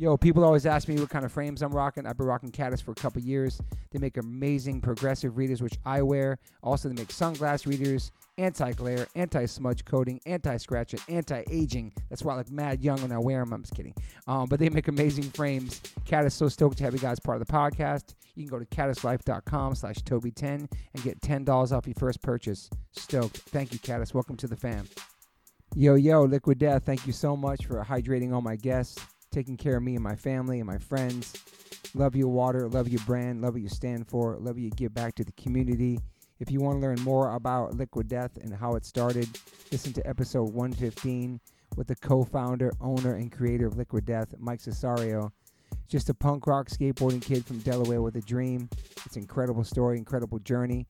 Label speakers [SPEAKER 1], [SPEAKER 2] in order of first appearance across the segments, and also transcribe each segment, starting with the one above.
[SPEAKER 1] Yo, people always ask me what kind of frames I'm rocking. I've been rocking Caddis for a couple years. They make amazing progressive readers, which I wear. Also, they make sunglass readers, anti glare, anti smudge coating, anti scratch, and anti aging. That's why I look mad young when I wear them. I'm just kidding. Um, but they make amazing frames. Caddis, so stoked to have you guys part of the podcast. You can go to caddislife.com slash Toby10 and get $10 off your first purchase. Stoked. Thank you, Caddis. Welcome to the fam. Yo, yo, Liquid Death, thank you so much for hydrating all my guests, taking care of me and my family and my friends. Love your water, love your brand, love what you stand for, love what you give back to the community. If you want to learn more about Liquid Death and how it started, listen to episode 115 with the co founder, owner, and creator of Liquid Death, Mike Cesario. Just a punk rock skateboarding kid from Delaware with a dream. It's an incredible story, incredible journey.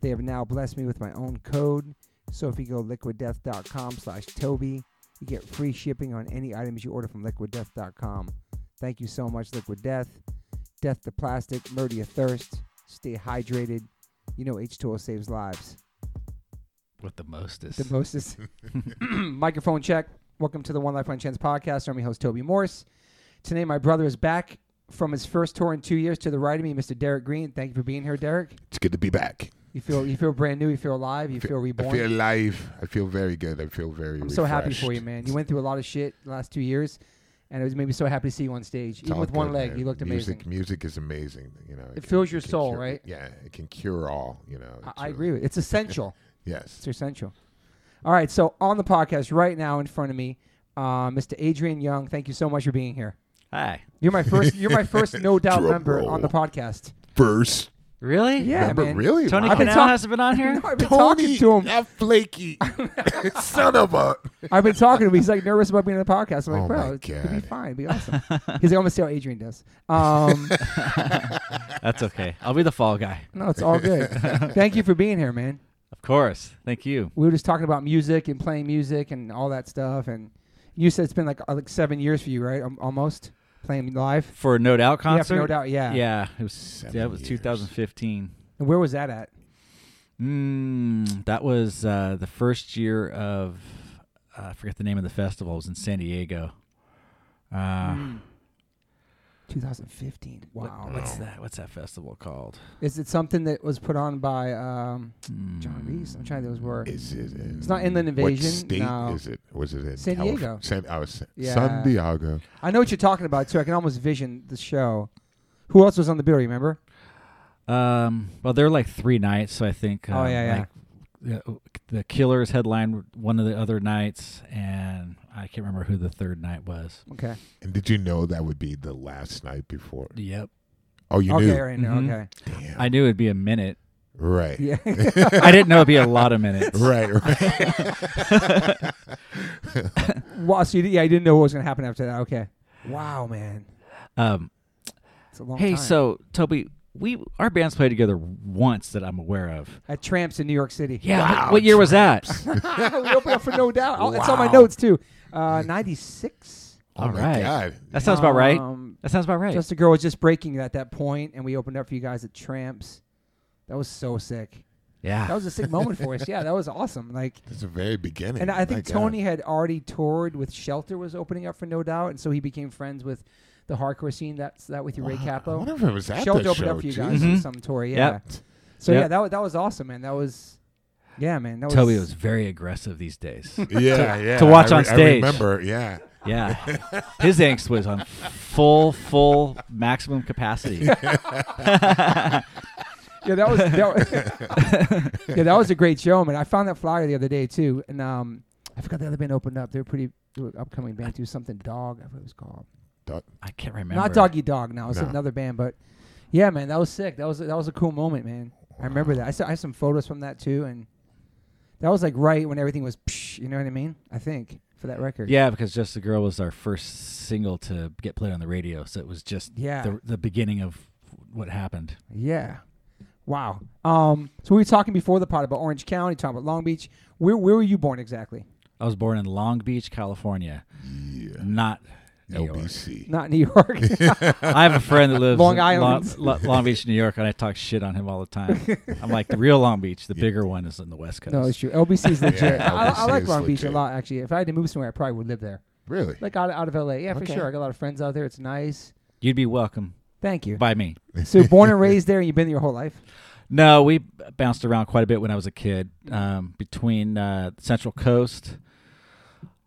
[SPEAKER 1] They have now blessed me with my own code. So if you go liquiddeath.com slash Toby, you get free shipping on any items you order from liquiddeath.com. Thank you so much, Liquid Death. Death to plastic, murder your thirst, stay hydrated. You know H2O saves lives.
[SPEAKER 2] With the mostest.
[SPEAKER 1] The most is microphone check. Welcome to the One Life One Chance podcast. I'm your host, Toby Morse. Today, my brother is back from his first tour in two years to the right of me, Mr. Derek Green. Thank you for being here, Derek.
[SPEAKER 3] It's good to be back.
[SPEAKER 1] You feel you feel brand new. You feel alive. You feel reborn.
[SPEAKER 3] I feel alive. I feel very good. I feel very.
[SPEAKER 1] I'm so happy for you, man. You went through a lot of shit the last two years, and it was made me so happy to see you on stage, even with one leg. You looked amazing.
[SPEAKER 3] Music, music is amazing. You know,
[SPEAKER 1] It fills your
[SPEAKER 3] can
[SPEAKER 1] soul,
[SPEAKER 3] cure-
[SPEAKER 1] right?
[SPEAKER 3] Yeah, it can cure all. You know,
[SPEAKER 1] I,
[SPEAKER 3] it's
[SPEAKER 1] I
[SPEAKER 3] really-
[SPEAKER 1] agree with. It's essential.
[SPEAKER 3] Yes,
[SPEAKER 1] It's essential. All right, so on the podcast right now in front of me, uh, Mr. Adrian Young. Thank you so much for being here.
[SPEAKER 2] Hi.
[SPEAKER 1] You're my first. You're my first no doubt
[SPEAKER 3] Drum
[SPEAKER 1] member on the podcast.
[SPEAKER 3] first.
[SPEAKER 2] Really?
[SPEAKER 1] Yeah,
[SPEAKER 3] Remember,
[SPEAKER 1] man.
[SPEAKER 3] really?
[SPEAKER 2] Tony
[SPEAKER 3] Wow.
[SPEAKER 1] been
[SPEAKER 2] Canal
[SPEAKER 1] talk-
[SPEAKER 2] hasn't been on here?
[SPEAKER 1] No, I've been
[SPEAKER 3] Tony,
[SPEAKER 1] talking to him.
[SPEAKER 3] that flaky son of a.
[SPEAKER 1] I've been talking to him. He's like nervous about being on the podcast. I'm like,
[SPEAKER 3] Oh
[SPEAKER 1] bro,
[SPEAKER 3] my
[SPEAKER 1] it could be
[SPEAKER 3] God.
[SPEAKER 1] fine. It'd be awesome. He's like, I'm gonna see how Adrian does. Um,
[SPEAKER 2] That's okay. I'll be the fall guy.
[SPEAKER 1] no, it's all good. Thank you for being here, man.
[SPEAKER 2] Of course. Thank you.
[SPEAKER 1] we were just talking about music and playing music and all that stuff. And you said it's been like uh, like seven years for you, right? Um, almost playing live.
[SPEAKER 2] For No Doubt
[SPEAKER 1] Yeah,
[SPEAKER 2] concert?
[SPEAKER 1] for no doubt. Yeah.
[SPEAKER 2] Yeah, it was,
[SPEAKER 3] Seven
[SPEAKER 2] that was
[SPEAKER 3] years.
[SPEAKER 2] 2015.
[SPEAKER 1] And where was that at?
[SPEAKER 2] Mm, that was uh, the first year of, uh, I forget the name of the festival. It was in San Diego. Uh,
[SPEAKER 1] 2015. Mm. Hmm. Wow.
[SPEAKER 2] What's that? What's that festival called? Mm.
[SPEAKER 1] Is it something that was put on by um, John Reese? I'm trying to those were.
[SPEAKER 3] Is it? In,
[SPEAKER 1] It's not Inland Invasion,
[SPEAKER 3] What state
[SPEAKER 1] no.
[SPEAKER 3] is it? Was it in
[SPEAKER 1] San
[SPEAKER 3] Calif-
[SPEAKER 1] Diego.
[SPEAKER 3] San, oh, San,
[SPEAKER 1] Yeah.
[SPEAKER 3] San Diego.
[SPEAKER 1] I know what you're talking about too. I can almost vision the show. Who else was on the bill? Remember?
[SPEAKER 2] Um, well, there were like three nights, so I think.
[SPEAKER 1] Oh,
[SPEAKER 2] um,
[SPEAKER 1] yeah, yeah.
[SPEAKER 2] like, the- the Killers headlined one of the other nights, and I can't remember who the third night was.
[SPEAKER 1] Okay.
[SPEAKER 3] And did you know that would be the last night before?
[SPEAKER 2] Yep,
[SPEAKER 3] Oh, you
[SPEAKER 1] okay.
[SPEAKER 3] knew.
[SPEAKER 1] Right now.
[SPEAKER 2] Mhm.
[SPEAKER 1] Okay.
[SPEAKER 3] Damn.
[SPEAKER 2] I knew it'd be a minute.
[SPEAKER 3] right.
[SPEAKER 1] Yeah.
[SPEAKER 2] I didn't know it'd be a lot of minutes.
[SPEAKER 3] Right. Right.
[SPEAKER 1] wow. So you, yeah, you didn't know what was gonna happen after that. Okay. Wow, man.
[SPEAKER 2] Um,
[SPEAKER 1] It's a long
[SPEAKER 2] hey,
[SPEAKER 1] time.
[SPEAKER 2] so Toby, we our bands played together once that I'm aware of.
[SPEAKER 1] at Tramps in New York City.
[SPEAKER 2] Yeah, what, what year was that?
[SPEAKER 1] we open up for no doubt. Oh, It's on my
[SPEAKER 3] Wow.
[SPEAKER 1] notes too. Uh, Ninety six.
[SPEAKER 3] Oh
[SPEAKER 2] All
[SPEAKER 3] my
[SPEAKER 2] right.
[SPEAKER 3] God.
[SPEAKER 2] That sounds about right.
[SPEAKER 1] Um,
[SPEAKER 2] That sounds about right.
[SPEAKER 1] Just a girl was just breaking it at that point, and we opened up for you guys at Tramps. That was so sick.
[SPEAKER 2] yeah,
[SPEAKER 1] That was a sick moment for us. Yeah, that was awesome. Like,
[SPEAKER 3] That's the very beginning.
[SPEAKER 1] and I
[SPEAKER 3] My
[SPEAKER 1] think
[SPEAKER 3] God.
[SPEAKER 1] Tony had already toured with Shelter was opening up for No Doubt, and so he became friends with the hardcore scene. That's that with your Ray
[SPEAKER 3] Wow. I
[SPEAKER 1] Capo.
[SPEAKER 3] wonder if it was at
[SPEAKER 1] Shelter
[SPEAKER 3] the
[SPEAKER 1] opened
[SPEAKER 3] show.
[SPEAKER 1] up for you
[SPEAKER 3] Jesus.
[SPEAKER 1] guys
[SPEAKER 2] Mhm.
[SPEAKER 1] in some tour. Yeah.
[SPEAKER 2] Yep.
[SPEAKER 1] So
[SPEAKER 2] Yep.
[SPEAKER 1] yeah, that was that was awesome, man. That was yeah, man. That was
[SPEAKER 2] Toby was very aggressive these days.
[SPEAKER 3] Yeah, yeah.
[SPEAKER 2] to watch
[SPEAKER 3] I
[SPEAKER 2] on
[SPEAKER 3] re-
[SPEAKER 2] stage.
[SPEAKER 3] I remember. Yeah.
[SPEAKER 2] Yeah, his angst was on full, full maximum capacity.
[SPEAKER 1] yeah, that was that was, yeah, that was a great show, man. I found that flyer the other day too, and um, I forgot the other band opened up. They're pretty they were an upcoming band too, something dog. I forgot what it was called.
[SPEAKER 3] Doc-
[SPEAKER 2] I can't remember.
[SPEAKER 1] Not Doggy Dog. No, it's
[SPEAKER 3] No.
[SPEAKER 1] another band, but yeah, man, that was sick. That was that was a cool moment, man. I remember that. I saw I have some photos from that too, and that was like right when everything was, psh, you know what I mean? I think for that record.
[SPEAKER 2] Yeah, because Just a Girl was our first single to get played on the radio, so it was just
[SPEAKER 1] Yeah.
[SPEAKER 2] the, the beginning of what happened.
[SPEAKER 1] Yeah. Wow. Um. So we were talking before the pod about Orange County, talking about Long Beach. Where Where were you born exactly?
[SPEAKER 2] I was born in Long Beach, California,
[SPEAKER 3] Yeah.
[SPEAKER 2] not New York.
[SPEAKER 3] LBC.
[SPEAKER 1] Not New York.
[SPEAKER 2] I have a friend that lives
[SPEAKER 1] Long
[SPEAKER 2] in Lo-
[SPEAKER 1] Island.
[SPEAKER 2] Lo- Long Beach, New York, and I talk shit on him all the time. I'm like the real Long Beach, the bigger one is on the West Coast.
[SPEAKER 1] No, it's true. LBC is legit.
[SPEAKER 3] Yeah,
[SPEAKER 1] I, I
[SPEAKER 3] LBC
[SPEAKER 1] like
[SPEAKER 3] is
[SPEAKER 1] Long Beach a
[SPEAKER 3] legit.
[SPEAKER 1] lot, actually. If I had to move somewhere, I probably would live there.
[SPEAKER 3] Really?
[SPEAKER 1] like out, out of LA. Yeah, for
[SPEAKER 3] Okay.
[SPEAKER 1] sure. I got a lot of friends out there. It's nice.
[SPEAKER 2] You'd be welcome
[SPEAKER 1] Thank you.
[SPEAKER 2] by me.
[SPEAKER 1] So born and raised there, and you've been there your whole life.
[SPEAKER 2] No, we b- bounced around quite a bit when I was a kid um, between uh, Central Coast,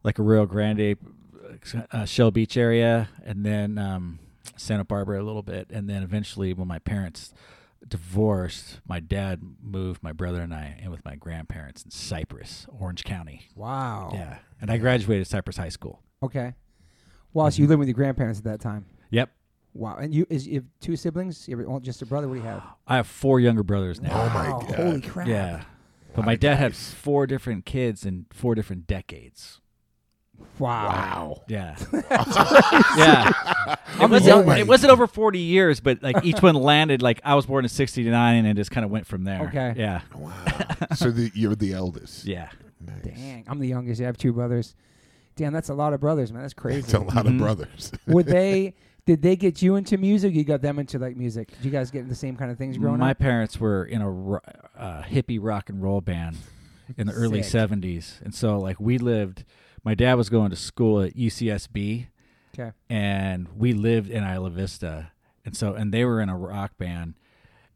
[SPEAKER 2] like a Rio Grande, uh, Shell Beach area, and then um, Santa Barbara a little bit. And then eventually, when my parents divorced, my dad moved my brother and I in with my grandparents in Cypress, Orange County.
[SPEAKER 1] Wow.
[SPEAKER 2] Yeah. And I graduated Cypress High School.
[SPEAKER 1] Okay. Wow. So you lived with your grandparents at that time.
[SPEAKER 2] Yep.
[SPEAKER 1] Wow. And you is you have two siblings? You have oh, just a brother? What do you have?
[SPEAKER 2] I have four younger brothers now.
[SPEAKER 3] Oh my
[SPEAKER 1] Wow,
[SPEAKER 3] God.
[SPEAKER 1] Holy crap.
[SPEAKER 2] Yeah. But my dad had four different kids in four different decades.
[SPEAKER 1] Wow.
[SPEAKER 3] wow.
[SPEAKER 2] Yeah. yeah. It wasn't,
[SPEAKER 1] sorry.
[SPEAKER 2] it wasn't over 40 years, but like each one landed, like I was born in 69 and it just kind of went from there.
[SPEAKER 1] Okay.
[SPEAKER 2] Yeah.
[SPEAKER 3] Wow. so the, you're the eldest.
[SPEAKER 2] Yeah.
[SPEAKER 3] Nice.
[SPEAKER 1] Dang. I'm the youngest. I have two brothers. Damn, that's a lot of brothers, man. That's
[SPEAKER 3] It's
[SPEAKER 1] crazy.
[SPEAKER 3] a lot
[SPEAKER 2] Mm-hmm.
[SPEAKER 3] of brothers.
[SPEAKER 1] Would they? Did they get you into music? You got them into like music. Did you guys get into the same kind of things growing
[SPEAKER 2] My
[SPEAKER 1] up?
[SPEAKER 2] parents were in a ro- uh, hippie rock and roll band in the early
[SPEAKER 1] Sick.
[SPEAKER 2] 70s. And so, like, we lived, my dad was going to school at UCSB.
[SPEAKER 1] Okay.
[SPEAKER 2] and we lived in Isla Vista, and so and they were in a rock band,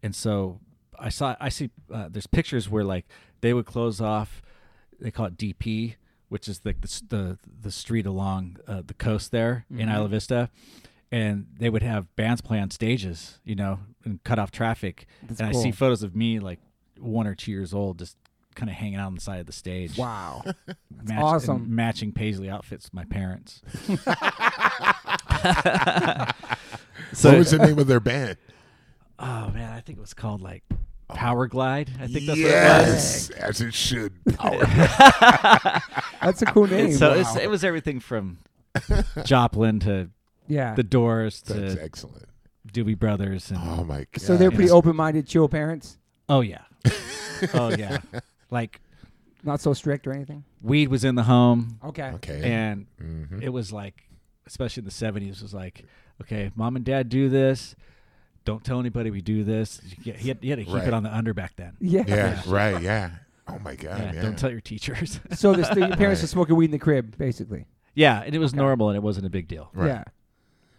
[SPEAKER 2] and so I saw I see uh, there's pictures where like they would close off, they call it DP, which is like the s- the the street along uh, the coast there in
[SPEAKER 1] Mm-hmm.
[SPEAKER 2] Isla Vista, and they would have bands play on stages, you know, and cut off traffic,
[SPEAKER 1] That's
[SPEAKER 2] and I
[SPEAKER 1] cool.
[SPEAKER 2] see photos of me like one or two years old just kind of hanging out on the side of the stage.
[SPEAKER 1] Wow.
[SPEAKER 2] Match- and
[SPEAKER 1] awesome.
[SPEAKER 2] Matching paisley outfits with my parents.
[SPEAKER 3] what was the name of their band?
[SPEAKER 2] Oh man, I think it was called like Power Glide. I think that's what it was. Oh.
[SPEAKER 3] Oh. yes, as it should. Power.
[SPEAKER 1] That's a cool name.
[SPEAKER 2] And so
[SPEAKER 1] Wow.
[SPEAKER 2] it's, it was everything from Joplin to
[SPEAKER 1] yeah.
[SPEAKER 2] The Doors to
[SPEAKER 3] That's excellent.
[SPEAKER 2] Doobie Brothers and
[SPEAKER 3] Oh my god.
[SPEAKER 1] so they're pretty
[SPEAKER 2] Yeah.
[SPEAKER 1] open-minded, chill parents.
[SPEAKER 2] oh yeah, oh yeah. Like
[SPEAKER 1] Not so strict or anything.
[SPEAKER 2] weed was in the home,
[SPEAKER 1] Okay.
[SPEAKER 3] okay.
[SPEAKER 2] and
[SPEAKER 3] Mhm.
[SPEAKER 2] it was like, especially in the seventies, was like, okay, mom and dad do this. Don't tell anybody we do this. You had, you had to keep
[SPEAKER 3] Right.
[SPEAKER 2] it on the under back then.
[SPEAKER 1] Yeah.
[SPEAKER 3] Yeah. Right. Yeah. Oh my god.
[SPEAKER 2] Yeah,
[SPEAKER 3] Yeah.
[SPEAKER 2] Don't tell your teachers.
[SPEAKER 1] So the, your parents
[SPEAKER 3] Right.
[SPEAKER 1] are smoking weed in the crib, basically.
[SPEAKER 2] yeah, and it was normal and it wasn't a big deal.
[SPEAKER 3] Right.
[SPEAKER 1] Yeah.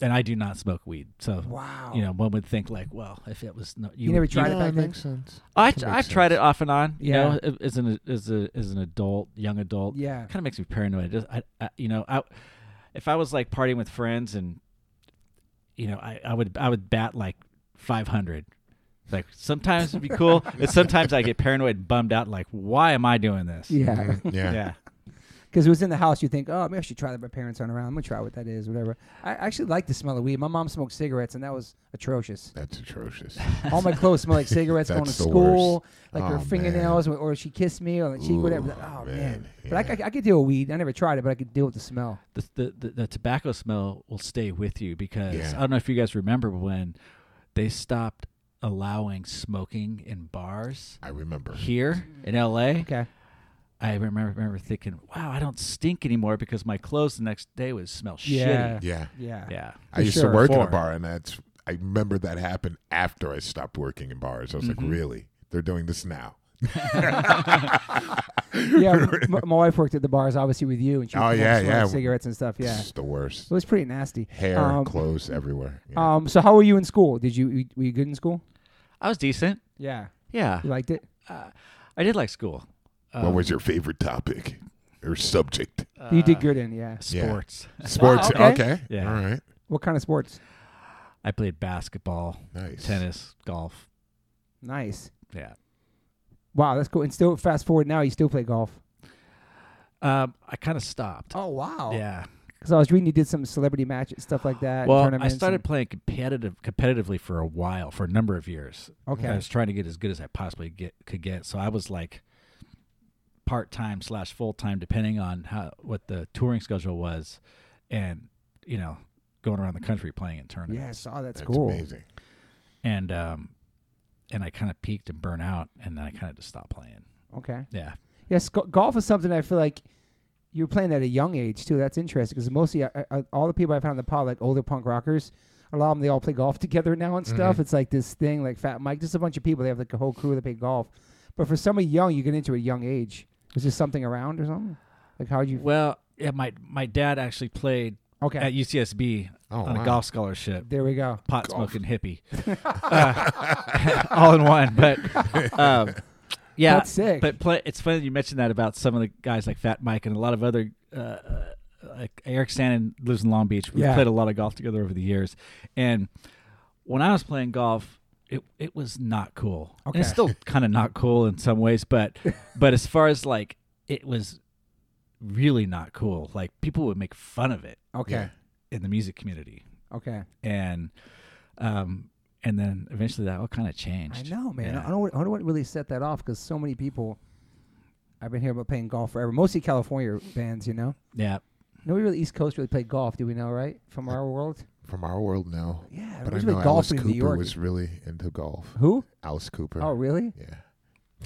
[SPEAKER 2] And I do not smoke weed, so
[SPEAKER 1] Wow.
[SPEAKER 2] Oh. you know, one would think like, well, if it was no, you,
[SPEAKER 1] never
[SPEAKER 2] would-
[SPEAKER 1] tried it
[SPEAKER 3] Yeah,
[SPEAKER 1] back
[SPEAKER 3] that
[SPEAKER 1] then?
[SPEAKER 3] makes sense.
[SPEAKER 2] I
[SPEAKER 3] That
[SPEAKER 2] I've
[SPEAKER 3] makes
[SPEAKER 2] tried
[SPEAKER 3] sense.
[SPEAKER 2] it off and on. You
[SPEAKER 1] Yeah.
[SPEAKER 2] know, a- as an as a as an adult, young adult,
[SPEAKER 1] Yeah.
[SPEAKER 2] kind of makes me paranoid. Just, I, I you know, I if I was like partying with friends and you know, I, I would I would bat like 500. Like sometimes it'd be cool, and sometimes I get paranoid, and bummed out, like why am I doing this?
[SPEAKER 1] Yeah.
[SPEAKER 3] Mhm. Yeah.
[SPEAKER 2] yeah.
[SPEAKER 1] Because it was in the house, you think, oh, maybe I should try that. My parents aren't around. I'm gonna try what that is, whatever. I actually like the smell of weed. My mom smoked cigarettes, and that was atrocious.
[SPEAKER 3] That's atrocious.
[SPEAKER 1] All my clothes smell like cigarettes going to
[SPEAKER 3] That's the
[SPEAKER 1] school, like her
[SPEAKER 3] Oh,
[SPEAKER 1] fingernails, or or she kissed me, or like cheek, whatever.
[SPEAKER 3] Ooh,
[SPEAKER 1] Oh man.
[SPEAKER 3] man,
[SPEAKER 1] But I, c- I could deal with weed. I never tried it, but I could deal with the smell.
[SPEAKER 2] the, the, the, the tobacco smell will stay with you because
[SPEAKER 3] Yeah.
[SPEAKER 2] I don't know if you guys remember when they stopped allowing smoking in bars
[SPEAKER 3] I remember.
[SPEAKER 2] here in LA.
[SPEAKER 1] Okay.
[SPEAKER 2] I remember, remember thinking, wow, I don't stink anymore because my clothes the next day would smell
[SPEAKER 1] Yeah.
[SPEAKER 3] Yeah.
[SPEAKER 1] Yeah.
[SPEAKER 2] shitty. Yeah.
[SPEAKER 3] I
[SPEAKER 1] For
[SPEAKER 3] used
[SPEAKER 1] sure.
[SPEAKER 3] to work in
[SPEAKER 2] Before.
[SPEAKER 3] a bar, and that's I remember that happened after I stopped working in bars. I was
[SPEAKER 1] Mm-hmm.
[SPEAKER 3] like, really? They're doing this now?
[SPEAKER 1] Yeah. m- my wife worked at the bars, obviously with you, and she was
[SPEAKER 3] Oh,
[SPEAKER 1] smoking-
[SPEAKER 3] yeah,
[SPEAKER 1] smoking
[SPEAKER 3] yeah.
[SPEAKER 1] cigarettes and stuff. Yeah.
[SPEAKER 3] It's the worst.
[SPEAKER 1] It was pretty nasty.
[SPEAKER 3] Hair,
[SPEAKER 1] Um,
[SPEAKER 3] clothes everywhere. Yeah.
[SPEAKER 1] Um. So how were you in school? Did you were you good in school?
[SPEAKER 2] I was decent.
[SPEAKER 1] Yeah.
[SPEAKER 2] Yeah.
[SPEAKER 1] You liked it?
[SPEAKER 2] Uh, I did like school.
[SPEAKER 3] what was your favorite topic or subject?
[SPEAKER 1] you did good in, yeah.
[SPEAKER 3] Yeah.
[SPEAKER 2] Um, Sports.
[SPEAKER 3] Sports.
[SPEAKER 1] okay.
[SPEAKER 3] okay.
[SPEAKER 2] Yeah.
[SPEAKER 3] All right.
[SPEAKER 1] What kind of sports?
[SPEAKER 2] I played basketball,
[SPEAKER 3] Nice.
[SPEAKER 2] tennis, golf.
[SPEAKER 1] Nice.
[SPEAKER 2] Yeah.
[SPEAKER 1] Wow, that's cool. And still, fast forward now, you still play golf.
[SPEAKER 2] Um, I kind of stopped.
[SPEAKER 1] Oh wow.
[SPEAKER 2] Yeah.
[SPEAKER 1] Because I was reading you did some celebrity matches, stuff like that.
[SPEAKER 2] Well, I
[SPEAKER 1] tournaments
[SPEAKER 2] started playing competitive competitively for a while, for a number of years.
[SPEAKER 1] and-
[SPEAKER 2] I
[SPEAKER 1] okay.
[SPEAKER 2] was trying to get as good as I possibly get could get. So I was like part time slash full time, depending on how what the touring schedule was, and you know going around the country playing
[SPEAKER 1] Yeah,
[SPEAKER 2] in
[SPEAKER 1] I
[SPEAKER 2] tournaments.
[SPEAKER 1] saw that's,
[SPEAKER 3] That's
[SPEAKER 1] cool.
[SPEAKER 3] amazing.
[SPEAKER 2] And um, and I kind of peaked and burnt out, and then I kind of just stopped playing.
[SPEAKER 1] Okay.
[SPEAKER 2] Yeah,
[SPEAKER 1] Yes, go- golf is something I feel like you were playing at a young age too. That's interesting because mostly I, I, all the people I've had on the pod, like older punk rockers, a lot of them they all play golf together now
[SPEAKER 2] Mm-hmm.
[SPEAKER 1] and stuff. It's like this thing, like Fat Mike, just a bunch of people. They have like a whole crew that play golf. But for somebody young, you get into it at a young age. Was there something around or something? Like how would you?
[SPEAKER 2] Well, yeah, my my dad actually played
[SPEAKER 1] Okay.
[SPEAKER 2] at UCSB
[SPEAKER 3] Oh,
[SPEAKER 2] on
[SPEAKER 3] wow.
[SPEAKER 2] a golf scholarship.
[SPEAKER 1] there we go.
[SPEAKER 2] pot
[SPEAKER 3] Golf.
[SPEAKER 2] smoking hippie, uh, all in one. But um, yeah,
[SPEAKER 1] That's sick.
[SPEAKER 2] But play, it's funny you mentioned that about some of the guys like Fat Mike and a lot of other. Uh, uh, like Eric Sandin lives in Long Beach. We
[SPEAKER 1] Yeah.
[SPEAKER 2] played a lot of golf together over the years, and when I was playing golf, it it was not cool. And it's
[SPEAKER 1] Okay.
[SPEAKER 2] still kind of not cool in some ways, but but as far as like it was really not cool. Like people would make fun of it
[SPEAKER 1] Okay.
[SPEAKER 3] Yeah.
[SPEAKER 2] in the music community
[SPEAKER 1] Okay.
[SPEAKER 2] and um and then eventually that all kind of changed.
[SPEAKER 1] I know, man.
[SPEAKER 2] Yeah.
[SPEAKER 1] I don't. What, I don't know what really set that off because so many people. I've been hearing about playing golf forever. Mostly California bands, you know.
[SPEAKER 2] Yeah,
[SPEAKER 1] Nobody really East Coast really played golf, do we know? Right from our world.
[SPEAKER 3] From our world, no.
[SPEAKER 1] Yeah,
[SPEAKER 3] But I
[SPEAKER 1] nobody's
[SPEAKER 3] know
[SPEAKER 1] really
[SPEAKER 3] Alice
[SPEAKER 1] golfing in
[SPEAKER 3] Cooper
[SPEAKER 1] New York.
[SPEAKER 3] was really into golf.
[SPEAKER 1] Who?
[SPEAKER 3] Alice Cooper.
[SPEAKER 1] Oh, really?
[SPEAKER 3] yeah.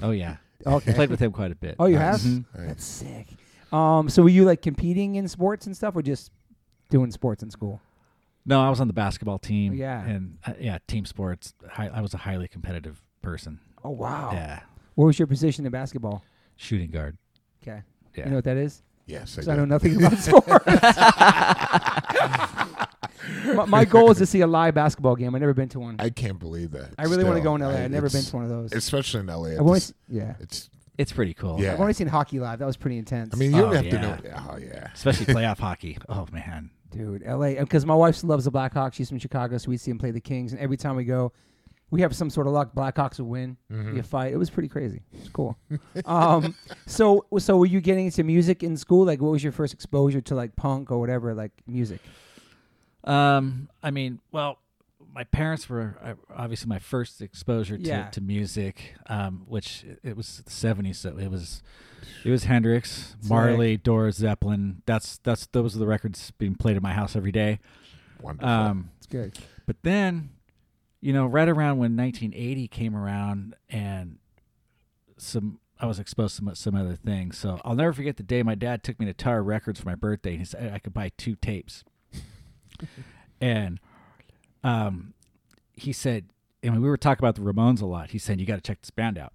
[SPEAKER 2] Oh yeah.
[SPEAKER 1] Okay.
[SPEAKER 2] Played with him quite a bit.
[SPEAKER 1] oh, you
[SPEAKER 3] Nice.
[SPEAKER 1] have?
[SPEAKER 2] Mhm.
[SPEAKER 3] All Mm-hmm. right.
[SPEAKER 1] That's sick. Um, so were you like competing in sports and stuff, or just doing sports in school?
[SPEAKER 2] No, I was on the basketball team.
[SPEAKER 1] Oh, Yeah.
[SPEAKER 2] And uh, yeah, team sports. Hi, I was a highly competitive person.
[SPEAKER 1] Oh wow.
[SPEAKER 2] Yeah.
[SPEAKER 1] What was your position in basketball?
[SPEAKER 2] Shooting guard.
[SPEAKER 1] Okay.
[SPEAKER 2] Yeah.
[SPEAKER 1] You know what that is?
[SPEAKER 3] Yes, I,
[SPEAKER 1] 'Cause I
[SPEAKER 3] do.
[SPEAKER 1] know nothing about sports. my, my goal is to see a live basketball game. I've never been to one. I,
[SPEAKER 3] I can't believe that.
[SPEAKER 1] really want to
[SPEAKER 3] still.
[SPEAKER 1] go in LA.
[SPEAKER 3] I-
[SPEAKER 1] I've never been
[SPEAKER 3] it's-
[SPEAKER 1] to one of those.
[SPEAKER 3] Especially in LA.
[SPEAKER 1] I've only,
[SPEAKER 3] It's,
[SPEAKER 1] se- yeah.
[SPEAKER 3] it's
[SPEAKER 2] it's pretty cool.
[SPEAKER 3] yeah.
[SPEAKER 1] I've only seen hockey live. That was pretty intense.
[SPEAKER 3] I mean, you
[SPEAKER 2] Oh,
[SPEAKER 3] don't have
[SPEAKER 2] yeah.
[SPEAKER 3] to know. Oh yeah.
[SPEAKER 2] Especially playoff hockey. Oh man.
[SPEAKER 1] Dude, LA, because my wife loves the Blackhawks. She's from Chicago, so we see them play the Kings. And every time we go, we have some sort of luck. Blackhawks will win.
[SPEAKER 2] Mm-hmm.
[SPEAKER 1] We fight. It was pretty crazy. It's cool. um, so, so were you getting into music in school? Like, what was your first exposure to like punk or whatever, like music?
[SPEAKER 2] Um, I mean, well, my parents were uh, obviously my first exposure to,
[SPEAKER 1] Yeah.
[SPEAKER 2] to music, um, which it- it was the seventies, so it was it was Hendrix, Marley, Doris Zeppelin. That's that's those are the records being played at my house every day.
[SPEAKER 3] Wonderful.
[SPEAKER 2] Um,
[SPEAKER 1] It's good.
[SPEAKER 2] but then, you know, right around when 1980 came around, and some I was exposed to some, some other things. So I'll never forget the day my dad took me to Tower Records for my birthday, and he said I could buy two tapes. and um, he said, and we were talking about the Ramones a lot. He said you got to check this band out.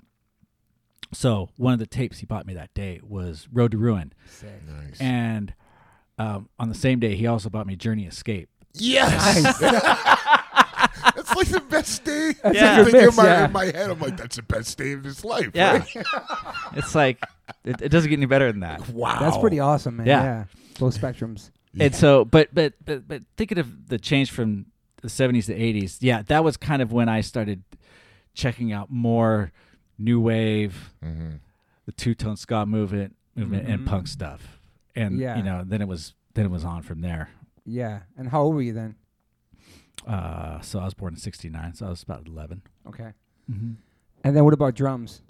[SPEAKER 2] So one of the tapes he bought me that day was Road to Ruin,
[SPEAKER 1] Sick.
[SPEAKER 3] nice.
[SPEAKER 2] and um, on the same day he also bought me Journey Escape.
[SPEAKER 3] yes. That's like the best day. That's
[SPEAKER 2] Yeah.
[SPEAKER 1] like your mix,
[SPEAKER 3] in, my,
[SPEAKER 1] yeah.
[SPEAKER 3] in my head, I'm like, that's the best day of his life.
[SPEAKER 2] Yeah.
[SPEAKER 3] right?
[SPEAKER 2] it's like it, it doesn't get any better than that.
[SPEAKER 3] Wow.
[SPEAKER 1] That's pretty awesome, man. Yeah.
[SPEAKER 2] Yeah.
[SPEAKER 1] Both spectrums.
[SPEAKER 2] And so but but but but thinking of the change from the 70s to 80s, yeah, that was kind of when I started checking out more new wave,
[SPEAKER 3] Mhm.
[SPEAKER 2] the two-tone ska movement movement and punk stuff. And
[SPEAKER 1] Yeah.
[SPEAKER 2] you know, then it was then it was on from there.
[SPEAKER 1] Yeah. And how old were you then?
[SPEAKER 2] Uh, so I was born in 69, so I was about 11.
[SPEAKER 1] Okay. And then what about drums?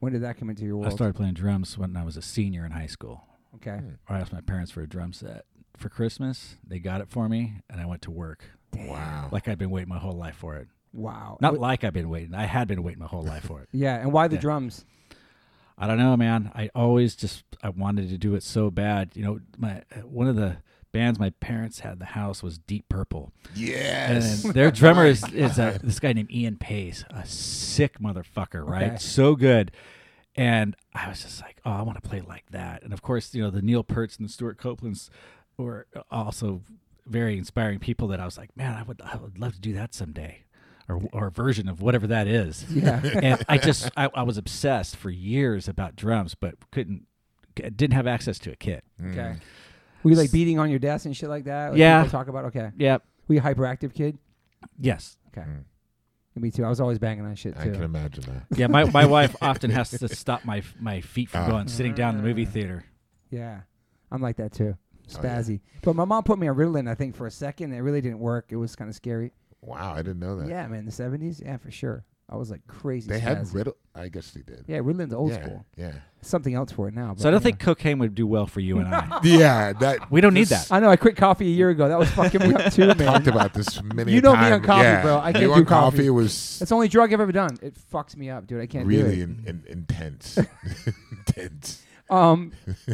[SPEAKER 1] When did that come into your
[SPEAKER 2] I
[SPEAKER 1] world?
[SPEAKER 2] started Hmm. playing drums when I was a senior in high school.
[SPEAKER 1] okay.
[SPEAKER 2] I asked my parents for a drum set for Christmas. They got it for me, and I went to work
[SPEAKER 3] Wow.
[SPEAKER 2] like I'd been waiting my whole life for it.
[SPEAKER 1] Wow.
[SPEAKER 2] Not
[SPEAKER 1] What-
[SPEAKER 2] like I've been waiting. I had been waiting my whole life for it.
[SPEAKER 1] yeah. And why the
[SPEAKER 2] Yeah.
[SPEAKER 1] drums?
[SPEAKER 2] I don't know, man. I always just I wanted to do it so bad. You know, my one of the bands my parents had in the house was Deep Purple,
[SPEAKER 3] yes.
[SPEAKER 2] and their drummer is, is a, this guy named Ian Pace, a sick motherfucker, right?
[SPEAKER 1] Okay.
[SPEAKER 2] So good. And I was just like, oh, I want to play like that. And of course, you know, the Neil Pearts and the Stuart Copelands were also very inspiring people that I was like, man, I would I would love to do that someday, or or a version of whatever that is
[SPEAKER 1] Yeah.
[SPEAKER 2] and I just I, I was obsessed for years about drums, but couldn't c- didn't have access to a kit.
[SPEAKER 3] Mm.
[SPEAKER 1] okay. Were you like beating on your desk and shit like that? Like
[SPEAKER 2] Yeah.
[SPEAKER 1] people Talk about okay.
[SPEAKER 2] Yep.
[SPEAKER 1] Were you a hyperactive kid?
[SPEAKER 2] Yes.
[SPEAKER 1] Okay.
[SPEAKER 3] Mm.
[SPEAKER 1] Me too. I was always banging on shit
[SPEAKER 3] I can
[SPEAKER 1] too.
[SPEAKER 3] imagine that.
[SPEAKER 2] Yeah. My, my wife often has to stop my my feet from
[SPEAKER 3] Ah.
[SPEAKER 2] going sitting down in the movie theater.
[SPEAKER 1] Yeah. I'm like that too.
[SPEAKER 3] Oh, yeah.
[SPEAKER 1] Spazzy. But my mom put me on Ritalin, I think, for a second. It really didn't work. It was kind of scary.
[SPEAKER 3] Wow, I didn't know that.
[SPEAKER 1] Yeah, man. The 70s? Yeah, for sure. I was like crazy.
[SPEAKER 3] They had
[SPEAKER 1] spazzy.
[SPEAKER 3] riddle. I guess they did.
[SPEAKER 1] Yeah, Ritalin old
[SPEAKER 3] yeah,
[SPEAKER 1] school.
[SPEAKER 3] Yeah.
[SPEAKER 1] Something else for it now.
[SPEAKER 2] So
[SPEAKER 1] but
[SPEAKER 2] I don't
[SPEAKER 1] yeah.
[SPEAKER 2] think cocaine would do well for you and I.
[SPEAKER 3] Yeah. That
[SPEAKER 2] We don't need
[SPEAKER 3] this-
[SPEAKER 2] that.
[SPEAKER 1] I know. I quit coffee a year ago. That was fucking me up too,
[SPEAKER 3] Talked
[SPEAKER 1] man.
[SPEAKER 3] about this many.
[SPEAKER 1] You know me
[SPEAKER 3] times.
[SPEAKER 1] on coffee,
[SPEAKER 3] yeah.
[SPEAKER 1] bro. I can't
[SPEAKER 3] you on
[SPEAKER 1] do coffee.
[SPEAKER 3] coffee was
[SPEAKER 1] That's the only drug I've ever done. It fucks me up, dude. I can't
[SPEAKER 3] really
[SPEAKER 1] do it.
[SPEAKER 3] in, in, intense. intense.
[SPEAKER 1] Um,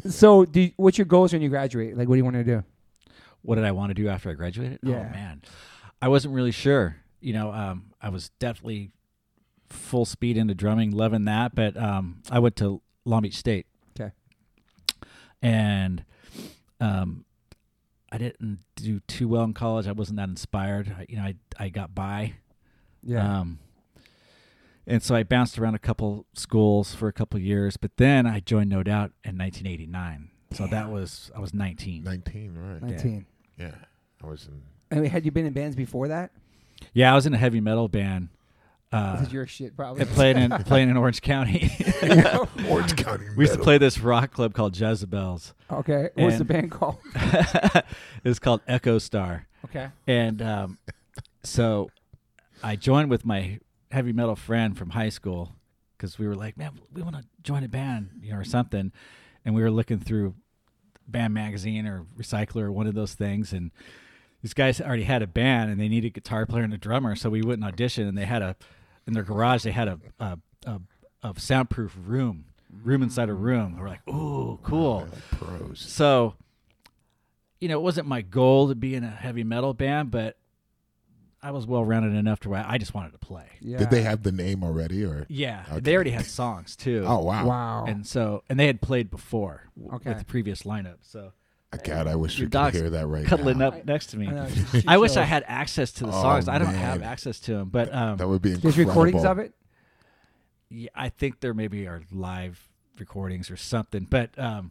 [SPEAKER 1] so, do you- what's your goals when you graduate? Like, what do you want to
[SPEAKER 3] Uh,
[SPEAKER 1] do?
[SPEAKER 2] What did I want to do after I graduated?
[SPEAKER 1] Yeah.
[SPEAKER 2] Oh man, I wasn't really sure. You know, um, I was definitely full speed into drumming, loving that. But um, I went to Long Beach State.
[SPEAKER 1] Okay.
[SPEAKER 2] and um, I didn't do too well in college. I wasn't that inspired. I, you know, I I got by.
[SPEAKER 1] Yeah.
[SPEAKER 2] Um, and so I bounced around a couple schools for a couple years, but then I joined No Doubt in 1989. So that was I was 19.
[SPEAKER 3] 19, right.
[SPEAKER 1] 19.
[SPEAKER 3] Yeah. I was in.
[SPEAKER 1] I mean, had you been in bands before that?
[SPEAKER 2] Yeah, I was in a heavy metal band. Uh,
[SPEAKER 1] This is your shit, probably.
[SPEAKER 2] and played in playing in Orange County.
[SPEAKER 3] Orange County.
[SPEAKER 2] we used to
[SPEAKER 3] Metal.
[SPEAKER 2] play this rock club called Jezebel's.
[SPEAKER 1] Okay. What's the
[SPEAKER 2] And-
[SPEAKER 1] band called?
[SPEAKER 2] it was called Echo Star.
[SPEAKER 1] Okay.
[SPEAKER 2] And um, so I joined with my heavy metal friend from high school because we were like, man, we want to join a band, you know, or something. And we were looking through Band Magazine or Recycler or one of those things. And these guys already had a band and they needed a guitar player and a drummer. So we wouldn't audition. And they had a, in their garage, they had a, a, a, a soundproof room, room inside a room. We're like, ooh, cool.
[SPEAKER 3] Pros.
[SPEAKER 2] So, you know, it wasn't my goal to be in a heavy metal band, but I was well rounded enough to where I just wanted to play.
[SPEAKER 1] Yeah.
[SPEAKER 3] Did they have the name already or?
[SPEAKER 2] Yeah,
[SPEAKER 3] Okay.
[SPEAKER 2] they already had songs too.
[SPEAKER 3] Oh wow.
[SPEAKER 1] Wow.
[SPEAKER 2] and so and they had played before w-
[SPEAKER 1] Okay.
[SPEAKER 2] with the previous lineup. So
[SPEAKER 3] God, I wish
[SPEAKER 2] Your
[SPEAKER 3] we could
[SPEAKER 2] dog's
[SPEAKER 3] hear that right
[SPEAKER 2] cuddling
[SPEAKER 3] now.
[SPEAKER 2] up next to me.
[SPEAKER 1] I,
[SPEAKER 2] I,
[SPEAKER 1] know, she- she
[SPEAKER 2] wish I
[SPEAKER 1] chose.
[SPEAKER 2] had access to the
[SPEAKER 3] Oh,
[SPEAKER 2] songs. I don't have
[SPEAKER 3] man.
[SPEAKER 2] access to them, but um,
[SPEAKER 3] That would be
[SPEAKER 1] There's
[SPEAKER 3] incredible.
[SPEAKER 1] recordings of it.
[SPEAKER 2] yeah, I think there maybe are live recordings or something. But um,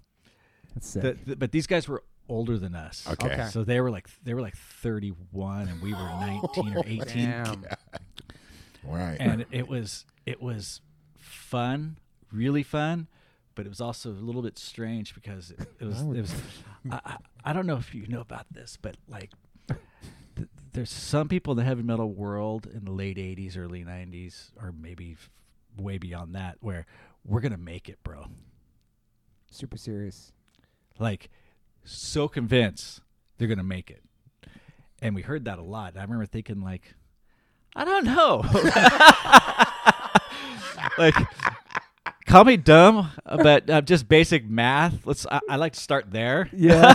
[SPEAKER 1] That's sick.
[SPEAKER 2] the, the, but these guys were older than us.
[SPEAKER 3] Okay.
[SPEAKER 1] Okay.
[SPEAKER 2] So they were like they were like 31 and we were 19 or 18.
[SPEAKER 1] Damn.
[SPEAKER 3] Right.
[SPEAKER 2] and it was it was fun, really fun, but it was also a little bit strange because it, it was it was I, I, I don't know if you know about this, but like th- there's some people in the heavy metal world in the late '80s, early '90s, or maybe f- way beyond that, where we're gonna make it, bro.
[SPEAKER 1] Super serious.
[SPEAKER 2] Like so convinced they're gonna make it, and we heard that a lot. And I remember thinking like, I don't know. like call me dumb but uh, just basic math let's I, I like to start there
[SPEAKER 1] Yeah.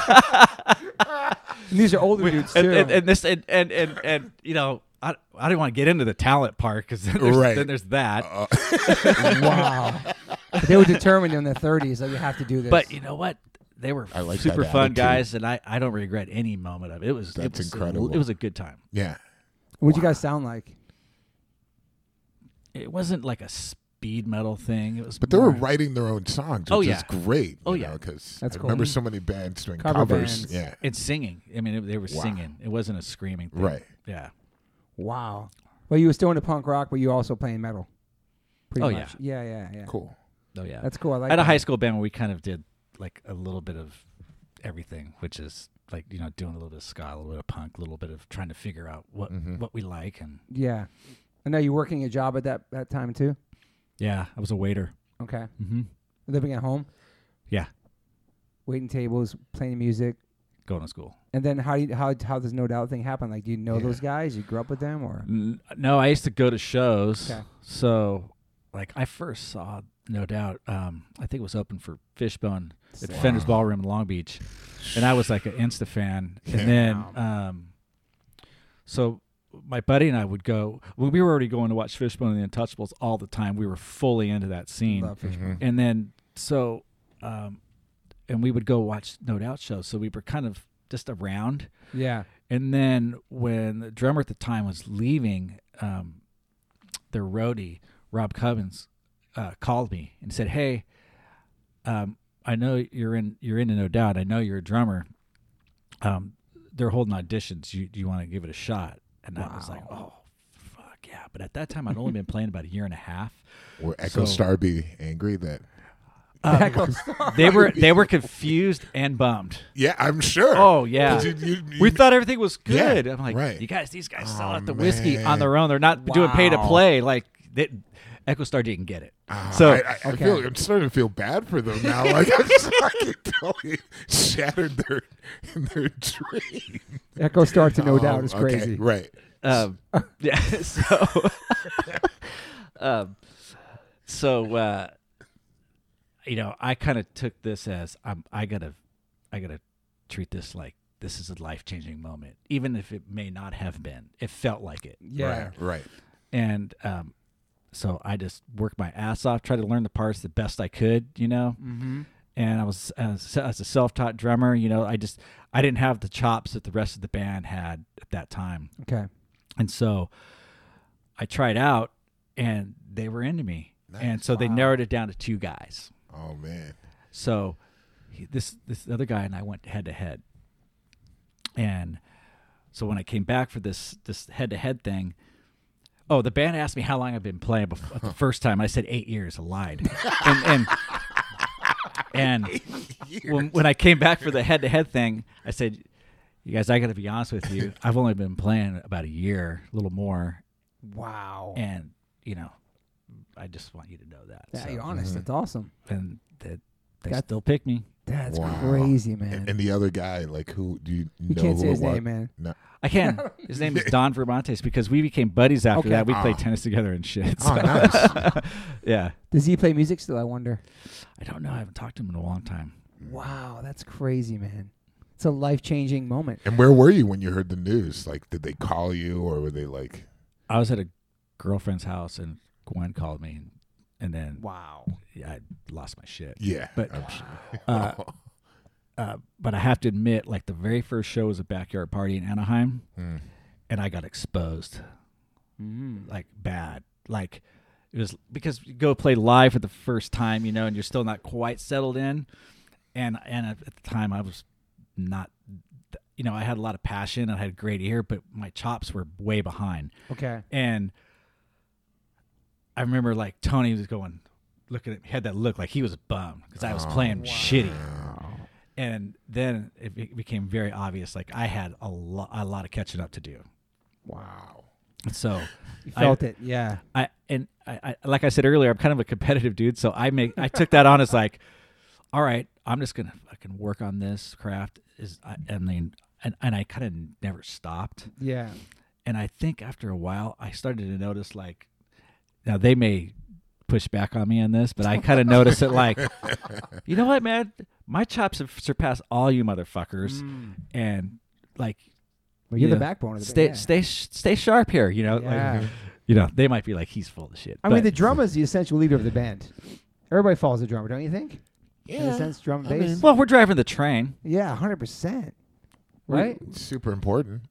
[SPEAKER 1] and these are older dudes too.
[SPEAKER 2] and, and, and this and and and, and you know I, I didn't want to get into the talent part because then, there's-
[SPEAKER 3] Right. Oh,
[SPEAKER 2] then there's that
[SPEAKER 3] Uh,
[SPEAKER 1] wow. they were determined in their 30s that you have to do this.
[SPEAKER 2] but you know what they were
[SPEAKER 3] I like that
[SPEAKER 2] super fun
[SPEAKER 3] attitude.
[SPEAKER 2] guys and I, I don't regret any moment of it it was it
[SPEAKER 3] That's
[SPEAKER 2] was,
[SPEAKER 3] incredible.
[SPEAKER 2] it was a good time
[SPEAKER 3] yeah.
[SPEAKER 1] what'd you guys sound like?
[SPEAKER 2] it wasn't like a speed metal thing it was
[SPEAKER 3] But they were
[SPEAKER 2] more-
[SPEAKER 3] writing their own songs, which
[SPEAKER 2] Oh,
[SPEAKER 3] is
[SPEAKER 2] yeah.
[SPEAKER 3] great.
[SPEAKER 2] Oh,
[SPEAKER 3] you
[SPEAKER 2] yeah.
[SPEAKER 3] know, 'cause
[SPEAKER 1] That's
[SPEAKER 3] I
[SPEAKER 1] cool.
[SPEAKER 3] remember so many bands doing
[SPEAKER 1] Cover
[SPEAKER 3] covers.
[SPEAKER 1] bands.
[SPEAKER 3] Yeah,
[SPEAKER 2] and singing I mean it, they were
[SPEAKER 3] Wow.
[SPEAKER 2] singing it wasn't a screaming thing.
[SPEAKER 3] right.
[SPEAKER 2] yeah
[SPEAKER 1] Wow. Well, you were still into punk rock, but you were also playing metal. Pretty
[SPEAKER 2] Oh,
[SPEAKER 1] much. Yeah. Yeah. Yeah.
[SPEAKER 3] Cool.
[SPEAKER 2] oh yeah
[SPEAKER 1] That's cool. I like
[SPEAKER 2] at a
[SPEAKER 1] that.
[SPEAKER 2] high school band where we kind of did like a little bit of everything, which is like you know doing a little bit of ska, a little bit of punk, a little bit of trying to figure out what
[SPEAKER 3] Mhm.
[SPEAKER 2] what we like and
[SPEAKER 1] Yeah. And now you're working a job at that that time too.
[SPEAKER 2] yeah, I was a waiter.
[SPEAKER 1] Okay.
[SPEAKER 2] Mm-hmm.
[SPEAKER 1] Living at home.
[SPEAKER 2] Yeah.
[SPEAKER 1] Waiting tables, playing music,
[SPEAKER 2] Going to school.
[SPEAKER 1] and then how do you, how how does no doubt thing happen? Like, do you know
[SPEAKER 3] Yeah.
[SPEAKER 1] those guys? You grew up with them, or
[SPEAKER 2] N- No, I used to go to shows.
[SPEAKER 1] Okay.
[SPEAKER 2] So like I first saw No Doubt. Um, I think it was open for Fishbone at
[SPEAKER 1] Sick.
[SPEAKER 2] Fender's Ballroom in Long Beach, and I was like an Insta fan.
[SPEAKER 3] Yeah.
[SPEAKER 2] And then, um, so my buddy and I would go when we were already going to watch Fishbone and the Untouchables all the time. We were fully into that scene,
[SPEAKER 1] Love Fishbone.
[SPEAKER 3] Mhm.
[SPEAKER 2] and then so, um, and we would go watch No Doubt shows. So we were kind of just around.
[SPEAKER 1] Yeah,
[SPEAKER 2] And then when the drummer at the time was leaving, um, their roadie Rob Cummins uh, called me and said, "Hey, um, I know you're in you're in no doubt. I know you're a drummer. Um, they're holding auditions. You you want to give it a shot?" And I was
[SPEAKER 1] Wow.
[SPEAKER 2] like, "Oh, fuck yeah!" But at that time, I'd only been playing about a year and a half.
[SPEAKER 3] Will Echo
[SPEAKER 2] So-
[SPEAKER 3] Star be angry that?
[SPEAKER 2] Um,
[SPEAKER 1] goes-
[SPEAKER 2] they were they were confused and bummed.
[SPEAKER 3] Yeah, I'm sure.
[SPEAKER 2] Oh yeah.
[SPEAKER 3] 'Cause you- you- you-
[SPEAKER 2] we thought everything was
[SPEAKER 3] Yeah,
[SPEAKER 2] good. I'm like,
[SPEAKER 3] right.
[SPEAKER 2] you guys, these guys sell
[SPEAKER 3] Oh,
[SPEAKER 2] out the whiskey
[SPEAKER 3] man.
[SPEAKER 2] on their own. They're not doing pay to
[SPEAKER 1] Wow.
[SPEAKER 2] play. Like, they, Echo Star didn't get it.
[SPEAKER 3] Ah,
[SPEAKER 2] so-
[SPEAKER 3] I, I, I
[SPEAKER 1] Okay.
[SPEAKER 3] feel, I'm starting to feel bad for them now. Like I'm fucking totally shattered their their dream.
[SPEAKER 1] Echo Star to No
[SPEAKER 3] Oh,
[SPEAKER 1] Doubt is
[SPEAKER 3] okay,
[SPEAKER 1] crazy.
[SPEAKER 3] Right.
[SPEAKER 2] Um, yeah. So, um, so uh, you know, I kind of took this as I'm. I gotta, I gotta treat this like this is a life changing moment, even if it may not have been. It felt like it.
[SPEAKER 1] Yeah,
[SPEAKER 3] Right. Right.
[SPEAKER 2] and um, so I just worked my ass off, tried to learn the parts the best I could, you know,
[SPEAKER 1] Mm-hmm.
[SPEAKER 2] and I was as, as a self-taught drummer. You know, I just I didn't have the chops that the rest of the band had at that time,
[SPEAKER 1] Okay.
[SPEAKER 2] and so I tried out, and they were into me, and so they narrowed it down to two guys.
[SPEAKER 3] Oh man.
[SPEAKER 2] So he, this this other guy and I went head to head, and so when I came back for this this head to head thing, oh, the band asked me how long I've been playing before, the first time. I said eight years. I lied, and and, and when when I came back for the head to head thing, I said. You guys, I got to be honest with you. I've only been playing about a year, a little more,
[SPEAKER 1] Wow.
[SPEAKER 2] and you know, I just want you to know that.
[SPEAKER 1] Yeah,
[SPEAKER 2] So-
[SPEAKER 1] you're honest.
[SPEAKER 3] mm-hmm.
[SPEAKER 1] That's awesome.
[SPEAKER 2] and they, they
[SPEAKER 1] That's-
[SPEAKER 2] still pick me.
[SPEAKER 1] That's
[SPEAKER 3] Wow.
[SPEAKER 1] crazy, man.
[SPEAKER 3] And, and the other guy, like who do you
[SPEAKER 1] you
[SPEAKER 3] know
[SPEAKER 1] can't
[SPEAKER 3] who
[SPEAKER 1] say
[SPEAKER 3] it
[SPEAKER 1] his
[SPEAKER 3] was?
[SPEAKER 1] name, man.
[SPEAKER 3] No.
[SPEAKER 2] I can. His name is Don Vermontes because we became buddies after
[SPEAKER 1] Okay.
[SPEAKER 2] that. We
[SPEAKER 3] Ah.
[SPEAKER 2] played tennis together and shit.
[SPEAKER 3] Oh,
[SPEAKER 2] so-
[SPEAKER 3] nice.
[SPEAKER 2] yeah.
[SPEAKER 1] Does he play music still? I wonder.
[SPEAKER 2] I don't know. I haven't talked to him in a long time.
[SPEAKER 1] Wow, that's crazy, man. It's a life changing moment.
[SPEAKER 3] And where were you when you heard the news? Like, did they call you, or were they like,
[SPEAKER 2] I was at a girlfriend's house and Gwen called me and, and then
[SPEAKER 1] Wow.
[SPEAKER 2] yeah, I lost my shit.
[SPEAKER 3] yeah?
[SPEAKER 2] But-
[SPEAKER 3] I'm sure.
[SPEAKER 2] Uh, uh, but I have to admit, like the very first show was a backyard party in Anaheim
[SPEAKER 3] Mm.
[SPEAKER 2] and I got exposed
[SPEAKER 1] Mm.
[SPEAKER 2] like bad. Like it was because you go play live for the first time, you know, and you're still not quite settled in. And and at the time, I was not, you know, I had a lot of passion. I had a great ear, but my chops were way behind.
[SPEAKER 1] Okay.
[SPEAKER 2] And I remember like Tony was going, looking at me, had that look like he was bummed because I was
[SPEAKER 3] Oh,
[SPEAKER 2] playing shitty.
[SPEAKER 3] Wow.
[SPEAKER 2] And then it be- became very obvious, like I had a lot, a lot of catching up to do.
[SPEAKER 3] Wow.
[SPEAKER 2] So
[SPEAKER 1] You
[SPEAKER 2] I-
[SPEAKER 1] felt it. Yeah.
[SPEAKER 2] I and I, I like I said earlier, I'm kind of a competitive dude, so I make I took that on as like, all right, I'm just gonna fucking work on this craft. Is I, I mean, and and I kind of never stopped.
[SPEAKER 1] Yeah.
[SPEAKER 2] And I think after a while, I started to notice like, now they may push back on me on this, but I kind of noticed it like, you know what, man, my chops have surpassed all you motherfuckers,
[SPEAKER 1] Mm.
[SPEAKER 2] and like,
[SPEAKER 1] Well, you're
[SPEAKER 2] Yeah.
[SPEAKER 1] the backbone of the
[SPEAKER 2] stay
[SPEAKER 1] band.
[SPEAKER 2] stay sh- stay sharp here, you know,
[SPEAKER 1] Yeah.
[SPEAKER 2] like, you know, they might be like, he's full of shit.
[SPEAKER 1] I mean,
[SPEAKER 2] but-
[SPEAKER 1] the drummer is the essential leader of the band. Everybody follows the drummer, don't you think? In a
[SPEAKER 3] Yeah.
[SPEAKER 1] sense, drum and
[SPEAKER 3] I
[SPEAKER 1] bass.
[SPEAKER 3] mean-
[SPEAKER 2] Well, we're driving the train.
[SPEAKER 1] yeah, hundred percent. Right?
[SPEAKER 3] It's super important.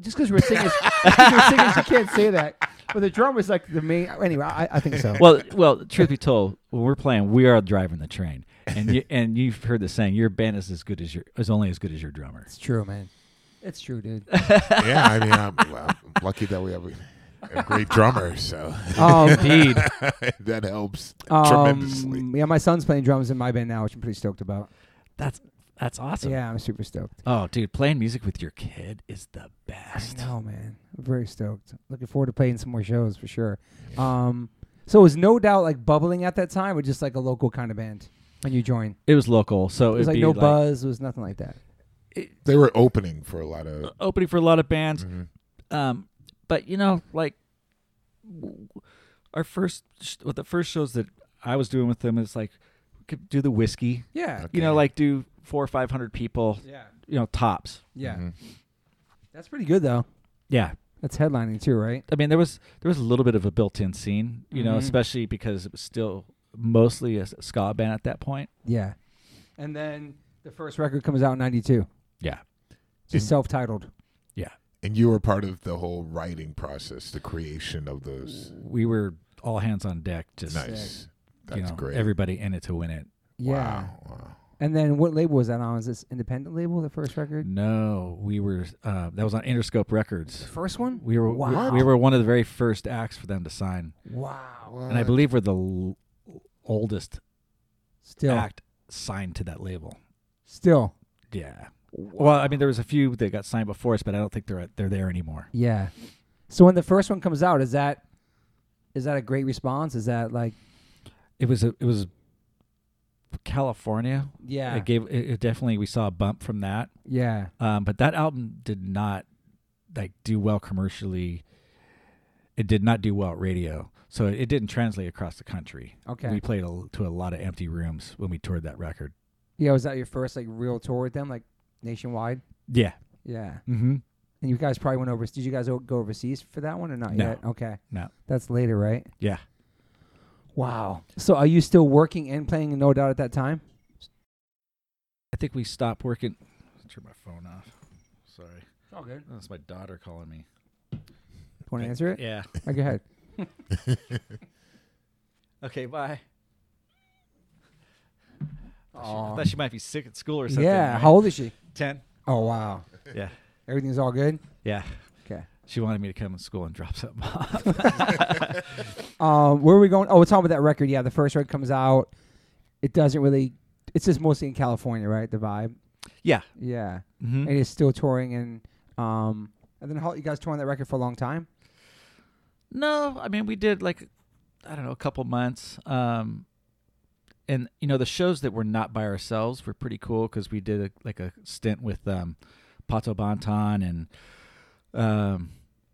[SPEAKER 1] Just because we're singers, just 'cause we're singers, you can't say that. But the drummer is like the main. Anyway, I, I think so.
[SPEAKER 2] Well, well, truth be told, when we're playing, we are driving the train, and you and you've heard the saying, your band is as good as your is only as good as your drummer.
[SPEAKER 1] it's true, man. It's true, dude.
[SPEAKER 3] yeah, I mean, I'm, I'm lucky that we have a, a great drummer, so
[SPEAKER 1] Um,
[SPEAKER 2] Indeed,
[SPEAKER 3] that helps
[SPEAKER 1] um,
[SPEAKER 3] tremendously.
[SPEAKER 1] yeah, my son's playing drums in my band now, which I'm pretty stoked about.
[SPEAKER 2] that's that's awesome.
[SPEAKER 1] Yeah, I'm super stoked.
[SPEAKER 2] Oh, dude, playing music with your kid is the best.
[SPEAKER 1] I know, man. I'm very stoked. Looking forward to playing some more shows for sure. Um, so it was no doubt like bubbling at that time, or just like a local kind of band when you joined.
[SPEAKER 2] It was local,
[SPEAKER 1] It
[SPEAKER 2] so it'd
[SPEAKER 1] was like
[SPEAKER 2] be
[SPEAKER 1] no buzz. It was nothing like that.
[SPEAKER 3] They were opening for a lot of.
[SPEAKER 2] opening for a lot of bands.
[SPEAKER 3] Mhm.
[SPEAKER 2] Um, but you know, like w- our first, sh- what the first shows that I was doing with them is like, we could do the whiskey.
[SPEAKER 1] Yeah.
[SPEAKER 2] You know,
[SPEAKER 3] Okay.
[SPEAKER 2] like do four or five hundred people.
[SPEAKER 1] Yeah.
[SPEAKER 2] You know, tops.
[SPEAKER 1] Yeah.
[SPEAKER 3] Mhm.
[SPEAKER 1] That's pretty good though.
[SPEAKER 2] Yeah,
[SPEAKER 1] That's headlining too, right?
[SPEAKER 2] I mean, there was there was a little bit of a built-in scene, you
[SPEAKER 3] Mm-hmm.
[SPEAKER 2] know,
[SPEAKER 1] Mhm.
[SPEAKER 2] especially because it was still mostly a s- ska band at that point.
[SPEAKER 1] Yeah. And then the first record comes out in '92,
[SPEAKER 2] Yeah,
[SPEAKER 1] just
[SPEAKER 3] Mhm.
[SPEAKER 1] self-titled.
[SPEAKER 3] And you were part of the whole writing process, the creation of those.
[SPEAKER 2] we were all hands on deck, just
[SPEAKER 3] Nice. That's
[SPEAKER 2] you know,
[SPEAKER 3] great.
[SPEAKER 2] everybody in it to win it.
[SPEAKER 1] Yeah.
[SPEAKER 3] Wow. wow.
[SPEAKER 1] And then what label was that on? Is this independent label? The first record?
[SPEAKER 2] No, we were uh, that was on Interscope Records.
[SPEAKER 1] First one?
[SPEAKER 2] We were
[SPEAKER 1] Wow.
[SPEAKER 2] we, we were one of the very first acts for them to sign,
[SPEAKER 1] Wow.
[SPEAKER 2] and I
[SPEAKER 3] What?
[SPEAKER 2] believe we're the l- oldest
[SPEAKER 1] Still,
[SPEAKER 2] act signed to that label.
[SPEAKER 1] still.
[SPEAKER 2] Yeah. Well, I mean, there was a few that got signed before us, but I don't think they're they're there anymore.
[SPEAKER 1] Yeah. So when the first one comes out, is that is that a great response? Is that like
[SPEAKER 2] It was a, it was California
[SPEAKER 1] yeah
[SPEAKER 2] It gave it, it definitely we saw a bump from that.
[SPEAKER 1] yeah
[SPEAKER 2] Um, but that album did not like do well commercially. It did not do well at radio, so it, it didn't translate across the country.
[SPEAKER 1] okay
[SPEAKER 2] We played a, to a lot of empty rooms when we toured that record.
[SPEAKER 1] yeah was that your first like real tour with them like nationwide?
[SPEAKER 2] Yeah.
[SPEAKER 1] Yeah.
[SPEAKER 2] Mm-hmm.
[SPEAKER 1] And you guys probably went over. Did you guys o- go overseas for that one or not
[SPEAKER 2] No.
[SPEAKER 1] yet? Okay.
[SPEAKER 2] No.
[SPEAKER 1] That's later, right?
[SPEAKER 2] Yeah.
[SPEAKER 1] Wow. So are you still working and playing in No Doubt at that time?
[SPEAKER 2] I think we stopped working. Turn my phone off. Sorry,
[SPEAKER 1] all good.
[SPEAKER 2] Oh, that's my daughter calling me.
[SPEAKER 1] Want to answer it?
[SPEAKER 2] Yeah.
[SPEAKER 1] Like, Go ahead.
[SPEAKER 2] Okay. Bye. I
[SPEAKER 1] Aw.
[SPEAKER 2] thought she might be sick at school or something.
[SPEAKER 1] Yeah.
[SPEAKER 2] right?
[SPEAKER 1] How old is she?
[SPEAKER 2] Ten.
[SPEAKER 1] Oh wow.
[SPEAKER 2] Yeah.
[SPEAKER 1] Everything's all good.
[SPEAKER 2] Yeah.
[SPEAKER 1] Okay.
[SPEAKER 2] She wanted me to come to school and drop something off.
[SPEAKER 1] Um, where are we going? Oh, it's all about that record. Yeah, the first record comes out. It doesn't really. It's just mostly in California, right? The vibe.
[SPEAKER 2] yeah.
[SPEAKER 1] Yeah.
[SPEAKER 2] Mm-hmm.
[SPEAKER 1] And it's still touring and um. And then how you guys touring that record for a long time?
[SPEAKER 2] No, I mean we did like I don't know a couple months, um, and you know the shows that were not by ourselves were pretty cool because we did a, like a stint with um, Pato Banton and um,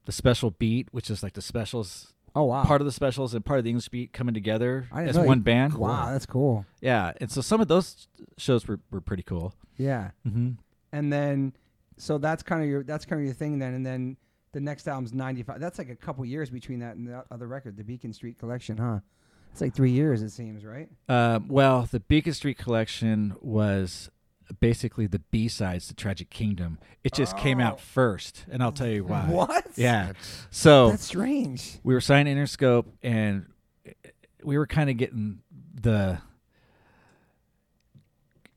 [SPEAKER 2] the Special Beat, which is like the specials
[SPEAKER 1] Oh wow.
[SPEAKER 2] part of the specials and part of the English Beat coming together
[SPEAKER 1] I didn't
[SPEAKER 2] as
[SPEAKER 1] know you-
[SPEAKER 2] one band.
[SPEAKER 1] Wow, that's cool.
[SPEAKER 2] Yeah, and so some of those shows were, were pretty cool.
[SPEAKER 1] Yeah.
[SPEAKER 2] Mm-hmm.
[SPEAKER 1] And then, so that's kind of your that's kind of your thing then. And then the next album's ninety five. That's like a couple years between that and the other record, the Beacon Street Collection, huh? It's like three years, it seems, right?
[SPEAKER 2] Um, well, the Beacon Street collection was basically the B sides to Tragic Kingdom. It just came
[SPEAKER 1] Oh.
[SPEAKER 2] out first, and I'll tell you why.
[SPEAKER 1] What?
[SPEAKER 2] Uh, Yeah. So
[SPEAKER 1] That's strange.
[SPEAKER 2] we were signed to Interscope, and we were kind of getting the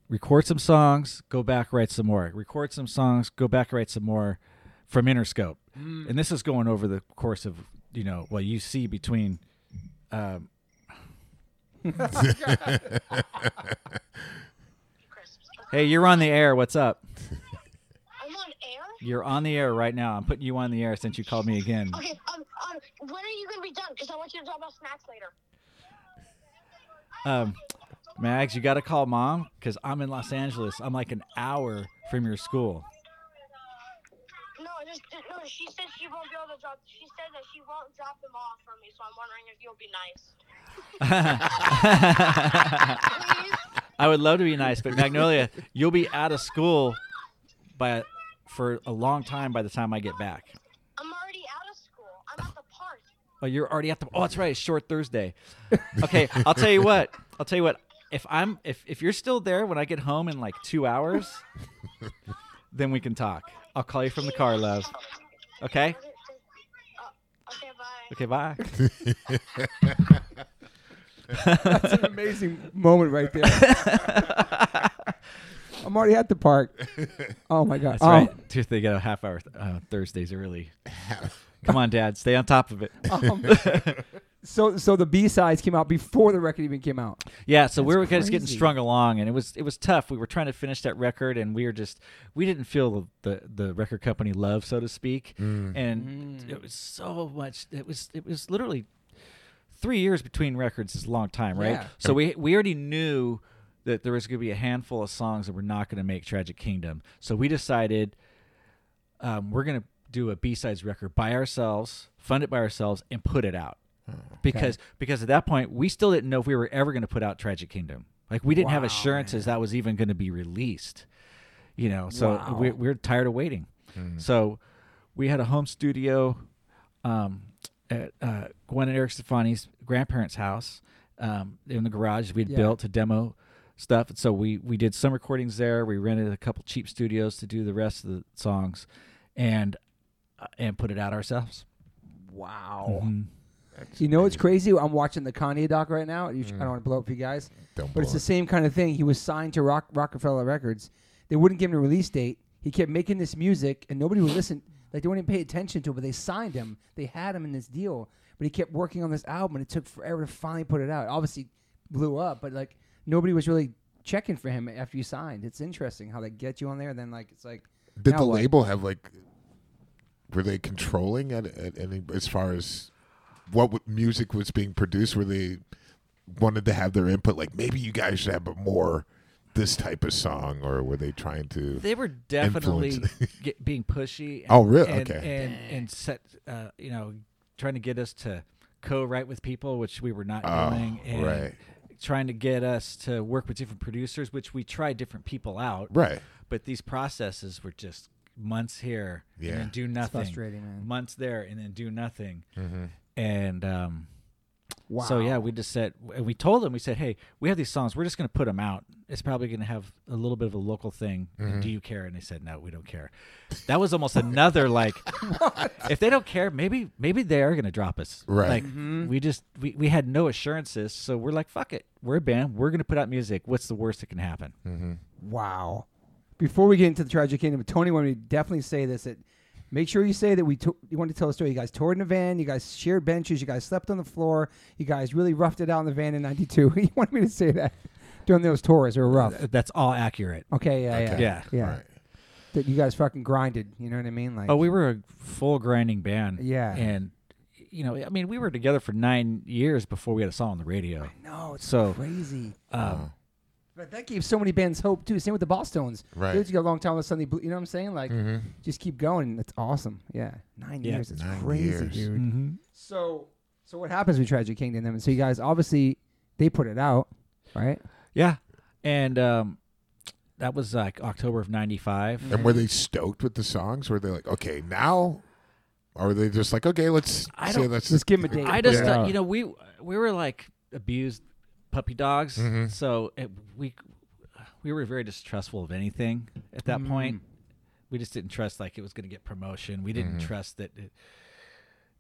[SPEAKER 2] record some songs, go back write some more. Record some songs, go back write some more from Interscope, and this is going over the course of you know well you see between. Um,
[SPEAKER 4] crisps.
[SPEAKER 2] Hey, you're on the air. What's up?
[SPEAKER 4] I'm on air?
[SPEAKER 2] You're on the air right now. I'm putting you on the air since you called me again.
[SPEAKER 4] Okay, um, um, when are you going to be done? Because I want you to talk about snacks later.
[SPEAKER 2] Um, Mags, you got to call mom because I'm in Los Angeles. I'm like an hour from your school.
[SPEAKER 4] No, I just, no, she said she won't be able to drop, she said that she won't drop them off for me, so I'm wondering if you'll be nice.
[SPEAKER 2] I
[SPEAKER 4] Please?
[SPEAKER 2] would love to be nice, but Magnolia, you'll be out of school by for a long time by the time I get back.
[SPEAKER 4] I'm already out of school. I'm at the park.
[SPEAKER 2] Oh, you're already at the. Oh, that's right. It's short Thursday. Okay, I'll tell you what. I'll tell you what. If I'm if if you're still there when I get home in like two hours, then we can talk. I'll call you from the car, love. Okay.
[SPEAKER 4] Okay, uh, okay bye.
[SPEAKER 2] Okay. Bye.
[SPEAKER 1] That's an amazing moment right there. I'm already at the park. Oh my god.
[SPEAKER 2] That's
[SPEAKER 1] oh,
[SPEAKER 2] right. Dude, they get a half hour uh, Thursdays early. Come on, Dad. Stay on top of it.
[SPEAKER 1] Oh, Um, So so the B sides came out before the record even came out.
[SPEAKER 2] Yeah. So we
[SPEAKER 1] that's
[SPEAKER 2] were just getting
[SPEAKER 1] crazy.
[SPEAKER 2] strung along, and it was it was tough. We were trying to finish that record, and we were just we didn't feel the the, the record company love, so to speak.
[SPEAKER 1] Mm.
[SPEAKER 2] and it was so much it was it was literally three years between records is a long time right
[SPEAKER 1] Yeah.
[SPEAKER 2] so we we already knew that there was going to be a handful of songs that were not going to make tragic kingdom so we decided um, we're going to do a b-sides record by ourselves fund it by ourselves and put it out
[SPEAKER 1] Hmm,
[SPEAKER 2] because because at that point we still didn't know if we were ever going to put out tragic kingdom like we didn't have
[SPEAKER 1] Wow,
[SPEAKER 2] assurances that was even going to be released you know so
[SPEAKER 1] Wow. Hmm.
[SPEAKER 2] we're, we're tired of waiting so we had a home studio um, at uh, gwen and eric stefani's grandparents house um, in the garage we had
[SPEAKER 1] Yeah.
[SPEAKER 2] built to demo stuff and so we we did some recordings there we rented a couple cheap studios to do the rest of the songs and uh, and put it out ourselves
[SPEAKER 1] Wow.
[SPEAKER 2] Mhm.
[SPEAKER 1] Mm-hmm. You know what's crazy? I'm watching the Kanye doc right now. You sh- I don't want to blow up for you guys,
[SPEAKER 3] Mm. Don't
[SPEAKER 1] but
[SPEAKER 3] blow
[SPEAKER 1] it's the
[SPEAKER 3] it.
[SPEAKER 1] same kind of thing. He was signed to Rock- Rockefeller Records. They wouldn't give him a release date. He kept making this music, and nobody would listen. Like they wouldn't even pay attention to it. But they signed him. They had him in this deal. But he kept working on this album, and it took forever to finally put it out. It obviously, blew up, but like nobody was really checking for him after you signed. It's interesting how they get you on there. Then like it's like
[SPEAKER 3] Did
[SPEAKER 1] now
[SPEAKER 3] the
[SPEAKER 1] what?
[SPEAKER 3] label have like? Were they controlling at, at any as far as what w- music was being produced? Were they wanted to have their input? Like maybe you guys should have a more this type of song, or were they trying to?
[SPEAKER 2] they were definitely get, being pushy. And,
[SPEAKER 3] Oh, really?
[SPEAKER 2] And,
[SPEAKER 3] Okay.
[SPEAKER 2] And and set, uh, you know, trying to get us to co-write with people, which we were not
[SPEAKER 3] Oh,
[SPEAKER 2] doing, and
[SPEAKER 3] right.
[SPEAKER 2] trying to get us to work with different producers, which we tried different people out.
[SPEAKER 3] right.
[SPEAKER 2] But these processes were just months here
[SPEAKER 3] Yeah.
[SPEAKER 2] and then do nothing.
[SPEAKER 1] frustrating, man.
[SPEAKER 3] Mm-hmm.
[SPEAKER 2] Months there and then do nothing. And um,
[SPEAKER 1] Wow.
[SPEAKER 2] So yeah, we just said, and we told them, we said, hey, we have these songs. We're just going to put them out. It's probably going to have a little bit of a local thing.
[SPEAKER 3] Mm-hmm.
[SPEAKER 2] And Do you care? And they said, no, we don't care. That was almost another like, if they don't care, maybe maybe they are going to drop us.
[SPEAKER 3] Right.
[SPEAKER 2] Like we just we, we had no assurances, so we're like, fuck it, we're a band. We're going to put out music. What's the worst that can happen?
[SPEAKER 1] Wow. Before we get into the tragic ending, but Tony wanted me to definitely say this. That make sure you say that we to- you want to tell a story. You guys toured in a van. You guys shared benches. You guys slept on the floor. You guys really roughed it out in the van in '92. you wanted me to say that during those tours. They were rough.
[SPEAKER 3] Mm-hmm.
[SPEAKER 2] That's all accurate.
[SPEAKER 1] Okay. Yeah. Yeah.
[SPEAKER 3] Okay.
[SPEAKER 2] Yeah.
[SPEAKER 1] yeah.
[SPEAKER 3] Right.
[SPEAKER 1] That you guys fucking grinded. You know what I mean? Like.
[SPEAKER 2] Oh, we were a full grinding band.
[SPEAKER 1] Yeah.
[SPEAKER 2] And you know, I mean, we were together for nine years before we had a song on the radio.
[SPEAKER 1] no, it's
[SPEAKER 2] So-
[SPEAKER 1] crazy.
[SPEAKER 2] Um,
[SPEAKER 1] But that gave so many bands hope too. Same with the Ball Stones.
[SPEAKER 3] Right.
[SPEAKER 1] Dudes, you got a long time with Sunday Blue. You know what I'm saying? Like, just keep going. That's awesome. Yeah. Nine
[SPEAKER 2] Mm-hmm. Yeah.
[SPEAKER 1] years. It's
[SPEAKER 3] Nine
[SPEAKER 1] crazy,
[SPEAKER 3] years.
[SPEAKER 1] dude.
[SPEAKER 2] mhm.
[SPEAKER 1] So, so what happens with Tragic Kingdom? Then, so you guys obviously they put it out, right?
[SPEAKER 2] Yeah. And um, that was like October of 95.
[SPEAKER 3] And were they stoked with the songs? Were they like, okay, now? Or were they just like, okay, let's
[SPEAKER 2] I
[SPEAKER 3] say
[SPEAKER 2] don't-
[SPEAKER 3] let's
[SPEAKER 1] Let's give 'em a date.
[SPEAKER 2] I just,
[SPEAKER 1] Yeah.
[SPEAKER 2] thought, you know, we we were like abused puppy dogs. So it, we we were very distrustful of anything at that
[SPEAKER 1] Mm.
[SPEAKER 2] point. We just didn't trust like it was going to get promotion. We didn't trust that it,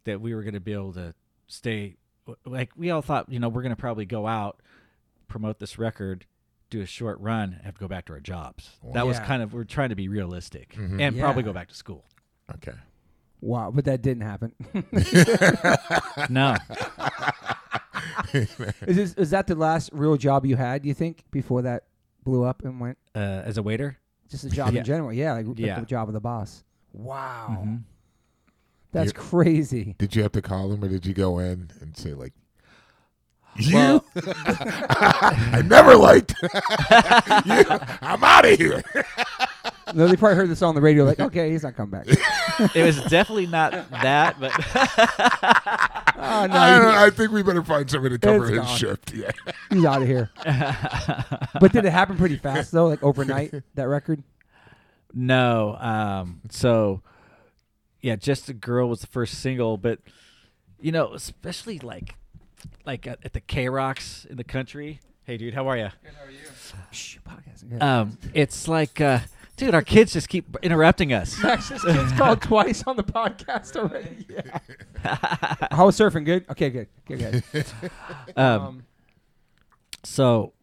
[SPEAKER 2] that we were going to be able to stay. Like we all thought, you know, we're going to probably go out, promote this record, do a short run, and have to go back to our jobs. That was
[SPEAKER 1] Yeah.
[SPEAKER 2] kind of we're trying to be realistic and probably
[SPEAKER 1] Yeah.
[SPEAKER 2] go back to school.
[SPEAKER 3] Okay.
[SPEAKER 1] Wow, but that didn't happen.
[SPEAKER 2] No,
[SPEAKER 1] is this, is that the last real job you had? You think before that blew up and went
[SPEAKER 2] uh, as a waiter.
[SPEAKER 1] just a job
[SPEAKER 2] Yeah.
[SPEAKER 1] in general? Yeah, Mm-hmm. like, like
[SPEAKER 2] Yeah.
[SPEAKER 1] the job of the boss. Wow,
[SPEAKER 2] Mm-hmm.
[SPEAKER 1] that's crazy.
[SPEAKER 3] Did you have to call them or did you go in and say like you?
[SPEAKER 2] Well-
[SPEAKER 3] I never liked you. I'm out of here.
[SPEAKER 1] no, they probably heard this on the radio. Like, okay, he's not coming back.
[SPEAKER 2] it was definitely not that, but
[SPEAKER 1] Oh, no,
[SPEAKER 3] I, don't
[SPEAKER 1] he-
[SPEAKER 3] know, I think we better find somebody to cover
[SPEAKER 1] It's
[SPEAKER 3] his
[SPEAKER 1] gone.
[SPEAKER 3] shift. Yeah.
[SPEAKER 1] he's out of here. but did it happen pretty fast though? Like overnight, that record.
[SPEAKER 2] no. Um, so yeah, just a girl was the first single, but you know, especially like like uh, at, at the K Rocks in the country. Hey, dude, how are you?
[SPEAKER 1] Shh, podcast. Yeah.
[SPEAKER 2] Um, it's like, uh, dude, our kids just keep interrupting us.
[SPEAKER 1] Texas kids called twice on the podcast already. Yeah. How was surfing? Good. Okay, good. Good. Good.
[SPEAKER 2] Um, so,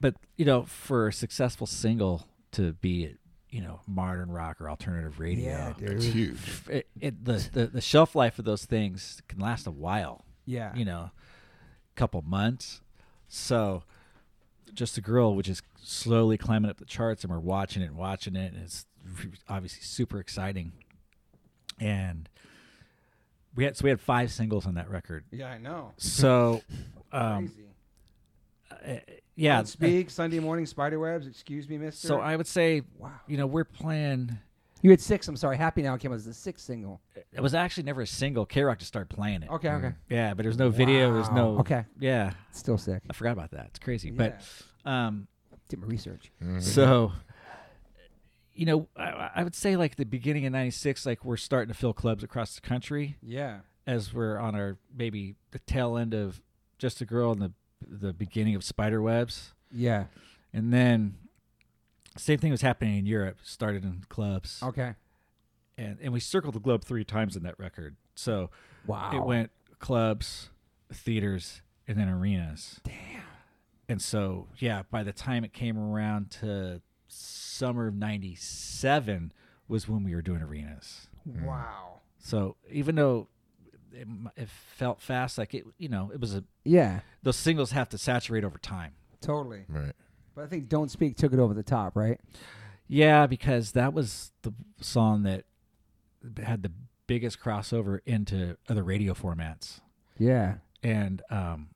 [SPEAKER 2] but you know, for a successful single to be at you know modern rock or alternative radio,
[SPEAKER 1] yeah,
[SPEAKER 3] It's
[SPEAKER 1] dude.
[SPEAKER 3] huge.
[SPEAKER 2] it, it the, the the shelf life of those things can last a while.
[SPEAKER 1] Yeah.
[SPEAKER 2] you know, couple months. So, just a girl, which is slowly climbing up the charts, and we're watching it and watching it, and it's obviously super exciting. And we had so we had five singles on that record.
[SPEAKER 1] Yeah, I know.
[SPEAKER 2] So, um,
[SPEAKER 1] Crazy.
[SPEAKER 2] yeah,
[SPEAKER 1] Speak Sunday morning spiderwebs. Excuse me, Mister.
[SPEAKER 2] so I would say,
[SPEAKER 1] Wow.
[SPEAKER 2] you know, we're playing.
[SPEAKER 1] you had six. I'm sorry. Happy now came out as the sixth single.
[SPEAKER 2] It was actually never a single. K Rock just started playing it.
[SPEAKER 1] Okay. Okay.
[SPEAKER 2] Yeah, but there was no Mm. video. There was
[SPEAKER 1] Wow.
[SPEAKER 2] no.
[SPEAKER 1] Okay.
[SPEAKER 2] Yeah,
[SPEAKER 1] Still sick.
[SPEAKER 2] I forgot about that. It's crazy, but um,
[SPEAKER 1] Did my research.
[SPEAKER 3] Mm-hmm.
[SPEAKER 2] So, you know, I, I would say like the beginning of '96, like we're starting to fill clubs across the country
[SPEAKER 1] Yeah.
[SPEAKER 2] as we're on our maybe the tail end of Just a Girl and the the beginning of Spiderwebs,
[SPEAKER 1] Yeah.
[SPEAKER 2] and then same thing was happening in Europe. Started in clubs,
[SPEAKER 1] Okay.
[SPEAKER 2] and and we circled the globe three times in that record. So
[SPEAKER 1] Wow.
[SPEAKER 2] it went clubs, theaters, and then arenas. Damn. And so, yeah, by the time it came around to summer of 97 was when we were doing arenas.
[SPEAKER 1] Wow.
[SPEAKER 2] So even though it, m- it felt fast, like it, you know, it was a,
[SPEAKER 1] Yeah.
[SPEAKER 2] those singles have to saturate over time.
[SPEAKER 1] Totally.
[SPEAKER 3] Right.
[SPEAKER 1] But I think Don't Speak took it over the top, right?
[SPEAKER 2] Yeah, because that was the song that had the biggest crossover into other radio formats.
[SPEAKER 1] Yeah.
[SPEAKER 2] and um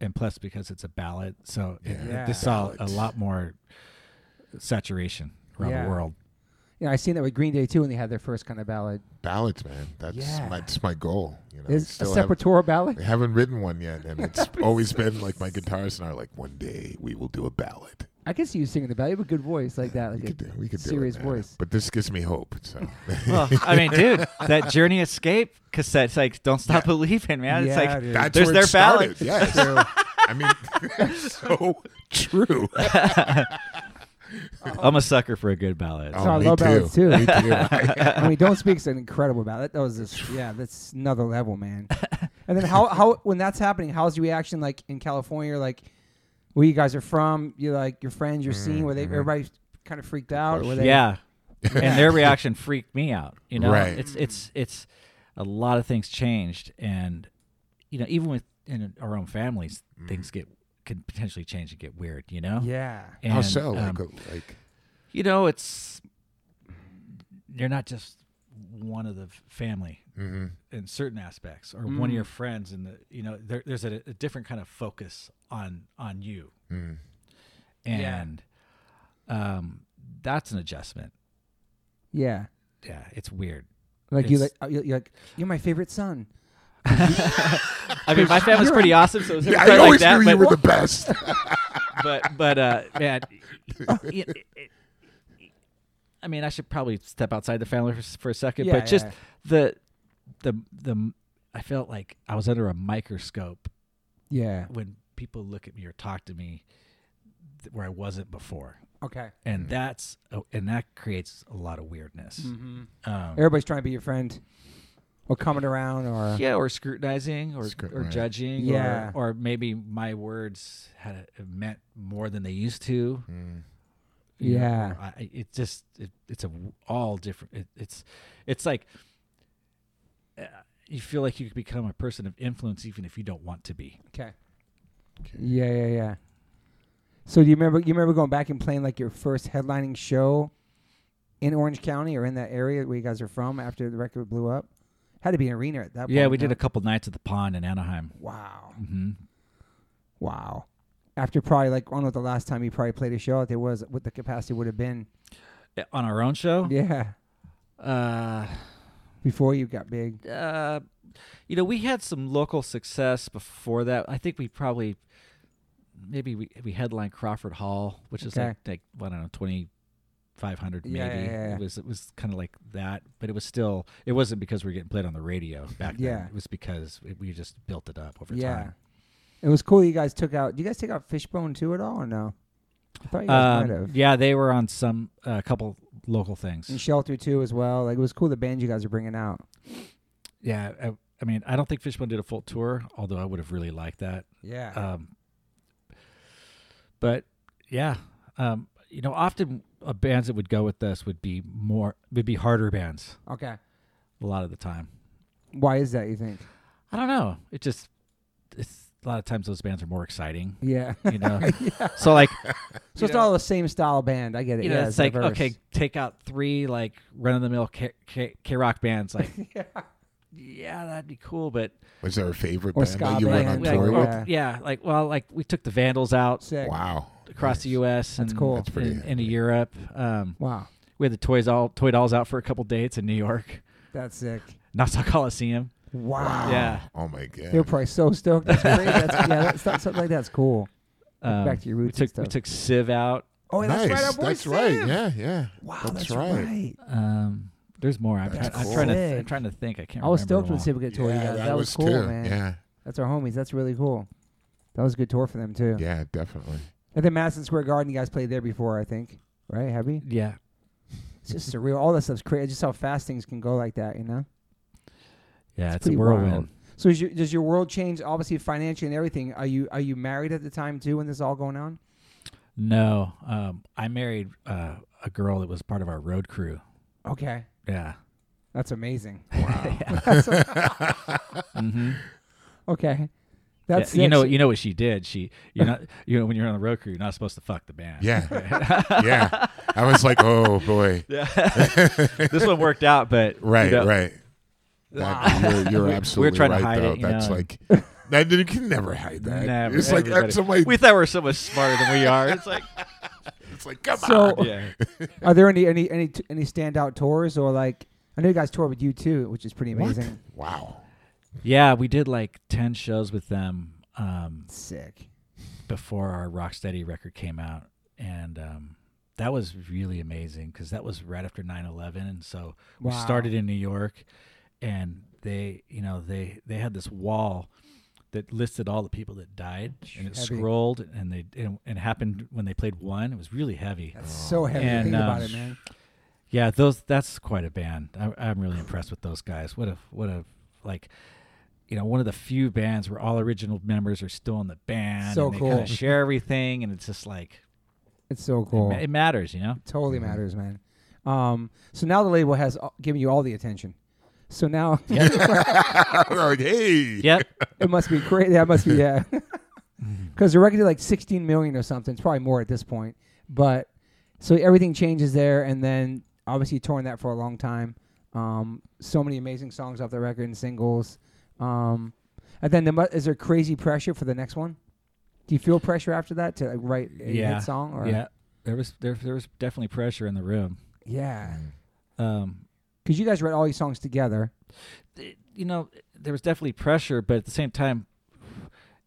[SPEAKER 2] and plus because it's a ballad so it,
[SPEAKER 1] Yeah.
[SPEAKER 2] it, this saw a
[SPEAKER 3] Ballads.
[SPEAKER 2] lot more saturation around
[SPEAKER 1] Yeah.
[SPEAKER 2] the world
[SPEAKER 1] You know, I seen that with Green Day too when they had their first kind of ballad.
[SPEAKER 3] Ballads, man. That's
[SPEAKER 1] Yeah.
[SPEAKER 3] my, that's my goal. Oh, You know, I
[SPEAKER 1] Is a
[SPEAKER 3] still
[SPEAKER 1] sepultura ballad?
[SPEAKER 3] haven't, I haven't written one yet, and it's always been like my guitarist and I are like, one day we will do a ballad.
[SPEAKER 1] I can see you singing about it. You have a good voice like that,
[SPEAKER 3] we
[SPEAKER 1] like a
[SPEAKER 3] could do, we could do it,
[SPEAKER 1] serious
[SPEAKER 3] man.
[SPEAKER 1] voice.
[SPEAKER 3] But this gives me hope. So
[SPEAKER 2] Well, I mean, dude, that Journey Escape cassette's like, don't stop believing, man.
[SPEAKER 1] yeah,
[SPEAKER 2] it's like,
[SPEAKER 1] dude.
[SPEAKER 3] that's
[SPEAKER 2] There's
[SPEAKER 3] where it
[SPEAKER 2] their
[SPEAKER 3] started.
[SPEAKER 2] ballad.
[SPEAKER 3] Yes. I mean, that's so true.
[SPEAKER 2] I'm a sucker for a good ballad.
[SPEAKER 1] all
[SPEAKER 3] Oh, me
[SPEAKER 1] low ballads, too.
[SPEAKER 3] Me too.
[SPEAKER 1] I mean, Don't Speak's an incredible ballad. That was just, yeah, that's another level, man. And then how how when that's happening, how's the reaction like in California, like where you guys are from? You like your friends, your scene, where they
[SPEAKER 3] Mm-hmm.
[SPEAKER 1] everybody's kind of freaked out, or were they,
[SPEAKER 2] yeah. and their reaction freaked me out. You know,
[SPEAKER 3] Right.
[SPEAKER 2] it's it's it's a lot of things changed, and you know, even with in our own families, things get can potentially change and get weird. You know,
[SPEAKER 1] yeah,
[SPEAKER 2] And,
[SPEAKER 3] How so?
[SPEAKER 2] um,
[SPEAKER 3] like, uh, like,
[SPEAKER 2] you know, it's you're not just one of the f- family
[SPEAKER 3] mhm.
[SPEAKER 2] in certain aspects, or one of your friends, and the you know, there, there's a, a different kind of focus on on you,
[SPEAKER 3] Mm.
[SPEAKER 1] Yeah.
[SPEAKER 2] and um, that's an adjustment.
[SPEAKER 1] yeah.
[SPEAKER 2] Yeah, it's weird.
[SPEAKER 1] Like you like
[SPEAKER 2] It's-
[SPEAKER 1] uh, you- you're like you're my favorite son.
[SPEAKER 2] I mean, my family's pretty awesome, so it was never
[SPEAKER 3] Yeah, I
[SPEAKER 2] quite like
[SPEAKER 3] always
[SPEAKER 2] that.
[SPEAKER 3] knew
[SPEAKER 2] But,
[SPEAKER 3] you were the best.
[SPEAKER 2] but but uh, man, it- it- it- I mean, I should probably step outside the family for, s- for a second,
[SPEAKER 1] Yeah,
[SPEAKER 2] but just
[SPEAKER 1] yeah.
[SPEAKER 2] the the the I felt like I was under a microscope
[SPEAKER 1] Yeah.
[SPEAKER 2] when people look at me or talk to me th- where I wasn't before,
[SPEAKER 1] Okay.
[SPEAKER 2] and that's oh, and that creates a lot of weirdness. Um,
[SPEAKER 1] Everybody's trying to be your friend, or coming around, or
[SPEAKER 2] yeah, or scrutinizing, or or
[SPEAKER 3] Scrutinizing.
[SPEAKER 2] judging,
[SPEAKER 1] Yeah.
[SPEAKER 2] or, or maybe my words had meant more than they used to.
[SPEAKER 3] Mm.
[SPEAKER 2] you know,
[SPEAKER 1] Yeah.
[SPEAKER 2] or I, I- it just it, it's a w- all different. It, it's it's like uh, you feel like you could become a person of influence even if you don't want to be.
[SPEAKER 1] Okay.
[SPEAKER 3] Okay.
[SPEAKER 1] Yeah, yeah, yeah. So do you remember? You remember going back and playing like your first headlining show in Orange County or in that area where you guys are from after the record blew up? Had to be an arena at that.
[SPEAKER 2] Yeah,
[SPEAKER 1] point,
[SPEAKER 2] we did
[SPEAKER 1] huh?
[SPEAKER 2] a couple nights at the pond in Anaheim.
[SPEAKER 1] Wow,
[SPEAKER 2] hmm
[SPEAKER 1] wow. After probably like I don't know what the last time you probably played a show out there was what the capacity would have been.
[SPEAKER 2] On our own show,
[SPEAKER 1] Yeah,
[SPEAKER 2] uh,
[SPEAKER 1] before you got big.
[SPEAKER 2] uh, you know, we had some local success before that. I think we probably maybe we we headlined Crawford Hall, which is
[SPEAKER 1] Okay.
[SPEAKER 2] like like I don't know twenty five hundred
[SPEAKER 1] Yeah,
[SPEAKER 2] maybe.
[SPEAKER 1] yeah, yeah.
[SPEAKER 2] It was it was kind of like that, but it was still it wasn't because we were getting played on the radio back
[SPEAKER 1] Yeah.
[SPEAKER 2] then. It was because it, we just built it up over
[SPEAKER 1] yeah,
[SPEAKER 2] time.
[SPEAKER 1] it was cool. You guys took out. Do you guys take out Fishbone too at all or no? I thought you guys might
[SPEAKER 2] Um,
[SPEAKER 1] have.
[SPEAKER 2] yeah, they were on some a couple local things.
[SPEAKER 1] And Shelter too as well. Like it was cool the bands you guys are bringing out.
[SPEAKER 2] yeah, I, I mean, I don't think Fishbone did a full tour, although I would have really liked that.
[SPEAKER 1] Yeah.
[SPEAKER 2] Um, but yeah, um, you know, often uh, bands that would go with us would be more would be harder bands
[SPEAKER 1] okay.
[SPEAKER 2] a lot of the time.
[SPEAKER 1] Why is that? You think?
[SPEAKER 2] I don't know. It just it's a lot of times those bands are more exciting.
[SPEAKER 1] Yeah.
[SPEAKER 2] You know, so like
[SPEAKER 1] So it's all the same style band. I get it.
[SPEAKER 2] you know,
[SPEAKER 1] yeah,
[SPEAKER 2] it's like
[SPEAKER 1] diverse.
[SPEAKER 2] okay, take out three like run of the mill K K rock bands. Like
[SPEAKER 1] yeah.
[SPEAKER 2] yeah, that'd be cool, but
[SPEAKER 3] Was there a favorite
[SPEAKER 1] Or
[SPEAKER 3] band
[SPEAKER 1] ska
[SPEAKER 3] that Oh, you went on
[SPEAKER 1] band,
[SPEAKER 2] like,
[SPEAKER 3] tour
[SPEAKER 2] well,
[SPEAKER 3] with?
[SPEAKER 1] Yeah.
[SPEAKER 2] yeah, like well, like we took the Vandals out
[SPEAKER 1] Sick. Wow.
[SPEAKER 3] Wow.
[SPEAKER 2] across the U.S.
[SPEAKER 1] That's
[SPEAKER 2] and
[SPEAKER 1] cool. That's
[SPEAKER 3] pretty
[SPEAKER 2] and-
[SPEAKER 3] epic.
[SPEAKER 2] into Europe. Um, We had the toys all toy dolls out for a couple dates in New York,
[SPEAKER 1] That's sick.
[SPEAKER 2] Nassau Coliseum.
[SPEAKER 1] Wow.
[SPEAKER 2] Yeah.
[SPEAKER 3] Oh my god.
[SPEAKER 1] They're probably so stoked. That's great. That's, yeah, that's, that's, something like that's cool.
[SPEAKER 2] Um,
[SPEAKER 1] Back to your
[SPEAKER 2] we
[SPEAKER 1] roots and
[SPEAKER 2] took we
[SPEAKER 1] stuff.
[SPEAKER 2] took Civ out.
[SPEAKER 1] Oh, yeah,
[SPEAKER 3] nice.
[SPEAKER 1] that's right. Our boy
[SPEAKER 3] That's right.
[SPEAKER 1] Siv.
[SPEAKER 3] Yeah, yeah.
[SPEAKER 1] Wow,
[SPEAKER 3] That's
[SPEAKER 1] that's,
[SPEAKER 3] right.
[SPEAKER 2] Um, there's more. I'm,
[SPEAKER 3] That's
[SPEAKER 2] I'm trying to
[SPEAKER 1] cool.
[SPEAKER 2] I'm trying to think. I can't.
[SPEAKER 1] I was
[SPEAKER 2] remember
[SPEAKER 1] stoked when
[SPEAKER 2] them
[SPEAKER 1] Civic got toured.
[SPEAKER 3] yeah,
[SPEAKER 1] you guys.
[SPEAKER 3] that,
[SPEAKER 1] That,
[SPEAKER 3] was
[SPEAKER 1] cool,
[SPEAKER 3] too.
[SPEAKER 1] man.
[SPEAKER 3] Yeah,
[SPEAKER 1] That's our homies. That's really cool. That was a good tour for them too.
[SPEAKER 3] yeah, definitely.
[SPEAKER 1] And then Madison Square Garden, you guys played there before, I think. Right? Have you?
[SPEAKER 2] all. Yeah.
[SPEAKER 1] It's just surreal. All that stuff's crazy. Just how fast things can go like that, you know.
[SPEAKER 2] Yeah, it's, a
[SPEAKER 1] pretty
[SPEAKER 2] whirlwind.
[SPEAKER 1] wild. So is your, does your world change? Obviously, financially and everything. Are you are you married at the time too when this is all going on?
[SPEAKER 2] No, um, I married uh, a girl that was part of our road crew.
[SPEAKER 1] Okay,
[SPEAKER 2] Yeah.
[SPEAKER 1] that's amazing.
[SPEAKER 2] hmm
[SPEAKER 1] Okay, that's
[SPEAKER 2] you
[SPEAKER 1] sick.
[SPEAKER 2] know
[SPEAKER 1] So-
[SPEAKER 2] you know what she did. She you're not you know when you're on the road crew you're not supposed to fuck the band.
[SPEAKER 3] Yeah, yeah. I was like, oh boy.
[SPEAKER 2] this one worked out, but you
[SPEAKER 3] Right,
[SPEAKER 2] know,
[SPEAKER 3] right. That- you're, you're absolutely
[SPEAKER 2] trying to
[SPEAKER 3] right,
[SPEAKER 2] hide
[SPEAKER 3] though.
[SPEAKER 2] it, you
[SPEAKER 3] That's
[SPEAKER 2] know,
[SPEAKER 3] like, that, you can never hide that.
[SPEAKER 2] Never.
[SPEAKER 3] it's like
[SPEAKER 2] Everybody-
[SPEAKER 3] that's somebody.
[SPEAKER 2] We thought we were so much smarter than we are. It's like
[SPEAKER 3] it's like, come
[SPEAKER 1] So-
[SPEAKER 3] on.
[SPEAKER 2] yeah.
[SPEAKER 1] are there any any any t- any standout tours or like? I know you guys toured with you too, which is pretty amazing.
[SPEAKER 3] Wow.
[SPEAKER 2] Yeah, we did like ten shows with them um,
[SPEAKER 1] Sick.
[SPEAKER 2] before our Rocksteady record came out, and um, that was really amazing because that was right after 9-11 and so we
[SPEAKER 1] Wow.
[SPEAKER 2] started in new york and they you know they they had this wall that listed all the people that died and it
[SPEAKER 1] Heavy.
[SPEAKER 2] scrolled and they and, and it happened when they played one it was really heavy
[SPEAKER 1] That's so heavy.
[SPEAKER 2] And,
[SPEAKER 1] Think about
[SPEAKER 2] um,
[SPEAKER 1] it, man.
[SPEAKER 2] yeah, those that's quite a band. I, I'm really impressed with those guys. What a what a like, you know, one of the few bands where all original members are still in the band.
[SPEAKER 1] So
[SPEAKER 2] and they kinda
[SPEAKER 1] cool.
[SPEAKER 2] share everything, and it's just like
[SPEAKER 1] It's so
[SPEAKER 2] it ma-
[SPEAKER 1] cool.
[SPEAKER 2] it, Mm-hmm. matters, you know.
[SPEAKER 1] totally matters, man. Um, so now the label has uh, given you all the attention. So now
[SPEAKER 3] like, hey,
[SPEAKER 2] Yep.
[SPEAKER 1] it must be crazy. That must be yeah. Because the record did like 16 million or something. It's probably more at this point. But so everything changes there, and then obviously you touring that for a long time. Um, so many amazing songs off the record and singles. Um, and then the, mu- is there crazy pressure for the next one? Do you feel pressure after that to like, write a
[SPEAKER 2] Yeah.
[SPEAKER 1] hit song? Or?
[SPEAKER 2] yeah. There was there there was definitely pressure in the room.
[SPEAKER 1] yeah.
[SPEAKER 2] Um,
[SPEAKER 1] Because you guys write all these songs together.
[SPEAKER 2] it- you know, there was definitely pressure, but at the same time,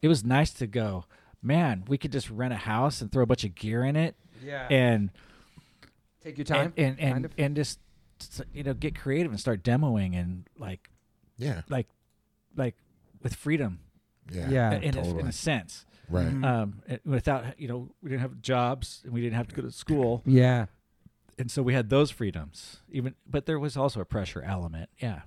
[SPEAKER 2] it was nice to go. Man, we could just rent a house and throw a bunch of gear in it,
[SPEAKER 1] Yeah.
[SPEAKER 2] and
[SPEAKER 1] Take your time.
[SPEAKER 2] and and and,
[SPEAKER 1] kind of.
[SPEAKER 2] and just s- you know get creative and start demoing and like
[SPEAKER 3] yeah,
[SPEAKER 2] like like with freedom
[SPEAKER 3] yeah,
[SPEAKER 1] Yeah.
[SPEAKER 2] in, a, in
[SPEAKER 3] totally.
[SPEAKER 2] a sense
[SPEAKER 3] right.
[SPEAKER 1] Mhm.
[SPEAKER 2] um it- without you know we didn't have jobs and we didn't have to go to school
[SPEAKER 1] yeah.
[SPEAKER 2] and so we had those freedoms even but there was also a pressure element yeah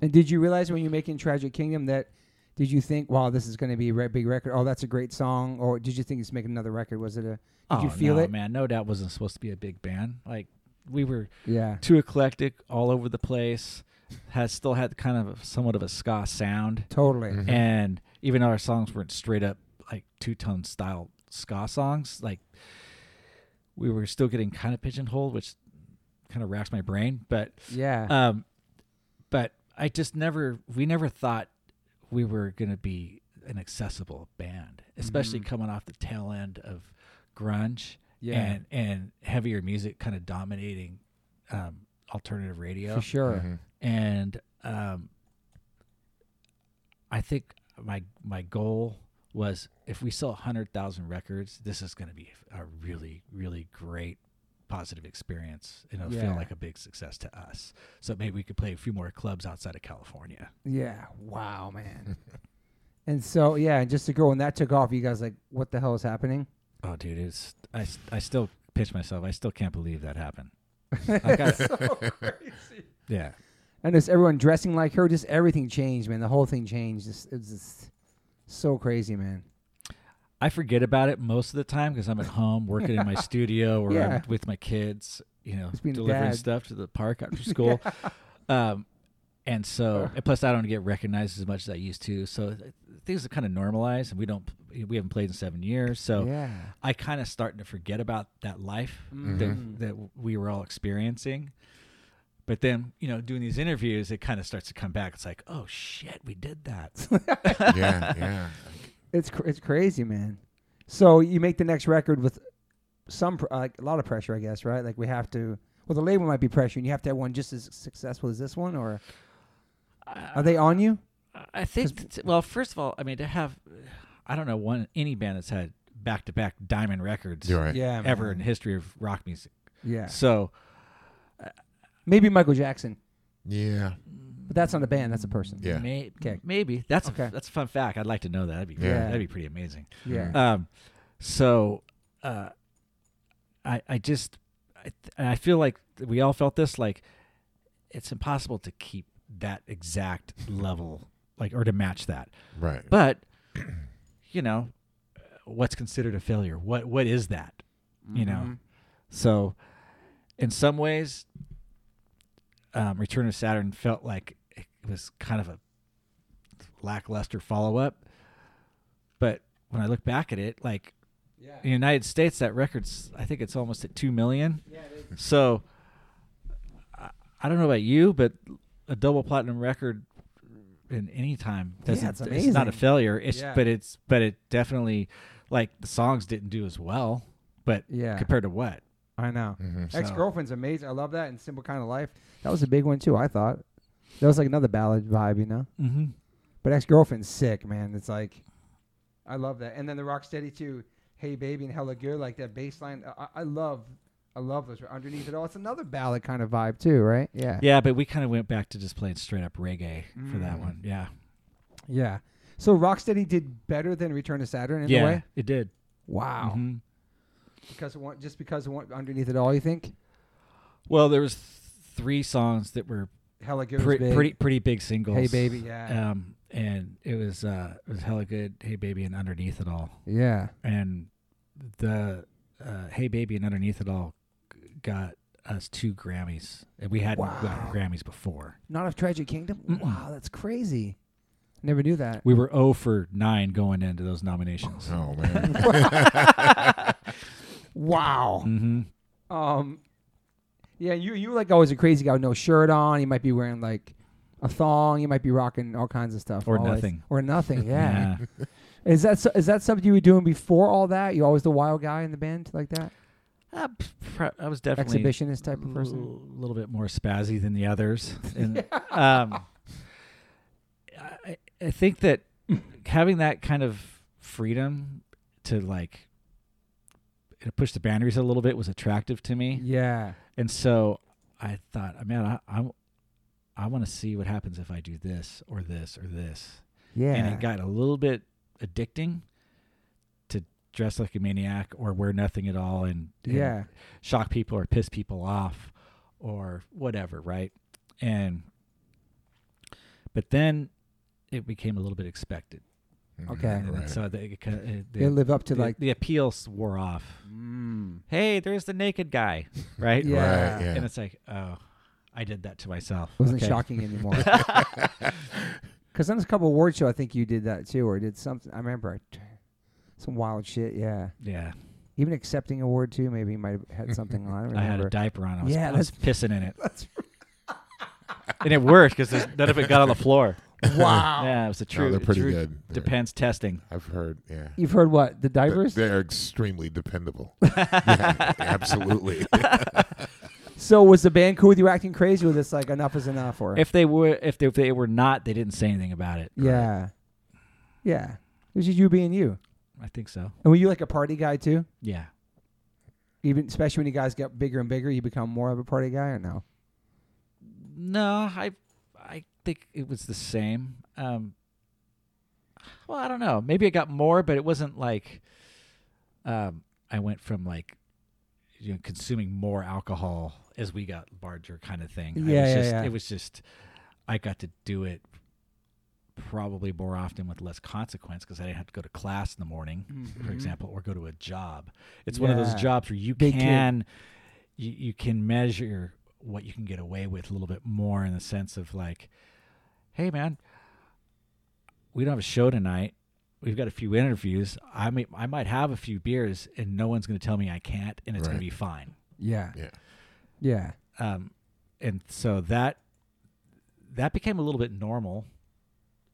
[SPEAKER 1] And did you realize when you're making Tragic Kingdom that did you think, wow, this is going to be a re- big record? Oh, that's a great song. Or did you think it's making another record? Was it a? Did you
[SPEAKER 2] Oh,
[SPEAKER 1] feel
[SPEAKER 2] no,
[SPEAKER 1] it?
[SPEAKER 2] man no doubt wasn't supposed to be a big band like we were
[SPEAKER 1] Yeah.
[SPEAKER 2] too eclectic all over the place had still had kind of a- somewhat of a ska sound
[SPEAKER 1] Totally.
[SPEAKER 2] Mm-hmm.
[SPEAKER 3] Mhm.
[SPEAKER 2] and even though our songs weren't straight up like two tone style ska songs, like we were still getting kind of pigeonholed, which kind of racks my brain. But
[SPEAKER 1] Yeah.
[SPEAKER 2] um, but I just never we never thought we were gonna be an accessible band, especially coming off the tail end of grunge
[SPEAKER 1] Mm-hmm. yeah.
[SPEAKER 2] and and heavier music kind of dominating um, alternative radio
[SPEAKER 1] for sure.
[SPEAKER 3] Mhm.
[SPEAKER 2] and um, I think my my goal was if we sell hundred thousand records, this is going to be a really really great positive experience, and it'll
[SPEAKER 1] Yeah.
[SPEAKER 2] feel like a big success to us. So maybe we could play a few more clubs outside of California.
[SPEAKER 1] Yeah. Wow, man. and so yeah, and just to go when that took off, you guys like, what the hell is happening?
[SPEAKER 2] Oh, dude, it's I s- I still pinch myself. I still can't believe that happened. Like, I- yeah,
[SPEAKER 1] And just everyone dressing like her. Just everything changed, man. The whole thing changed. Just, it was just so crazy, man.
[SPEAKER 2] I forget about it most of the time because I'm at home working in my studio or
[SPEAKER 1] Yeah.
[SPEAKER 2] I'm with my kids, you know,
[SPEAKER 1] Just being a
[SPEAKER 2] delivering
[SPEAKER 1] dad.
[SPEAKER 2] stuff to the park after school. um, and so, and plus, I don't get recognized as much as I used to. So th- things are kind of normalized, and we don't, we haven't played in seven years. So
[SPEAKER 1] yeah.
[SPEAKER 2] I kind of starting to forget about that life
[SPEAKER 1] Mhm.
[SPEAKER 2] that, that we were all experiencing. But then, you know, doing these interviews, it kind of starts to come back. It's like, oh shit, we did that.
[SPEAKER 3] yeah, yeah.
[SPEAKER 1] It's cr- it's crazy, man. So you make the next record with some pr- uh, like a lot of pressure, I guess, right? Like we have to. Well, the label might be pressuring. You have to have one just as successful as this one, or are they on you?
[SPEAKER 2] I think. that's- Well, first of all, I mean to have, I don't know one any band that's had back to back diamond records
[SPEAKER 3] You're right.
[SPEAKER 1] Yeah.
[SPEAKER 2] ever
[SPEAKER 1] man.
[SPEAKER 2] in the history of rock music.
[SPEAKER 1] Yeah.
[SPEAKER 2] So
[SPEAKER 1] Maybe Michael Jackson,
[SPEAKER 3] Yeah.
[SPEAKER 1] but that's not a band. That's a person.
[SPEAKER 3] Yeah.
[SPEAKER 2] may,
[SPEAKER 1] Okay.
[SPEAKER 2] maybe that's
[SPEAKER 1] Okay.
[SPEAKER 2] a, that's a fun fact. I'd like to know that. That'd be
[SPEAKER 3] Yeah.
[SPEAKER 2] that'd be pretty amazing.
[SPEAKER 1] Yeah.
[SPEAKER 2] Um, so, uh, I I just I, th- and I feel like we all felt this like it's impossible to keep that exact level like or to match that.
[SPEAKER 3] Right.
[SPEAKER 2] but you know what's considered a failure what what is that you know
[SPEAKER 1] Mhm.
[SPEAKER 2] so in some ways um, return of saturn felt like it was kind of a lackluster follow-up but when i look back at it like in the united states that record's i think it's almost at 2 million so I, I don't know about you but a double platinum record in any time doesn't
[SPEAKER 1] it's
[SPEAKER 2] not
[SPEAKER 1] amazing.
[SPEAKER 2] a failure it's
[SPEAKER 1] Yeah.
[SPEAKER 2] but it's but it definitely like the songs didn't do as well but
[SPEAKER 1] Yeah.
[SPEAKER 2] compared to what
[SPEAKER 1] I know.
[SPEAKER 3] Mhm.
[SPEAKER 1] Ex girlfriend's amazing. I love that. And simple kind of life. That was a big one too. I thought that was like another ballad vibe, you know.
[SPEAKER 2] mm-hmm.
[SPEAKER 1] But ex girlfriend's sick, man. It's like I love that. And then the Rocksteady too. "Hey Baby" and "Hella Good," like that bass line. I, I- I love, I love those. Underneath it all, it's another ballad kind of vibe too, right? Yeah,
[SPEAKER 2] Yeah, but we kind of went back to just playing straight up reggae for that one. Yeah.
[SPEAKER 1] yeah. So Rocksteady did better than Return to Saturn in
[SPEAKER 2] yeah,
[SPEAKER 1] a way.
[SPEAKER 2] it did.
[SPEAKER 1] Wow,
[SPEAKER 2] Mhm.
[SPEAKER 1] because of one, just because of one, underneath it all, you think
[SPEAKER 2] Well, there was th- three songs that were
[SPEAKER 1] "Hella Good"
[SPEAKER 2] pre-
[SPEAKER 1] was big.
[SPEAKER 2] pretty pretty big singles.
[SPEAKER 1] Hey Baby, yeah,
[SPEAKER 2] Um, and it was uh, it was hella good. Hey baby, and underneath it all,
[SPEAKER 1] yeah.
[SPEAKER 2] and the uh, Hey baby and underneath it all g- got us two Grammys, and we hadn't
[SPEAKER 1] Wow.
[SPEAKER 2] gotten Grammys before.
[SPEAKER 1] Not of Tragic Kingdom.
[SPEAKER 2] Mm-mm.
[SPEAKER 1] Wow, that's crazy. Never knew that.
[SPEAKER 2] We were 0 for nine going into those nominations.
[SPEAKER 3] Oh man.
[SPEAKER 1] Wow.
[SPEAKER 2] Mm-hmm.
[SPEAKER 1] Um, yeah, you you were like always a crazy guy with no shirt on. You might be wearing like a thong. You might be rocking all kinds of stuff.
[SPEAKER 2] Or
[SPEAKER 1] always.
[SPEAKER 2] nothing.
[SPEAKER 1] Or nothing. Yeah. Is that so, is that something you were doing before all that? You always the wild guy in the band like that,
[SPEAKER 2] Uh, p- pr- I was definitely
[SPEAKER 1] exhibitionist type of
[SPEAKER 2] l-
[SPEAKER 1] person.
[SPEAKER 2] little bit more spazzy than the others. And, um, I, I think that having that kind of freedom to like to push the boundaries a little bit was attractive to me,
[SPEAKER 1] Yeah.
[SPEAKER 2] and so I thought, man, I I, I want to see what happens if I do this or this or this,
[SPEAKER 1] Yeah.
[SPEAKER 2] and it got a little bit addicting to dress like a maniac or wear nothing at all and, and
[SPEAKER 1] yeah.
[SPEAKER 2] shock people or piss people off or whatever, right? And but then it became a little bit expected,
[SPEAKER 1] Okay.
[SPEAKER 2] and then
[SPEAKER 3] Right.
[SPEAKER 2] so they, uh, the,
[SPEAKER 1] They
[SPEAKER 2] the,
[SPEAKER 1] live up to like.
[SPEAKER 2] the appeals wore off.
[SPEAKER 1] Mm,
[SPEAKER 2] Hey, there's the naked guy, right?
[SPEAKER 1] Yeah.
[SPEAKER 3] Right, yeah.
[SPEAKER 2] And it's like, oh, I did that to myself.
[SPEAKER 1] wasn't
[SPEAKER 2] Okay.
[SPEAKER 1] shocking anymore. Because on this couple award show, I think you did that too, or did something. I remember I, some wild shit. Yeah.
[SPEAKER 2] Yeah,
[SPEAKER 1] Even accepting award too, maybe you might have had something on. I, don't
[SPEAKER 2] I had a
[SPEAKER 1] remember.
[SPEAKER 2] diaper on. I was,
[SPEAKER 1] Yeah,
[SPEAKER 2] I was pissing in it,
[SPEAKER 1] That's
[SPEAKER 2] and it worked because none of it got on the floor.
[SPEAKER 1] wow.
[SPEAKER 2] Yeah, it was a
[SPEAKER 3] No,
[SPEAKER 2] true.
[SPEAKER 3] they're pretty
[SPEAKER 2] true
[SPEAKER 3] good. They're-
[SPEAKER 2] Depends testing.
[SPEAKER 3] I've heard. Yeah.
[SPEAKER 1] You've heard what the
[SPEAKER 3] Th-
[SPEAKER 1] divers.
[SPEAKER 3] They're extremely dependable. Yeah, absolutely.
[SPEAKER 1] so was the band cool with you acting crazy? with this like enough is enough? Or
[SPEAKER 2] If they were, if they, if they were not, they didn't say anything about it.
[SPEAKER 1] yeah, yeah, it was just you being you.
[SPEAKER 2] I think so.
[SPEAKER 1] And were you like a party guy too?
[SPEAKER 2] Yeah.
[SPEAKER 1] Even especially when you guys get bigger and bigger, you become more of a party guy or no?
[SPEAKER 2] No, I I think it was the same. Um Well, I don't know. Maybe I got more, but it wasn't like um I went from like you know consuming more alcohol as we got larger kind of thing.
[SPEAKER 1] Yeah,
[SPEAKER 2] it was
[SPEAKER 1] yeah,
[SPEAKER 2] just
[SPEAKER 1] yeah.
[SPEAKER 2] it was just I got to do it probably more often with less consequence because I didn't have to go to class in the morning, for example, or go to a job. It's one of those
[SPEAKER 1] Mm-hmm. Yeah.
[SPEAKER 2] jobs where you
[SPEAKER 1] Big kid.
[SPEAKER 2] can you, you can measure what you can get away with a little bit more in the sense of like, hey man, we don't have a show tonight. We've got a few interviews. I may, I might have a few beers, and no one's going to tell me I can't, and it's going
[SPEAKER 3] Right.
[SPEAKER 2] to be fine.
[SPEAKER 1] Yeah,
[SPEAKER 3] Yeah.
[SPEAKER 1] yeah,
[SPEAKER 2] Um, and so that that became a little bit normal,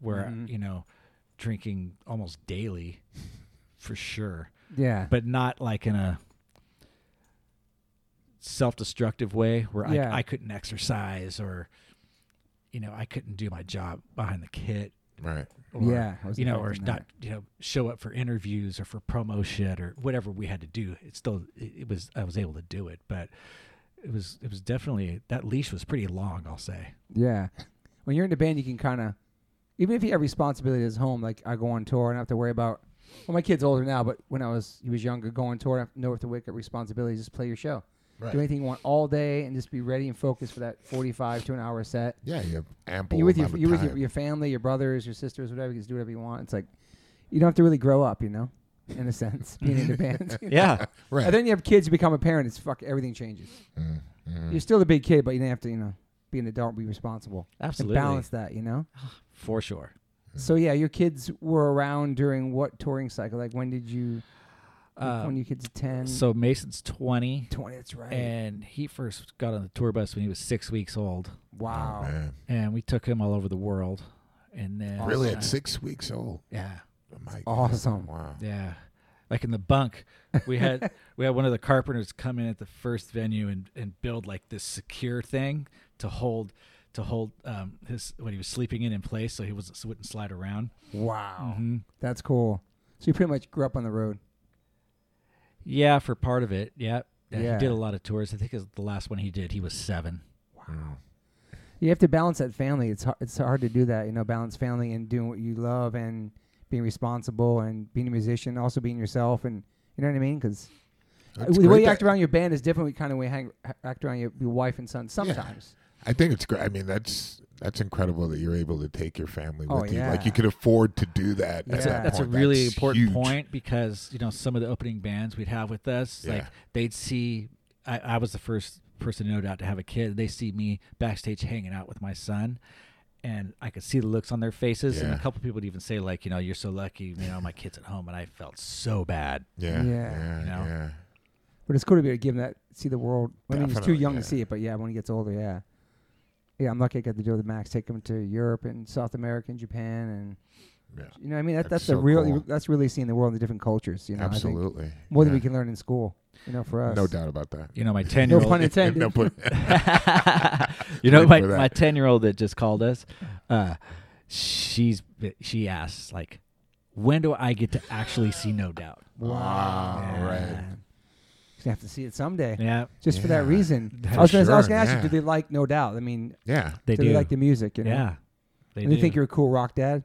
[SPEAKER 2] where
[SPEAKER 1] Mhm.
[SPEAKER 2] you know, drinking almost daily, for sure
[SPEAKER 1] yeah.
[SPEAKER 2] but not like in a self-destructive way where
[SPEAKER 1] Yeah.
[SPEAKER 2] I, I couldn't exercise or you know i couldn't do my job behind the kit
[SPEAKER 3] Right.
[SPEAKER 2] or
[SPEAKER 1] yeah, I was
[SPEAKER 2] you know or
[SPEAKER 1] expecting that.
[SPEAKER 2] not you know show up for interviews or for promo shit or whatever we had to do it still it, it was i was able to do it but it was it was definitely that leash was pretty long i'll say
[SPEAKER 1] Yeah. When you're in the band, you can kind of, even if you have responsibilities at home, like I go on tour and I have to worry about, well, my kid's older now, but when I was, he was younger, go on tour, I have to know if to wake up responsibilities, just play your show.
[SPEAKER 3] Right.
[SPEAKER 1] Do anything you want all day and just be ready and focused for that 45 to an hour set.
[SPEAKER 3] Yeah, you have ample
[SPEAKER 1] You're with, your,
[SPEAKER 3] amount
[SPEAKER 1] you're
[SPEAKER 3] of
[SPEAKER 1] with
[SPEAKER 3] time.
[SPEAKER 1] your, your family, your brothers, your sisters, whatever, you can just do whatever you want. It's like, you don't have to really grow up, you know, in a sense, being in the band.
[SPEAKER 2] yeah
[SPEAKER 3] right.
[SPEAKER 1] And then you have kids, you become a parent, it's fuck, everything changes.
[SPEAKER 3] Mm, mm.
[SPEAKER 1] You're still the big kid, but you have to, you know, be an adult, be responsible,
[SPEAKER 2] absolutely Mm-hmm.
[SPEAKER 1] and balance that, you know?
[SPEAKER 2] for sure
[SPEAKER 1] So yeah, your kids were around during what touring cycle? Like when did you?
[SPEAKER 2] Uh,
[SPEAKER 1] when your kids ten,
[SPEAKER 2] so mason's 20
[SPEAKER 1] twenty. That's Mm. right.
[SPEAKER 2] and he first got on the tour bus when he was six weeks old
[SPEAKER 3] Oh,
[SPEAKER 1] wow.
[SPEAKER 3] man.
[SPEAKER 2] and we took him all over the world. And then
[SPEAKER 3] Really,
[SPEAKER 2] uh,
[SPEAKER 3] at six weeks old.
[SPEAKER 2] yeah,
[SPEAKER 3] Oh, my God.
[SPEAKER 1] Awesome.
[SPEAKER 3] Wow.
[SPEAKER 2] yeah, like in the bunk, we had we had one of the carpenters come in at the first venue and and build like this secure thing to hold to hold um, his when he was sleeping in in place so he was so wouldn't slide around.
[SPEAKER 1] Wow.
[SPEAKER 3] Mm-hmm.
[SPEAKER 2] Mhm.
[SPEAKER 1] That's cool. So you pretty much grew up on the road.
[SPEAKER 2] Yeah, for part of it. Yeah. yeah.
[SPEAKER 1] Yeah.
[SPEAKER 2] He did a lot of tours. I think it was the last one he did, he was seven.
[SPEAKER 3] Hmm.
[SPEAKER 1] You have to balance that family. It's hard, it's hard to do that, you know, balance family and doing what you love and being responsible and being a musician, also being yourself, and you know what I mean? Because
[SPEAKER 3] It's
[SPEAKER 1] the way
[SPEAKER 3] great
[SPEAKER 1] you
[SPEAKER 3] that-
[SPEAKER 1] act around your band is different. We kind of way hang ha- act around your, your wife and son sometimes.
[SPEAKER 3] I think it's great. I mean, that's that's incredible that you're able to take your family
[SPEAKER 1] Oh,
[SPEAKER 3] with you. Like
[SPEAKER 1] yeah.
[SPEAKER 3] you could afford to do that.
[SPEAKER 1] That's
[SPEAKER 3] At
[SPEAKER 1] a-
[SPEAKER 3] that
[SPEAKER 2] That's a
[SPEAKER 3] point.
[SPEAKER 2] really
[SPEAKER 3] That's
[SPEAKER 2] important
[SPEAKER 3] huge.
[SPEAKER 2] point because you know some of the opening bands we'd have with us, like
[SPEAKER 3] Yeah.
[SPEAKER 2] they'd see. I, I was the first person, no doubt, to have a kid. They see me backstage hanging out with my son, and I could see the looks on their faces. And a
[SPEAKER 3] Yeah.
[SPEAKER 2] couple people would even say, like, you know, you're so lucky. You know, my kid's at home, and I felt so bad.
[SPEAKER 3] Yeah,
[SPEAKER 1] Yeah.
[SPEAKER 3] yeah,
[SPEAKER 2] You know?
[SPEAKER 3] yeah.
[SPEAKER 1] But it's cool to be able to give him that, see the world. I mean, he's too
[SPEAKER 3] Definitely,
[SPEAKER 1] young
[SPEAKER 3] yeah.
[SPEAKER 1] to see it, but yeah, when he gets older, yeah. Yeah, I'm lucky I got to deal with Max, take him to Europe and South America and Japan, and
[SPEAKER 3] Yeah.
[SPEAKER 1] you know, what I mean, that, that's
[SPEAKER 3] That's
[SPEAKER 1] the
[SPEAKER 3] so
[SPEAKER 1] real,
[SPEAKER 3] cool.
[SPEAKER 1] that's really seeing the world in the different cultures. You know, I think
[SPEAKER 3] Absolutely.
[SPEAKER 1] more than
[SPEAKER 3] Yeah.
[SPEAKER 1] we can learn in school. You know, for us,
[SPEAKER 3] No doubt about that.
[SPEAKER 2] You know, my ten year
[SPEAKER 1] No pun
[SPEAKER 2] old.
[SPEAKER 1] intended.
[SPEAKER 3] No pun-
[SPEAKER 2] you know,
[SPEAKER 3] Wait
[SPEAKER 2] my
[SPEAKER 3] for that.
[SPEAKER 2] my ten year old that just called us. Uh, she's she asks like, when do I get to actually see No Doubt?
[SPEAKER 3] Wow. Right.
[SPEAKER 1] Yeah. He's gonna have to see it someday,
[SPEAKER 2] Yeah.
[SPEAKER 1] just for that
[SPEAKER 3] Yeah.
[SPEAKER 1] reason. I
[SPEAKER 2] For
[SPEAKER 1] was, gonna, I was
[SPEAKER 3] sure,
[SPEAKER 1] gonna ask
[SPEAKER 3] yeah.
[SPEAKER 1] you, do they like No Doubt? I mean,
[SPEAKER 3] Yeah.
[SPEAKER 2] They
[SPEAKER 1] do,
[SPEAKER 2] do.
[SPEAKER 1] they like the music? You know?
[SPEAKER 2] yeah. They
[SPEAKER 1] and
[SPEAKER 2] do.
[SPEAKER 1] they think you're a cool rock dad.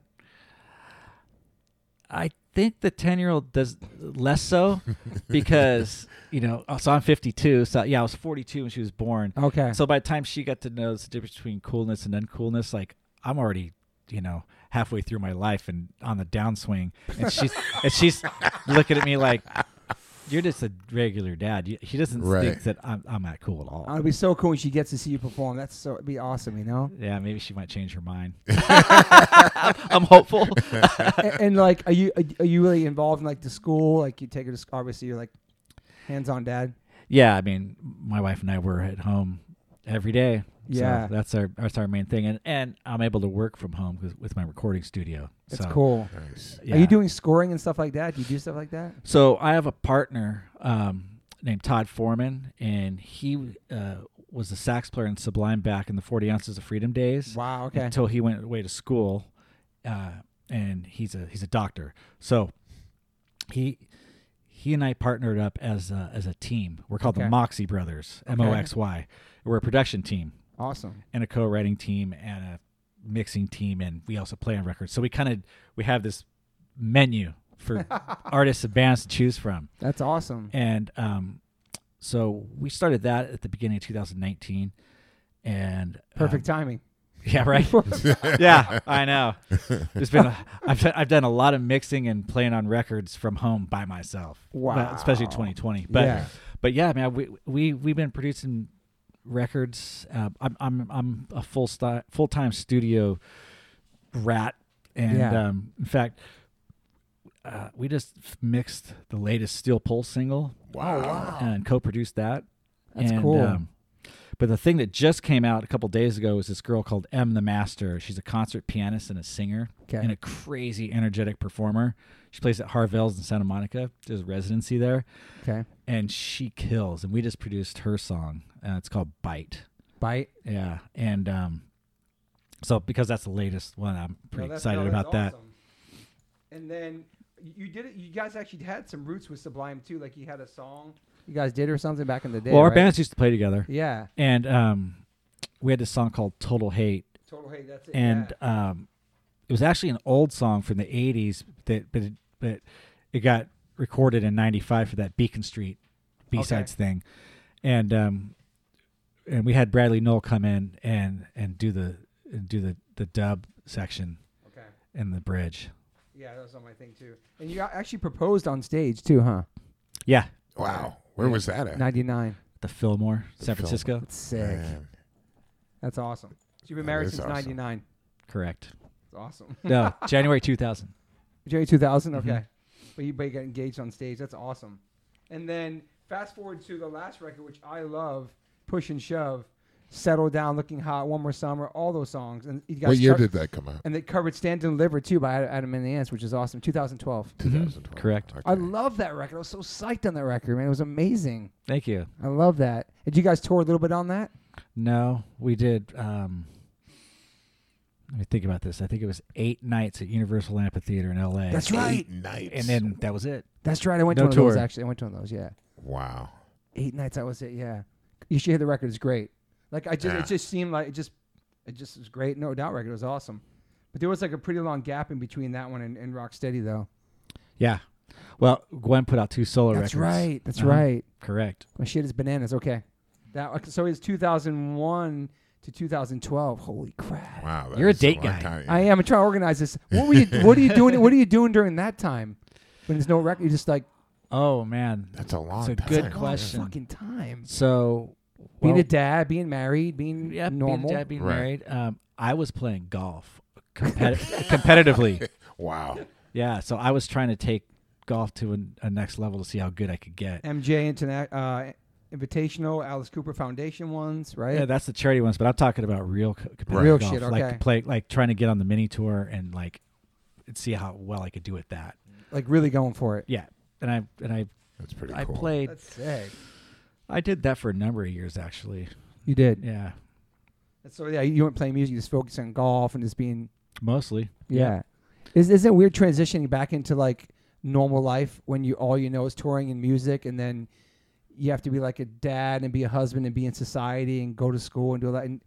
[SPEAKER 2] I think the 10 year old does less so because, you know, oh, so I'm 52. So, yeah, I was 42 when she was born.
[SPEAKER 1] Okay.
[SPEAKER 2] So by the time she got to know the difference between coolness and uncoolness, like I'm already, you know, halfway through my life and on the downswing. And she's, and she's looking at me like, you're just a regular dad. You- She doesn't
[SPEAKER 3] Right.
[SPEAKER 2] think that I'm, I'm not cool at all.
[SPEAKER 1] Oh, it'd be so cool when she gets to see you perform. That's so it'd be awesome, you know.
[SPEAKER 2] yeah, maybe she might change her mind. I'm hopeful.
[SPEAKER 1] and, and, like, are you are you really involved in like the school? Like, you take her to school. Obviously, you're like hands-on dad.
[SPEAKER 2] Yeah, I mean, my wife and I were at home every day.
[SPEAKER 1] Yeah.
[SPEAKER 2] so that's our that's our main thing, and and I'm able to work from home with, with my recording studio.
[SPEAKER 1] That's
[SPEAKER 2] so,
[SPEAKER 1] cool.
[SPEAKER 3] Nice.
[SPEAKER 2] yeah.
[SPEAKER 1] Are you doing scoring and stuff like that? Do you do stuff like that?
[SPEAKER 2] So I have a partner um, named Todd Foreman, and he uh, was a sax player in Sublime back in the 40 Ounces of Freedom days.
[SPEAKER 1] Wow. Okay.
[SPEAKER 2] until he went away to school, uh, and he's a he's a doctor. So he he and I partnered up as a, as a team. We're called
[SPEAKER 1] Okay.
[SPEAKER 2] the Moxie Brothers, M O X Y. We're a production team
[SPEAKER 1] Awesome.
[SPEAKER 2] and a co-writing team and a mixing team, and we also play on records. So we kind of we have this menu for artists and bands to choose from.
[SPEAKER 1] That's awesome.
[SPEAKER 2] And um, so we started that at the beginning of 2019, and um,
[SPEAKER 1] Perfect timing.
[SPEAKER 2] yeah, right yeah, I know. It's been a, I've I've done a lot of mixing and playing on records from home by myself.
[SPEAKER 1] Wow.
[SPEAKER 2] But especially 2020. But
[SPEAKER 1] Yeah.
[SPEAKER 2] but yeah, man, we we we've been producing records. Uh, I'm I'm I'm a full sti- full time studio rat, and
[SPEAKER 1] Yeah.
[SPEAKER 2] um, in fact. Uh, we just mixed the latest Steel Pulse single
[SPEAKER 3] Wow.
[SPEAKER 2] and co-produced that.
[SPEAKER 1] That's
[SPEAKER 2] And, um,
[SPEAKER 1] cool.
[SPEAKER 2] but the thing that just came out a couple days ago was this girl called M the Master. She's a concert pianist and a singer
[SPEAKER 1] Okay.
[SPEAKER 2] and a crazy energetic performer. She plays at Harvell's in Santa Monica. Does residency there,
[SPEAKER 1] Okay.
[SPEAKER 2] and she kills. And we just produced her song. Uh, it's called Bite.
[SPEAKER 1] Bite.
[SPEAKER 2] Yeah, and um, so because that's the latest one, I'm pretty excited about that.
[SPEAKER 1] that. And then you did it. You guys actually had some roots with Sublime too. Like you had a song you guys did or something back in the day.
[SPEAKER 2] well, our
[SPEAKER 1] right?
[SPEAKER 2] bands used to play together,
[SPEAKER 1] Yeah.
[SPEAKER 2] and um, we had this song called Total Hate.
[SPEAKER 1] Total hate. That's it.
[SPEAKER 2] and um, it was actually an old song from the '80s that, but it, but it got recorded in '95 for that Beacon Street B-sides thing, and um, and we had Bradley Knoll come in and and do the and do the the dub section
[SPEAKER 1] okay.
[SPEAKER 2] and the bridge.
[SPEAKER 1] Yeah, that was on my thing too. And you got- actually proposed on stage too, huh?
[SPEAKER 2] Yeah,
[SPEAKER 3] Wow. Where was that at?
[SPEAKER 1] Ninety nine.
[SPEAKER 2] the Fillmore, San
[SPEAKER 3] Fillmore.
[SPEAKER 2] Francisco.
[SPEAKER 1] That's sick.
[SPEAKER 3] Man.
[SPEAKER 1] That's awesome. So you've been
[SPEAKER 3] That
[SPEAKER 1] married
[SPEAKER 3] is
[SPEAKER 1] since
[SPEAKER 3] awesome.
[SPEAKER 1] ninety nine.
[SPEAKER 2] Correct.
[SPEAKER 1] That's awesome.
[SPEAKER 2] No, January 2000.
[SPEAKER 1] Jerry two thousand.
[SPEAKER 3] Mm-hmm.
[SPEAKER 1] Okay. But you but you got engaged on stage. That's awesome. And then fast forward to the last record, which I love, Push and Shove, Settle Down, Looking Hot, One More Summer, all those songs. And you guys
[SPEAKER 3] What year
[SPEAKER 1] co-
[SPEAKER 3] did that come out?
[SPEAKER 1] and they covered Stand and Deliver too by Adam and the Ants, which is awesome. 2012.
[SPEAKER 3] 2012.
[SPEAKER 2] Correct.
[SPEAKER 3] Okay.
[SPEAKER 1] I love that record. I was so psyched on that record, man. It was amazing.
[SPEAKER 2] Thank you.
[SPEAKER 1] I love that. Did you guys tour a little bit on that?
[SPEAKER 2] No, we did. Um, Let me think about this. I think it was eight nights at Universal Amphitheater in L.A.
[SPEAKER 1] That's
[SPEAKER 3] Eight
[SPEAKER 1] right.
[SPEAKER 3] nights.
[SPEAKER 2] And then that was it.
[SPEAKER 1] That's right. I went to
[SPEAKER 2] No
[SPEAKER 1] one of those
[SPEAKER 2] tour.
[SPEAKER 1] actually. I went to one of those. Yeah,
[SPEAKER 3] wow.
[SPEAKER 1] eight nights. That was it. Yeah, you should hear the record. It's great. Like I just,
[SPEAKER 3] Yeah.
[SPEAKER 1] it just seemed like it just, it just was great. No doubt, record it was awesome. But there was like a pretty long gap in between that one and, and Rocksteady, though.
[SPEAKER 2] Yeah. Well, Gwen put out two solo
[SPEAKER 1] That's
[SPEAKER 2] records.
[SPEAKER 1] right. That's
[SPEAKER 2] Uh-huh.
[SPEAKER 1] right.
[SPEAKER 2] Correct.
[SPEAKER 1] My shit is bananas. Okay, that so it's 2001 to 2012. Holy crap!
[SPEAKER 3] Wow. that
[SPEAKER 2] You're a
[SPEAKER 3] is
[SPEAKER 2] date
[SPEAKER 3] long
[SPEAKER 2] guy.
[SPEAKER 3] time.
[SPEAKER 1] I am. I'm trying to organize this. What were you? what are you doing? What are you doing during that time? When there's no record, you're just like
[SPEAKER 2] Oh man.
[SPEAKER 3] That's a long
[SPEAKER 2] a
[SPEAKER 3] time.
[SPEAKER 2] good
[SPEAKER 1] "It's a long
[SPEAKER 2] question.
[SPEAKER 1] Fucking time.
[SPEAKER 2] So
[SPEAKER 1] Being
[SPEAKER 2] well,
[SPEAKER 1] a dad, being married, being
[SPEAKER 2] yeah,
[SPEAKER 1] normal.
[SPEAKER 2] being, a dad, being
[SPEAKER 3] Right.
[SPEAKER 2] married. Um, I was playing golf competi- competitively.
[SPEAKER 3] Wow.
[SPEAKER 2] Yeah. So I was trying to take golf to an, a next level to see how good I could get.
[SPEAKER 1] MJ Interna- uh, Invitational, Alice Cooper Foundation ones, right?
[SPEAKER 2] Yeah, that's the charity ones, but I'm talking about real co- competitive
[SPEAKER 1] Real
[SPEAKER 2] golf,
[SPEAKER 1] shit, okay.
[SPEAKER 2] like play, like trying to get on the mini tour and like and see how well I could do at that.
[SPEAKER 1] like really going for it.
[SPEAKER 2] Yeah, and I and I
[SPEAKER 3] That's pretty
[SPEAKER 2] I
[SPEAKER 3] cool.
[SPEAKER 2] played.
[SPEAKER 1] That's sick.
[SPEAKER 2] I did that for a number of years actually.
[SPEAKER 1] You did.
[SPEAKER 2] Yeah,
[SPEAKER 1] So yeah, you weren't playing music, you just focusing on golf and just being
[SPEAKER 2] mostly.
[SPEAKER 1] yeah. Is isn't it weird transitioning back into like normal life when you all you know is touring and music and then you have to be like a dad and be a husband and be in society and go to school and do all that and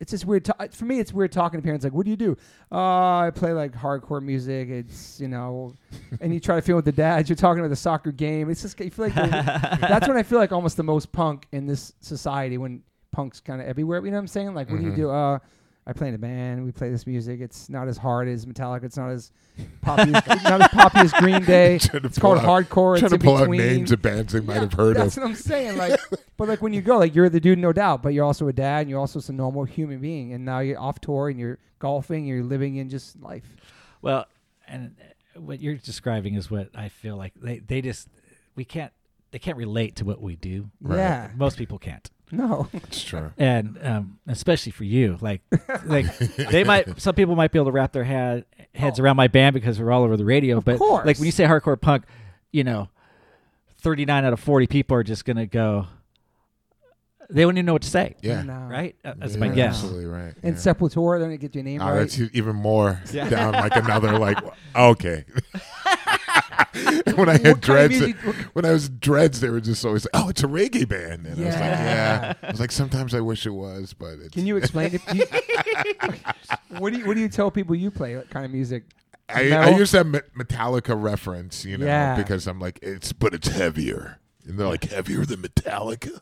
[SPEAKER 1] it's just weird ta- uh, for me it's weird talking to parents like what do you do uh, i play like hardcore music it's you know and you try to feel with the dads you're talking about the soccer game it's just you feel like the- that's when i feel like almost the most punk in this society when punk's kind of everywhere you know what i'm saying like what do
[SPEAKER 3] Mhm.
[SPEAKER 1] you do uh, i play in a band we play this music it's not as hard as metallica it's not as poppy as, it's not as poppy as green day
[SPEAKER 3] Trying to
[SPEAKER 1] it's called
[SPEAKER 3] pull out-
[SPEAKER 1] hardcore
[SPEAKER 3] Trying
[SPEAKER 1] it's
[SPEAKER 3] to
[SPEAKER 1] in
[SPEAKER 3] pull out
[SPEAKER 1] between
[SPEAKER 3] names of bands they might
[SPEAKER 1] Yeah,
[SPEAKER 3] have heard
[SPEAKER 1] that's
[SPEAKER 3] of.
[SPEAKER 1] what I'm saying. Like, but like when you go, like you're the dude, no doubt. But you're also a dad, and you're also just a normal human being. And now you're off tour, and you're golfing, and you're living in just life.
[SPEAKER 2] Well, and uh, what you're describing is what I feel like they they just we can't they can't relate to what we do.
[SPEAKER 3] Right.
[SPEAKER 1] Yeah.
[SPEAKER 2] Most people can't.
[SPEAKER 1] No.
[SPEAKER 3] It's true.
[SPEAKER 2] and um, especially for you, like, like they might. Some people might be able to wrap their head, heads around my band because we're all over the radio. but
[SPEAKER 1] course.
[SPEAKER 2] like when you say hardcore punk, you know, thirty nine out of forty people are just gonna go. They wouldn't even know what to say,
[SPEAKER 3] Yeah.
[SPEAKER 1] No.
[SPEAKER 2] right? Uh, That's
[SPEAKER 3] Yeah,
[SPEAKER 2] my
[SPEAKER 3] you're
[SPEAKER 2] guess.
[SPEAKER 3] Absolutely right.
[SPEAKER 1] And
[SPEAKER 3] yeah.
[SPEAKER 1] Sepultura, they didn't get your name
[SPEAKER 3] Oh,
[SPEAKER 1] right.
[SPEAKER 3] that's e- even more
[SPEAKER 2] Yeah.
[SPEAKER 3] down like another like okay. when I
[SPEAKER 1] kind of
[SPEAKER 3] had dreads,
[SPEAKER 1] music-
[SPEAKER 3] when I was dreads, they were just always like, "Oh, it's a reggae band," and I was like,
[SPEAKER 1] Yeah.
[SPEAKER 3] "Yeah." I was like, "Sometimes I wish it was, but it's,
[SPEAKER 1] Can you explain? If you, what do you What do you tell people you play? What kind of music?
[SPEAKER 3] I, I
[SPEAKER 1] metal?
[SPEAKER 3] use that Me- Metallica reference, you know,
[SPEAKER 1] Yeah.
[SPEAKER 3] because I'm like, it's but it's heavier, and they're like, "Heavier than Metallica?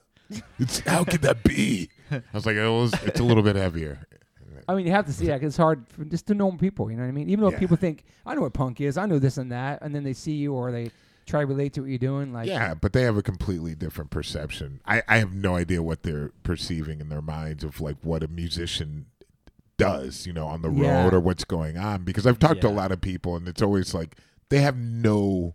[SPEAKER 3] It's how could that be?" I was like, "It was, it's a little bit heavier."
[SPEAKER 1] I mean, you have to see that 'cause it's hard for just to normal people. You know what I mean? Even though
[SPEAKER 3] Yeah.
[SPEAKER 1] people think I know what punk is, I know this and that, and then they see you or they try to relate to what you're doing. Like,
[SPEAKER 3] Yeah, but they have a completely different perception. I, I have no idea what they're perceiving in their minds of like what a musician does, you know, on the
[SPEAKER 1] Yeah.
[SPEAKER 3] road or what's going on. Because I've talked to
[SPEAKER 2] Yeah.
[SPEAKER 3] a lot of people and it's always like they have no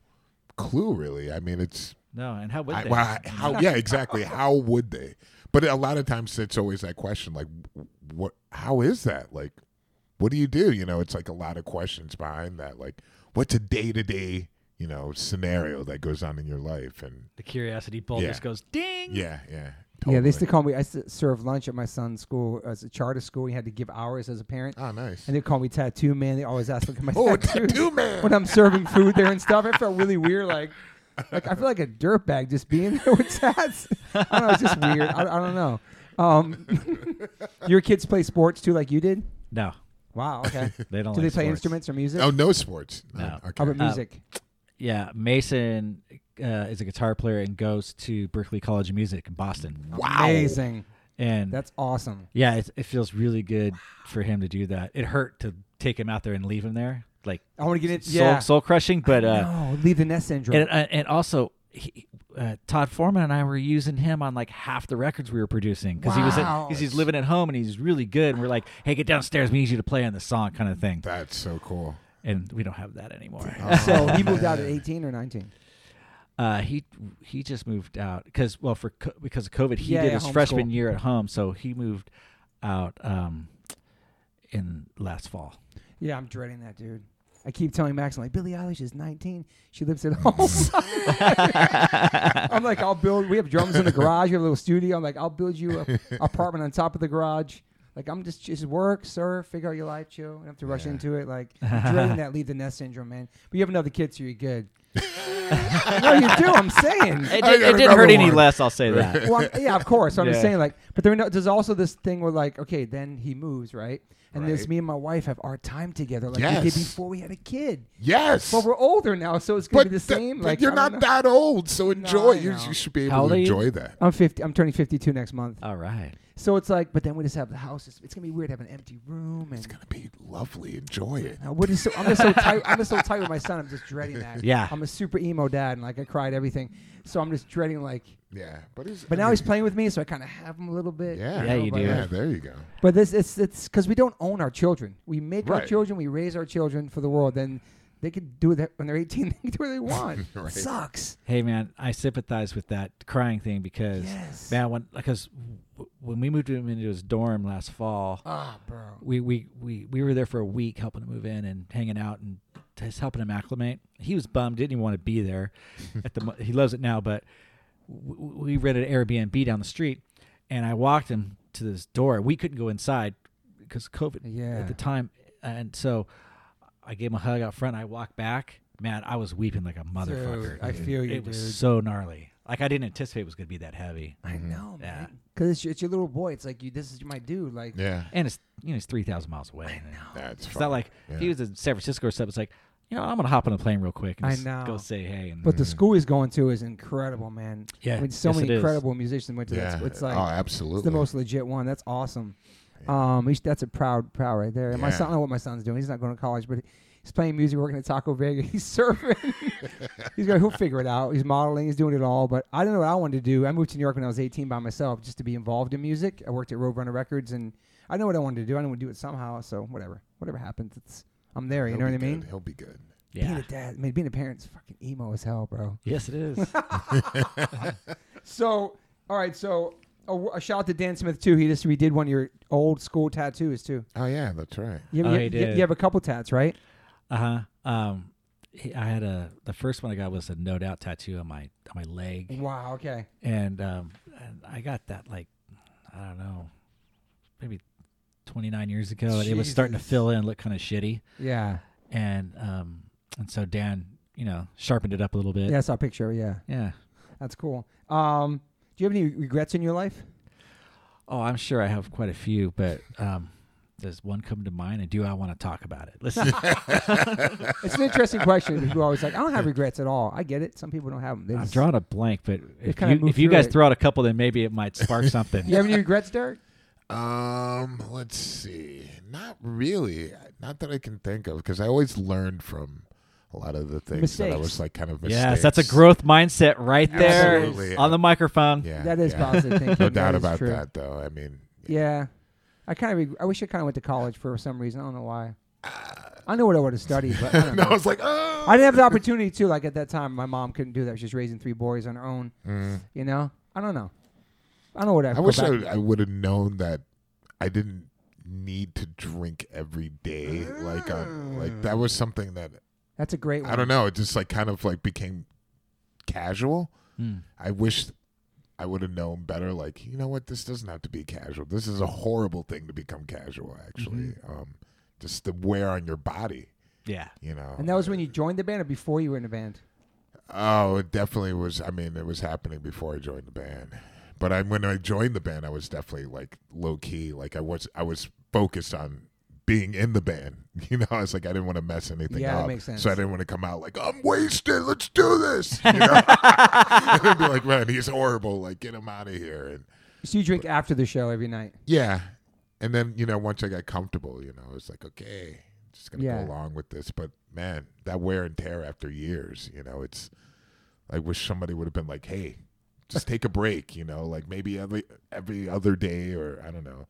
[SPEAKER 3] clue really. I mean, it's
[SPEAKER 2] No, and how would
[SPEAKER 3] I,
[SPEAKER 2] they?
[SPEAKER 3] well, I- how yeah, exactly. How would they? But a lot of times it's always that question like what how is that? Like what do you do? You know, it's like a lot of questions behind that. Like what's a day-to-day, you know, scenario that goes on in your life and
[SPEAKER 2] the curiosity bulb
[SPEAKER 3] Yeah.
[SPEAKER 2] just goes ding.
[SPEAKER 3] yeah, yeah.
[SPEAKER 1] Yeah, they
[SPEAKER 3] totally.
[SPEAKER 1] used to call me. I used to serve lunch at my son's school as a charter school. You had to give hours as a parent,
[SPEAKER 3] Oh, nice.
[SPEAKER 1] and they call me tattoo man. They always ask me for my
[SPEAKER 3] oh,
[SPEAKER 1] tattoos
[SPEAKER 3] tattoo man.
[SPEAKER 1] when I'm serving food there and stuff. I felt really weird. Like, like I feel like a dirtbag just being there with tats. I don't know. It's just weird. I, I don't know. Um, your kids play sports too, like you did.
[SPEAKER 2] No,
[SPEAKER 1] Wow. Okay.
[SPEAKER 2] they don't.
[SPEAKER 1] Do they
[SPEAKER 2] like
[SPEAKER 1] play
[SPEAKER 2] sports.
[SPEAKER 1] instruments or music?
[SPEAKER 3] Oh, no sports.
[SPEAKER 2] No.
[SPEAKER 1] How
[SPEAKER 3] Okay.
[SPEAKER 1] about music?
[SPEAKER 2] Yeah, Mason uh, is a guitar player and goes to Berkeley College of Music in Boston,
[SPEAKER 3] wow.
[SPEAKER 1] Amazing.
[SPEAKER 2] and
[SPEAKER 1] That's awesome.
[SPEAKER 2] Yeah, it, it feels really good for him to do that. It hurt to take him out there and leave him there, like
[SPEAKER 1] I want to get it.
[SPEAKER 2] soul,
[SPEAKER 1] Yeah.
[SPEAKER 2] soul crushing. But uh,
[SPEAKER 1] no, leave the nest syndrome.
[SPEAKER 2] and uh, and also, he, uh, Todd Foreman and I were using him on like half the records we were producing because he was
[SPEAKER 1] Wow.
[SPEAKER 2] because he's living at home and he's really good. And we're like, hey, get downstairs. We need you to play on the song, kind of thing.
[SPEAKER 3] That's so cool.
[SPEAKER 2] And we don't have that anymore.
[SPEAKER 1] so he moved out at 18 or 19.
[SPEAKER 2] Uh, he he just moved out because well for co- because of COVID he
[SPEAKER 1] Yeah,
[SPEAKER 2] did
[SPEAKER 1] yeah,
[SPEAKER 2] his
[SPEAKER 1] homeschool.
[SPEAKER 2] freshman year at home, so he moved out um, in last fall.
[SPEAKER 1] Yeah, I'm dreading that, dude. I keep telling Max, I'm like, Billie Eilish is 19. She lives at home. I'm like, I'll build. We have drums in the garage. We have a little studio. I'm like, I'll build you a apartment on top of the garage. Like I'm just just work, surf, figure out your life, chill. You don't have to rush
[SPEAKER 3] Yeah.
[SPEAKER 1] into it. Like dreading that leave the nest syndrome, man. But you have another kid, so you're good. no, you do. I'm saying.
[SPEAKER 2] It,
[SPEAKER 3] I
[SPEAKER 2] did,
[SPEAKER 3] got
[SPEAKER 2] it didn't
[SPEAKER 3] another
[SPEAKER 2] hurt any
[SPEAKER 3] one.
[SPEAKER 2] less. I'll say that.
[SPEAKER 1] well, I'm- yeah, of course. I'm just
[SPEAKER 2] Yeah.
[SPEAKER 1] saying, like, but there, no, there's also this thing where, like, okay, then he moves, right? And this,
[SPEAKER 3] Right.
[SPEAKER 1] me and my wife have our time together, like we
[SPEAKER 3] Yes.
[SPEAKER 1] did before we had a kid.
[SPEAKER 3] Yes.
[SPEAKER 1] But we're older now, so it's gonna
[SPEAKER 3] But
[SPEAKER 1] be the
[SPEAKER 3] th-
[SPEAKER 1] same.
[SPEAKER 3] but
[SPEAKER 1] like
[SPEAKER 3] you're
[SPEAKER 1] I don't
[SPEAKER 3] not
[SPEAKER 1] know.
[SPEAKER 3] that old, so enjoy.
[SPEAKER 1] I
[SPEAKER 3] you,
[SPEAKER 1] know.
[SPEAKER 3] you should be
[SPEAKER 2] How
[SPEAKER 3] able
[SPEAKER 2] old
[SPEAKER 3] to
[SPEAKER 2] are you?
[SPEAKER 3] enjoy that.
[SPEAKER 1] I'm fifty. I'm turning fifty-two next month.
[SPEAKER 2] All right.
[SPEAKER 1] So it's like, but then we just have the house. It's, it's gonna be weird having an empty room and.
[SPEAKER 3] It's gonna be lovely. Enjoy it.
[SPEAKER 1] Now, what is so, I'm just so tight. I'm just so tight with my son. I'm just dreading that.
[SPEAKER 2] Yeah.
[SPEAKER 1] I'm a super emo dad, and like I cried everything. So I'm just dreading like.
[SPEAKER 3] Yeah, but it's,
[SPEAKER 1] But
[SPEAKER 3] I
[SPEAKER 1] now he's
[SPEAKER 3] mean,
[SPEAKER 1] playing with me, so I kind of have him a little bit.
[SPEAKER 3] Yeah.
[SPEAKER 2] Yeah, you
[SPEAKER 1] but-
[SPEAKER 2] do.
[SPEAKER 3] Yeah, there you go.
[SPEAKER 1] But this it's it's because we don't own our children. We make our
[SPEAKER 3] Right.
[SPEAKER 1] children, we raise our children for the world. Then they can do that when they're eighteen. They can do what they want.
[SPEAKER 3] Right.
[SPEAKER 1] Sucks.
[SPEAKER 2] Hey man, I sympathize with that crying thing because
[SPEAKER 1] Yes.
[SPEAKER 2] man, when because w- when we moved him into his dorm last fall,
[SPEAKER 1] Ah, bro.
[SPEAKER 2] we, we we we were there for a week helping him move in and hanging out and just helping him acclimate. He was bummed, didn't even want to be there. At the mo- he loves it now, but w- w- we rented an Airbnb down the street, and I walked him to this door. We couldn't go inside because COVID
[SPEAKER 1] Yeah.
[SPEAKER 2] at the time, and so I gave him a hug out front. I walked back. Man, I was weeping like a motherfucker.
[SPEAKER 1] Dude, I feel you,
[SPEAKER 2] it
[SPEAKER 1] dude.
[SPEAKER 2] was so gnarly. Like I didn't anticipate it was going to be that heavy,
[SPEAKER 1] I
[SPEAKER 3] Mm-hmm.
[SPEAKER 1] know,
[SPEAKER 2] Yeah.
[SPEAKER 1] man. Because it's, your- it's your little boy. It's like you. This is my dude. Like
[SPEAKER 3] Yeah,
[SPEAKER 2] and it's you know it's three thousand miles away. I know.
[SPEAKER 3] that's
[SPEAKER 2] It's not like if he
[SPEAKER 3] Yeah.
[SPEAKER 2] was in San Francisco or something. It's like, you know, I'm gonna hop on a plane real quick and
[SPEAKER 1] I
[SPEAKER 2] just
[SPEAKER 1] know.
[SPEAKER 2] go say hey. And
[SPEAKER 3] Mm-hmm.
[SPEAKER 1] But the school he's going to is incredible, man.
[SPEAKER 2] Yeah.
[SPEAKER 1] I mean, so
[SPEAKER 2] Yes, it
[SPEAKER 1] many
[SPEAKER 2] is.
[SPEAKER 1] incredible musicians went to that.
[SPEAKER 3] yeah.
[SPEAKER 1] school. It's like
[SPEAKER 3] oh,
[SPEAKER 1] it's
[SPEAKER 3] absolutely.
[SPEAKER 1] the most legit one. That's awesome. Um, he's- that's a proud, proud right there. And my
[SPEAKER 3] Yeah.
[SPEAKER 1] son, I don't know what my son's doing. He's not going to college, but he's playing music, working at Taco Vega. He's surfing. he's going. He'll figure it out. He's modeling. He's doing it all. But I don't know what I wanted to do. I moved to New York when I was 18 by myself, just to be involved in music. I worked at Roadrunner Records, and I know what I wanted to do. I didn't want to do it somehow. So whatever, whatever happens, it's I'm there. You
[SPEAKER 3] He'll
[SPEAKER 1] know what
[SPEAKER 3] be
[SPEAKER 1] I mean?
[SPEAKER 3] good. He'll be good.
[SPEAKER 1] Being
[SPEAKER 2] yeah,
[SPEAKER 1] a dad, I mean, being a parent's fucking emo as hell, bro.
[SPEAKER 2] yes, it is.
[SPEAKER 1] So, all right. So, a, a shout out to Dan Smith too. He just redid one of your old school tattoos too.
[SPEAKER 3] Oh yeah, that's right.
[SPEAKER 1] You,
[SPEAKER 2] Oh,
[SPEAKER 1] you,
[SPEAKER 2] he
[SPEAKER 1] you-
[SPEAKER 2] did.
[SPEAKER 1] you have a couple tats, right?
[SPEAKER 2] uh huh. Um, he- I had a the first one I got was a no doubt tattoo on my on my leg,
[SPEAKER 1] Wow. Okay.
[SPEAKER 2] and um, and I got that like I don't know, maybe 29 years ago, and it was starting to
[SPEAKER 1] Jesus.
[SPEAKER 2] fill in, and look kind of shitty,
[SPEAKER 1] Yeah.
[SPEAKER 2] and um, and so Dan, you know, sharpened it up a little bit.
[SPEAKER 1] Yeah. I saw a picture. Yeah.
[SPEAKER 2] Yeah.
[SPEAKER 1] That's cool. Um, do you have any regrets in your life?
[SPEAKER 2] Oh, I'm sure I have quite a few, but um, does one come to mind? And do I want to talk about it? Listen,
[SPEAKER 1] It's an interesting question. People are always like, I don't have regrets at all. I get it. Some people don't have them. They
[SPEAKER 2] I'm
[SPEAKER 1] just-
[SPEAKER 2] drawing a blank, but if
[SPEAKER 1] kinda
[SPEAKER 2] you,
[SPEAKER 1] moved
[SPEAKER 2] if you
[SPEAKER 1] through
[SPEAKER 2] guys
[SPEAKER 1] it.
[SPEAKER 2] throw out a couple, then maybe it might spark something.
[SPEAKER 1] You have any regrets, Derek?
[SPEAKER 3] Um, let's see. Not really. Not that I can think of, because I always learned from a lot of the things that I
[SPEAKER 1] Mistakes.
[SPEAKER 3] was like kind of mistakes.
[SPEAKER 2] Yes, that's a growth mindset right there
[SPEAKER 3] Absolutely.
[SPEAKER 2] on the microphone.
[SPEAKER 3] Yeah,
[SPEAKER 1] that is
[SPEAKER 3] yeah.
[SPEAKER 1] positive thinking.
[SPEAKER 3] No
[SPEAKER 1] That
[SPEAKER 3] doubt
[SPEAKER 1] is
[SPEAKER 3] about
[SPEAKER 1] true.
[SPEAKER 3] that, though. I mean,
[SPEAKER 1] Yeah. I kind of. Reg- I wish I kind of went to college for some reason. I don't know why. I know what I would have studied, but I don't
[SPEAKER 3] and I
[SPEAKER 1] know.
[SPEAKER 3] was like, oh,
[SPEAKER 1] I didn't have the opportunity to. Like at that time, my mom couldn't do that. She was raising three boys on her own.
[SPEAKER 3] Mm.
[SPEAKER 1] You know, I don't know. I don't know what I.
[SPEAKER 3] I wish I, I would have known that I didn't need to drink every day. Like, uh, like that was something that
[SPEAKER 1] That's a great one.
[SPEAKER 3] I don't know. It just like kind of like became casual.
[SPEAKER 2] Hmm.
[SPEAKER 3] I wish I would have known better. Like, you know what? This doesn't have to be casual. This is a horrible thing to become casual. Actually,
[SPEAKER 1] Mm-hmm.
[SPEAKER 3] um, just the wear on your body.
[SPEAKER 2] Yeah.
[SPEAKER 3] You know.
[SPEAKER 1] And that was when you joined the band or before you were in the band?
[SPEAKER 3] Oh, it definitely was. I mean, it was happening before I joined the band. But I, when I joined the band, I was definitely like low key. Like I was, I was focused on being in the band. You know, I was like, I didn't want to mess anything
[SPEAKER 1] Yeah, that
[SPEAKER 3] up.
[SPEAKER 1] makes sense.
[SPEAKER 3] So I didn't want to come out like I'm wasted. Let's do this. You know, I'd be like, man, he's horrible. Like, get him out of here. And
[SPEAKER 1] So you drink after the show every night.
[SPEAKER 3] yeah, and then you know, once I got comfortable, you know, it's like, okay, just gonna
[SPEAKER 1] Yeah.
[SPEAKER 3] go along with this. But man, that wear and tear after years, you know, it's. I wish somebody would have been like, hey, just take a break, you know, like maybe every every other day or I don't know.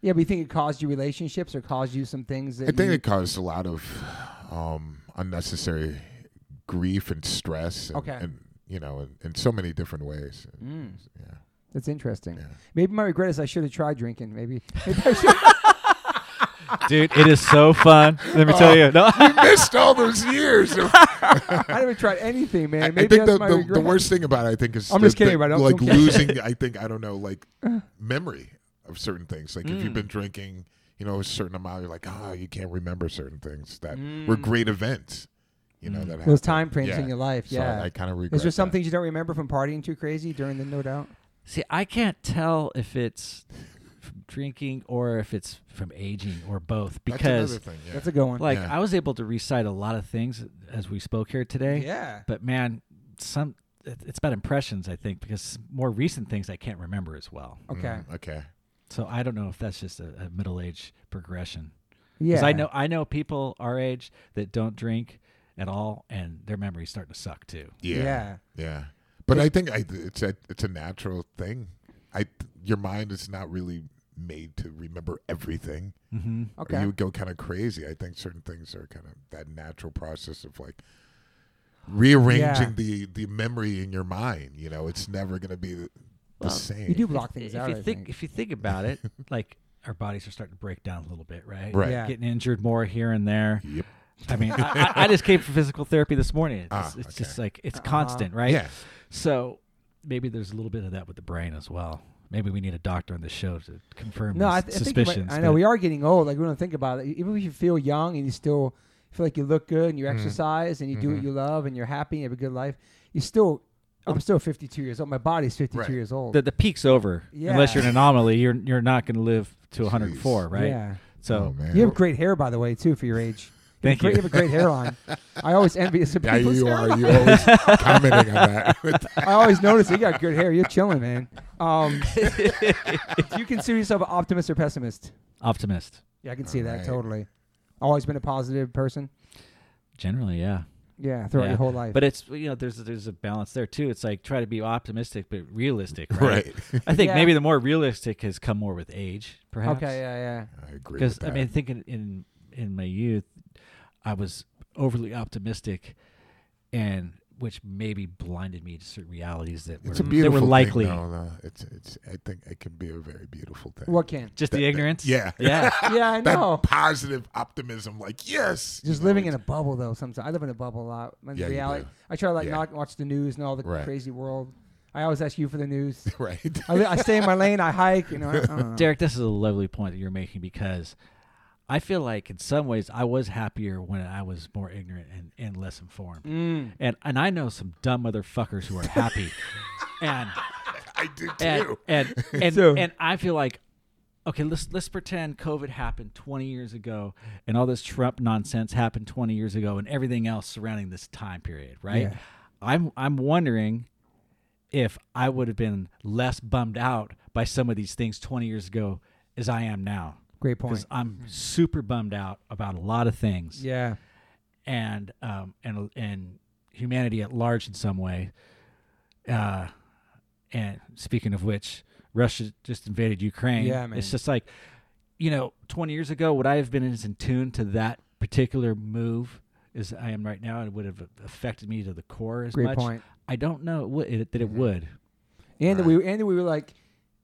[SPEAKER 1] Yeah, but you think it caused you relationships or caused you some things that
[SPEAKER 3] I think
[SPEAKER 1] you-
[SPEAKER 3] it caused a lot of um, unnecessary grief and stress. And,
[SPEAKER 1] Okay.
[SPEAKER 3] And, you know, in, in so many different ways.
[SPEAKER 1] Mm,
[SPEAKER 3] Yeah.
[SPEAKER 1] that's interesting.
[SPEAKER 3] Yeah.
[SPEAKER 1] Maybe my regret is I should have tried drinking. Maybe, maybe I should.
[SPEAKER 2] Dude, it is so fun. Let me
[SPEAKER 3] Oh.
[SPEAKER 2] tell you. No.
[SPEAKER 3] You missed all those years. of-
[SPEAKER 1] I haven't tried anything, man.
[SPEAKER 3] I, I
[SPEAKER 1] Maybe
[SPEAKER 3] think
[SPEAKER 1] that's
[SPEAKER 3] the,
[SPEAKER 1] my
[SPEAKER 3] the,
[SPEAKER 1] regret.
[SPEAKER 3] the worst thing about it, I think, is
[SPEAKER 1] I'm
[SPEAKER 3] the-
[SPEAKER 1] just kidding,
[SPEAKER 3] the-
[SPEAKER 1] but I don't-
[SPEAKER 3] like
[SPEAKER 1] don't care.
[SPEAKER 3] losing. I think I don't know, like memory of certain things. Like if you've been drinking, you know, a certain amount, you're like, ah, you can't remember certain things that were
[SPEAKER 1] Mm.
[SPEAKER 3] great events. You know that happened.
[SPEAKER 1] Hmm. Those time frames in your life,
[SPEAKER 3] So
[SPEAKER 1] yeah.
[SPEAKER 3] I kind of regret.
[SPEAKER 1] Is there
[SPEAKER 3] that.
[SPEAKER 1] some things you don't remember from partying too crazy during the no doubt?
[SPEAKER 2] See, I can't tell if it's from drinking or if it's from aging or both
[SPEAKER 3] That's
[SPEAKER 2] because,
[SPEAKER 3] another thing, yeah.
[SPEAKER 1] That's a good one.
[SPEAKER 2] like,
[SPEAKER 3] Yeah.
[SPEAKER 2] I was able to recite a lot of things as we spoke here today.
[SPEAKER 1] yeah.
[SPEAKER 2] But man, some it- it's about impressions, I think, because more recent things I can't remember as well.
[SPEAKER 1] Okay.
[SPEAKER 3] Mm, okay.
[SPEAKER 2] So I don't know if that's just a, a middle age progression.
[SPEAKER 1] Yeah.
[SPEAKER 2] Because I know I know people our age that don't drink at all, and their memory's starting to suck too.
[SPEAKER 3] Yeah.
[SPEAKER 1] Yeah.
[SPEAKER 3] Yeah. But I think I, it's a it's a natural thing. I your mind is not really made to remember everything.
[SPEAKER 2] Mm-hmm.
[SPEAKER 3] or
[SPEAKER 1] Okay.
[SPEAKER 3] You would go kind of crazy. I think certain things are kind of that natural process of like rearranging
[SPEAKER 1] Yeah.
[SPEAKER 3] the the memory in your mind. You know, it's never going to be the, the
[SPEAKER 2] Well,
[SPEAKER 3] same.
[SPEAKER 1] you do block things
[SPEAKER 2] if
[SPEAKER 1] out.
[SPEAKER 2] you
[SPEAKER 1] I
[SPEAKER 2] think,
[SPEAKER 1] think.
[SPEAKER 2] if you think about it, like our bodies are starting to break down a little bit, right?
[SPEAKER 3] Right.
[SPEAKER 1] Yeah.
[SPEAKER 2] Getting injured more here and there.
[SPEAKER 3] Yep.
[SPEAKER 2] I mean, I, I, I just came from physical therapy this morning. It's,
[SPEAKER 3] Ah,
[SPEAKER 2] it's
[SPEAKER 3] okay.
[SPEAKER 2] just like it's constant, right?
[SPEAKER 3] Yeah.
[SPEAKER 2] So maybe there's a little bit of that with the brain as well. Maybe we need a doctor on the show to confirm
[SPEAKER 1] No,
[SPEAKER 2] these
[SPEAKER 1] I, th- I think you might-
[SPEAKER 2] suspicions.
[SPEAKER 1] I know we are getting old. Like we don't think about it. Even if you feel young and you still feel like you look good
[SPEAKER 3] Mm.
[SPEAKER 1] and you exercise and you
[SPEAKER 3] Mm-hmm.
[SPEAKER 1] do what you love and you're happy and you have a good life, you still. I'm still 52 years old. My body's 52
[SPEAKER 3] Right.
[SPEAKER 1] years old.
[SPEAKER 2] the, the peak's over. Unless
[SPEAKER 1] Yeah.
[SPEAKER 2] you're an anomaly, you're you're not going to live to 104, right?
[SPEAKER 1] Yeah.
[SPEAKER 3] Oh
[SPEAKER 2] So
[SPEAKER 3] man.
[SPEAKER 1] You have great hair, by the way, too, for your age.
[SPEAKER 2] Thank
[SPEAKER 1] great,
[SPEAKER 2] you.
[SPEAKER 1] You have a great hairline. I always envy some
[SPEAKER 3] yeah,
[SPEAKER 1] people's
[SPEAKER 3] you
[SPEAKER 1] hairline.
[SPEAKER 3] are. You always commenting on that.
[SPEAKER 1] I always notice you got good hair. You're chilling, man. Um, do you consider yourself an optimist or pessimist?
[SPEAKER 2] optimist,
[SPEAKER 1] Yeah, I can see that
[SPEAKER 3] Alright.
[SPEAKER 1] totally. Always been a positive person.
[SPEAKER 2] generally, yeah.
[SPEAKER 1] Yeah, throughout
[SPEAKER 2] Yeah.
[SPEAKER 1] your whole life.
[SPEAKER 2] But it's you know there's there's a balance there too. It's like try to be optimistic but realistic, right?
[SPEAKER 3] right.
[SPEAKER 2] I think
[SPEAKER 1] Yeah.
[SPEAKER 2] maybe the more realistic has come more with age, perhaps.
[SPEAKER 1] okay, yeah, yeah.
[SPEAKER 3] I agree.
[SPEAKER 2] Because I
[SPEAKER 3] With that.
[SPEAKER 2] mean, thinking in in my youth, I was overly optimistic, and which maybe blinded me to certain realities that were
[SPEAKER 3] it's a
[SPEAKER 2] that
[SPEAKER 3] beautiful
[SPEAKER 2] were likely
[SPEAKER 3] Thing, though, though. It's it's. I think it can be a very beautiful thing.
[SPEAKER 1] What can?
[SPEAKER 2] just the ignorance.
[SPEAKER 3] yeah.
[SPEAKER 2] yeah.
[SPEAKER 1] Yeah, I
[SPEAKER 3] that
[SPEAKER 1] know.
[SPEAKER 3] positive optimism. Like yes,
[SPEAKER 1] Just
[SPEAKER 3] you know,
[SPEAKER 1] living in
[SPEAKER 3] it's-
[SPEAKER 1] a bubble though. Sometimes I live in a bubble a lot. My
[SPEAKER 3] Yeah, you
[SPEAKER 1] reality.
[SPEAKER 3] do.
[SPEAKER 1] I try to like
[SPEAKER 3] Yeah.
[SPEAKER 1] not watch the news and all the
[SPEAKER 3] Right.
[SPEAKER 1] crazy world. I always ask you for the news.
[SPEAKER 3] right.
[SPEAKER 1] I, li- I stay in my lane. I hike. You know. I, I don't know.
[SPEAKER 2] Derek, this is a lovely point that you're making because I feel like in some ways I was happier when I was more ignorant and, and less informed.
[SPEAKER 1] Mm.
[SPEAKER 2] And and I know some dumb motherfuckers who are happy. and
[SPEAKER 3] I do
[SPEAKER 2] and
[SPEAKER 3] too.
[SPEAKER 2] and and,
[SPEAKER 1] So-
[SPEAKER 2] and I feel like okay, let's let's pretend COVID happened 20 years ago and all this Trump nonsense happened 20 years ago and everything else surrounding this time period, right?
[SPEAKER 1] Yeah.
[SPEAKER 2] I'm I'm wondering if I would have been less bummed out by some of these things 20 years ago as I am now.
[SPEAKER 1] Great point.
[SPEAKER 2] Because
[SPEAKER 1] Mm-hmm.
[SPEAKER 2] I'm super bummed out about a lot of things
[SPEAKER 1] Yeah.
[SPEAKER 2] and um, and and humanity at large in some way. Uh, and speaking of which, Russia just invaded Ukraine.
[SPEAKER 1] Yeah, man.
[SPEAKER 2] It's just like, you know, 20 years ago, would I have been as in tune to that particular move as I am right now? It would have affected me to the core as
[SPEAKER 1] Great
[SPEAKER 2] much.
[SPEAKER 1] point. Mm-hmm.
[SPEAKER 2] I don't know it, would- it, that it would.
[SPEAKER 1] And that we and that we were like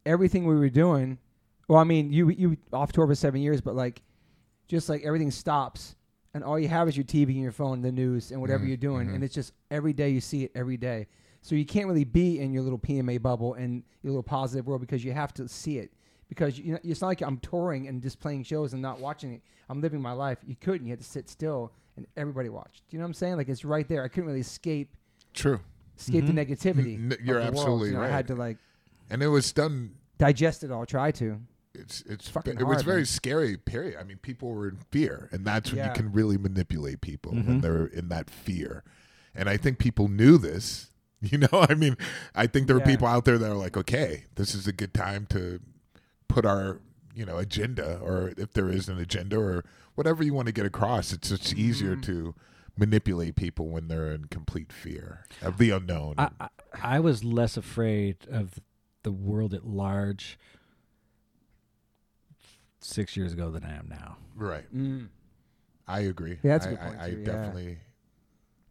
[SPEAKER 1] everything we were doing. Well, I mean, you you off tour for seven years, but like just like everything stops, and all you have is your TV and your phone, the news, and
[SPEAKER 3] Mm-hmm.
[SPEAKER 1] whatever you're doing, and it's just every day you see it every day. So you can't really be in your little PMA bubble and your little positive world because you have to see it. Because you know, it's not like I'm touring and just playing shows and not watching it. I'm living my life. You couldn't. You had to sit still, and everybody watched. You know what I'm saying? Like it's right there. I couldn't really escape
[SPEAKER 3] True.
[SPEAKER 1] escape the negativity.
[SPEAKER 3] Mm-hmm. N- n-
[SPEAKER 1] of
[SPEAKER 3] you're
[SPEAKER 1] the world,
[SPEAKER 3] absolutely
[SPEAKER 1] you know,
[SPEAKER 3] right.
[SPEAKER 1] I had to like
[SPEAKER 3] And it was done.
[SPEAKER 1] digest it all. Try to.
[SPEAKER 3] It's it's
[SPEAKER 1] Fucking
[SPEAKER 3] it was
[SPEAKER 1] hard,
[SPEAKER 3] very
[SPEAKER 1] man.
[SPEAKER 3] scary. Period. I mean, people were in fear, and that's when
[SPEAKER 1] Yeah. Mm-hmm.
[SPEAKER 3] you can really manipulate people when they're in that fear. And I think people knew this. You know, I mean, I think there were
[SPEAKER 1] Yeah.
[SPEAKER 3] people out there that are like, okay, this is a good time to put our you know agenda, or if there is an agenda, or whatever you want to get across. It's it's
[SPEAKER 1] Mm-hmm.
[SPEAKER 3] easier to manipulate people when they're in complete fear of the unknown.
[SPEAKER 2] I, I, I was less afraid of the world at large six years ago than I am now.
[SPEAKER 3] right.
[SPEAKER 1] Mm.
[SPEAKER 3] I agree.
[SPEAKER 1] Yeah, that's a
[SPEAKER 3] I,
[SPEAKER 1] good point,
[SPEAKER 3] I, I
[SPEAKER 1] too, yeah.
[SPEAKER 3] definitely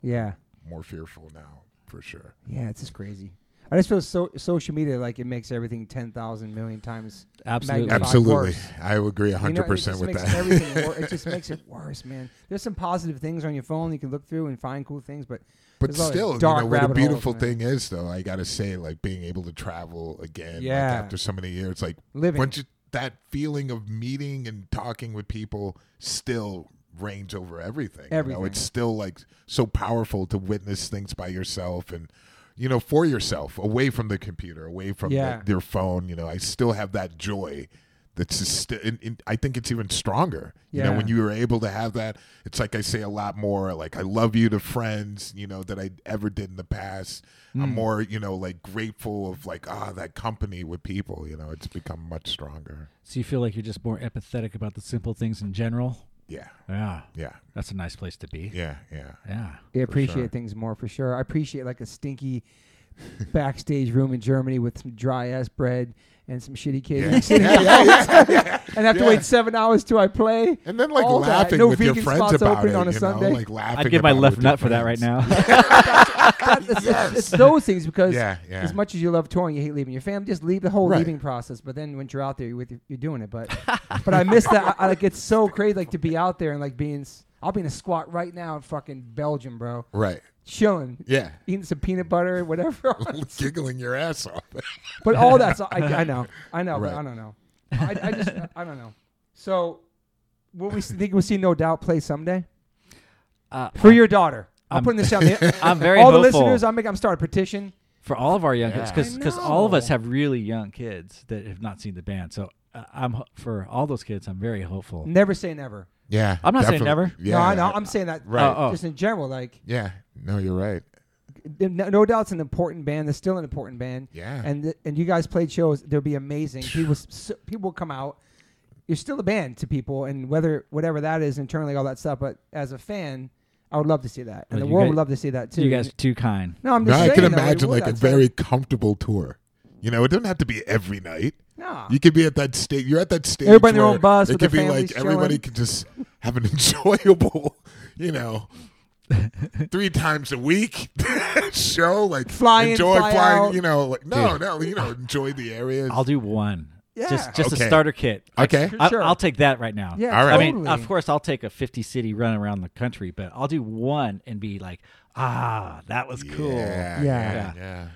[SPEAKER 1] Yeah,
[SPEAKER 3] more fearful now for sure.
[SPEAKER 1] yeah, it's just crazy. I just feel so social media like it makes everything ten thousand million times.
[SPEAKER 2] Absolutely.
[SPEAKER 1] Magnified.
[SPEAKER 3] Absolutely,
[SPEAKER 1] worse.
[SPEAKER 3] I would agree
[SPEAKER 1] you know, and
[SPEAKER 3] hundred
[SPEAKER 1] it
[SPEAKER 3] percent
[SPEAKER 1] just
[SPEAKER 3] with
[SPEAKER 1] makes
[SPEAKER 3] that.
[SPEAKER 1] Everything wor- it just makes it worse, man. There's some positive things on your phone you can look through and find cool things, but
[SPEAKER 3] but
[SPEAKER 1] there's always
[SPEAKER 3] still, you
[SPEAKER 1] dark
[SPEAKER 3] know what a
[SPEAKER 1] rabbit holes,
[SPEAKER 3] beautiful
[SPEAKER 1] man.
[SPEAKER 3] thing is, though. I gotta say, like being able to travel again, like,
[SPEAKER 1] Yeah.
[SPEAKER 3] after so many years, like
[SPEAKER 1] Living.
[SPEAKER 3] once you that feeling of meeting and talking with people still reigns over everything. You
[SPEAKER 1] Everything.
[SPEAKER 3] know, it's still like so powerful to witness things by yourself and you know for yourself, away from the computer, away from
[SPEAKER 1] Yeah.
[SPEAKER 3] the, your phone. You know, I still have that joy. That's just sti- and- and I think it's even stronger. You know,
[SPEAKER 1] Yeah.
[SPEAKER 3] when you were able to have that, it's like I say a lot more. Like I love you to friends, you know, that I ever did in the past.
[SPEAKER 1] Hmm.
[SPEAKER 3] I'm more, you know, like grateful of like ah that company with people. You know, it's become much stronger.
[SPEAKER 2] So you feel like you're just more empathetic about the simple things in general.
[SPEAKER 3] Yeah,
[SPEAKER 2] Yeah,
[SPEAKER 3] yeah,
[SPEAKER 2] that's a nice place to be.
[SPEAKER 3] yeah, yeah.
[SPEAKER 2] Yeah.
[SPEAKER 1] I appreciate
[SPEAKER 3] sure.
[SPEAKER 1] things more for sure. I appreciate like a stinky backstage room in Germany with some dry ass bread and some shitty cake
[SPEAKER 3] Yeah.
[SPEAKER 1] sitting
[SPEAKER 3] Yeah, yeah, yeah, yeah.
[SPEAKER 1] and have to
[SPEAKER 3] Yeah.
[SPEAKER 1] wait seven hours till I play.
[SPEAKER 3] And then like
[SPEAKER 1] All that.
[SPEAKER 3] laughing
[SPEAKER 1] No
[SPEAKER 3] with your
[SPEAKER 1] vegan
[SPEAKER 3] friends
[SPEAKER 1] spots
[SPEAKER 3] about
[SPEAKER 1] open
[SPEAKER 3] it
[SPEAKER 1] on a
[SPEAKER 3] you know,
[SPEAKER 1] Sunday.
[SPEAKER 3] like laughing.
[SPEAKER 2] I'd give my
[SPEAKER 3] about it
[SPEAKER 2] left
[SPEAKER 3] with your
[SPEAKER 2] nut for that right
[SPEAKER 3] friends.
[SPEAKER 2] now.
[SPEAKER 1] That- it's, it's- it's those things because
[SPEAKER 3] Yeah, yeah.
[SPEAKER 1] as much as you love touring, you hate leaving your family. Just leave the whole
[SPEAKER 3] Right.
[SPEAKER 1] leaving process. But then once you're out there, you're, with, you're doing it. But but I miss that. I, I, like it's so crazy like to be out there and like being. s- I'll be in a squat right now in fucking Belgium, bro,
[SPEAKER 3] Right.
[SPEAKER 1] chilling,
[SPEAKER 3] Yeah.
[SPEAKER 1] eating some peanut butter, whatever.
[SPEAKER 3] Giggling your ass off.
[SPEAKER 1] But all that's I, I know, I know, but
[SPEAKER 3] Right.
[SPEAKER 1] I don't know. I, I just I don't know. So, will we s- think we'll see No Doubt play someday
[SPEAKER 2] Uh,
[SPEAKER 1] for your daughter? I'll
[SPEAKER 2] I'm-
[SPEAKER 1] put in this down. there.
[SPEAKER 2] I'm very
[SPEAKER 1] all the
[SPEAKER 2] hopeful
[SPEAKER 1] listeners. I'm making. I'm starting a petition.
[SPEAKER 2] for all of our young kids
[SPEAKER 3] Yeah.
[SPEAKER 2] because
[SPEAKER 1] I
[SPEAKER 2] all of us
[SPEAKER 1] know.
[SPEAKER 2] have really young kids that have not seen the band. So uh, I'm ho- for all those kids. I'm very hopeful.
[SPEAKER 1] Never say never.
[SPEAKER 3] Yeah.
[SPEAKER 2] I'm not saying
[SPEAKER 3] definitely.
[SPEAKER 2] never.
[SPEAKER 1] No, I
[SPEAKER 3] Yeah. Uh,
[SPEAKER 1] know. I'm saying that
[SPEAKER 3] Right.
[SPEAKER 2] Oh, oh.
[SPEAKER 1] just in general. Like,
[SPEAKER 3] Yeah. No, you're right.
[SPEAKER 1] no, no doubt's an important band. They're still an important band.
[SPEAKER 3] Yeah.
[SPEAKER 1] And th- and you guys played shows. They'll be amazing. People s- s- people come out. You're still a band to people, and whether whatever that is internally, all that stuff. But as a fan, I would love to see that, and
[SPEAKER 2] Well,
[SPEAKER 1] the
[SPEAKER 2] you
[SPEAKER 1] world
[SPEAKER 2] guys-
[SPEAKER 1] would love to see that too.
[SPEAKER 2] You guys are too kind.
[SPEAKER 1] No, I'm
[SPEAKER 3] No,
[SPEAKER 1] just
[SPEAKER 3] I
[SPEAKER 1] saying.
[SPEAKER 3] can
[SPEAKER 1] though, it
[SPEAKER 3] imagine
[SPEAKER 1] would
[SPEAKER 3] like a
[SPEAKER 1] outside.
[SPEAKER 3] very comfortable tour. You know, it doesn't have to be every night.
[SPEAKER 1] Nah.
[SPEAKER 3] You could be at that stage. You're at that stage.
[SPEAKER 1] Everybody in their
[SPEAKER 3] where
[SPEAKER 1] own bus
[SPEAKER 3] It
[SPEAKER 1] with their
[SPEAKER 3] could be like
[SPEAKER 1] families
[SPEAKER 3] everybody
[SPEAKER 1] chilling.
[SPEAKER 3] could just have an enjoyable, you know, three times a week show. Like
[SPEAKER 1] Fly in,
[SPEAKER 3] enjoy
[SPEAKER 1] fly
[SPEAKER 3] flying.
[SPEAKER 1] out.
[SPEAKER 3] You know, like no,
[SPEAKER 2] Dude.
[SPEAKER 3] no, you know, enjoy the areas.
[SPEAKER 2] I'll do one.
[SPEAKER 1] Yeah.
[SPEAKER 2] Just just
[SPEAKER 3] Okay.
[SPEAKER 2] a starter kit. I-
[SPEAKER 3] Okay.
[SPEAKER 2] I,
[SPEAKER 1] Sure.
[SPEAKER 2] I'll take that right now.
[SPEAKER 1] yeah,
[SPEAKER 3] All right.
[SPEAKER 2] I
[SPEAKER 1] totally.
[SPEAKER 2] mean, of course, I'll take a 50 city run around the country, but I'll do one and be like, ah, that was
[SPEAKER 3] yeah,
[SPEAKER 2] cool.
[SPEAKER 3] Yeah,
[SPEAKER 1] Yeah.
[SPEAKER 3] yeah.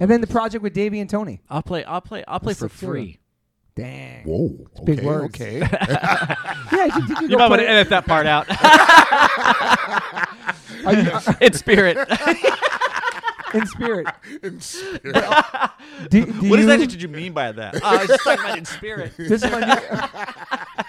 [SPEAKER 1] And then the project with Davey and Tony.
[SPEAKER 2] I'll play. I'll play. I'll play
[SPEAKER 1] Let's
[SPEAKER 2] for
[SPEAKER 1] look through it.
[SPEAKER 2] free.
[SPEAKER 1] Dang.
[SPEAKER 3] whoa, okay,
[SPEAKER 1] big words.
[SPEAKER 3] okay.
[SPEAKER 1] Yeah, you, you, could
[SPEAKER 2] You
[SPEAKER 1] go
[SPEAKER 2] might want
[SPEAKER 1] play-
[SPEAKER 2] to edit that part out
[SPEAKER 1] Are you- uh,
[SPEAKER 2] in spirit.
[SPEAKER 1] in spirit.
[SPEAKER 3] In spirit.
[SPEAKER 1] Do, do
[SPEAKER 2] what
[SPEAKER 1] you,
[SPEAKER 2] is that? Did you mean by that? Oh, I was just talking about in spirit.
[SPEAKER 1] This is my new-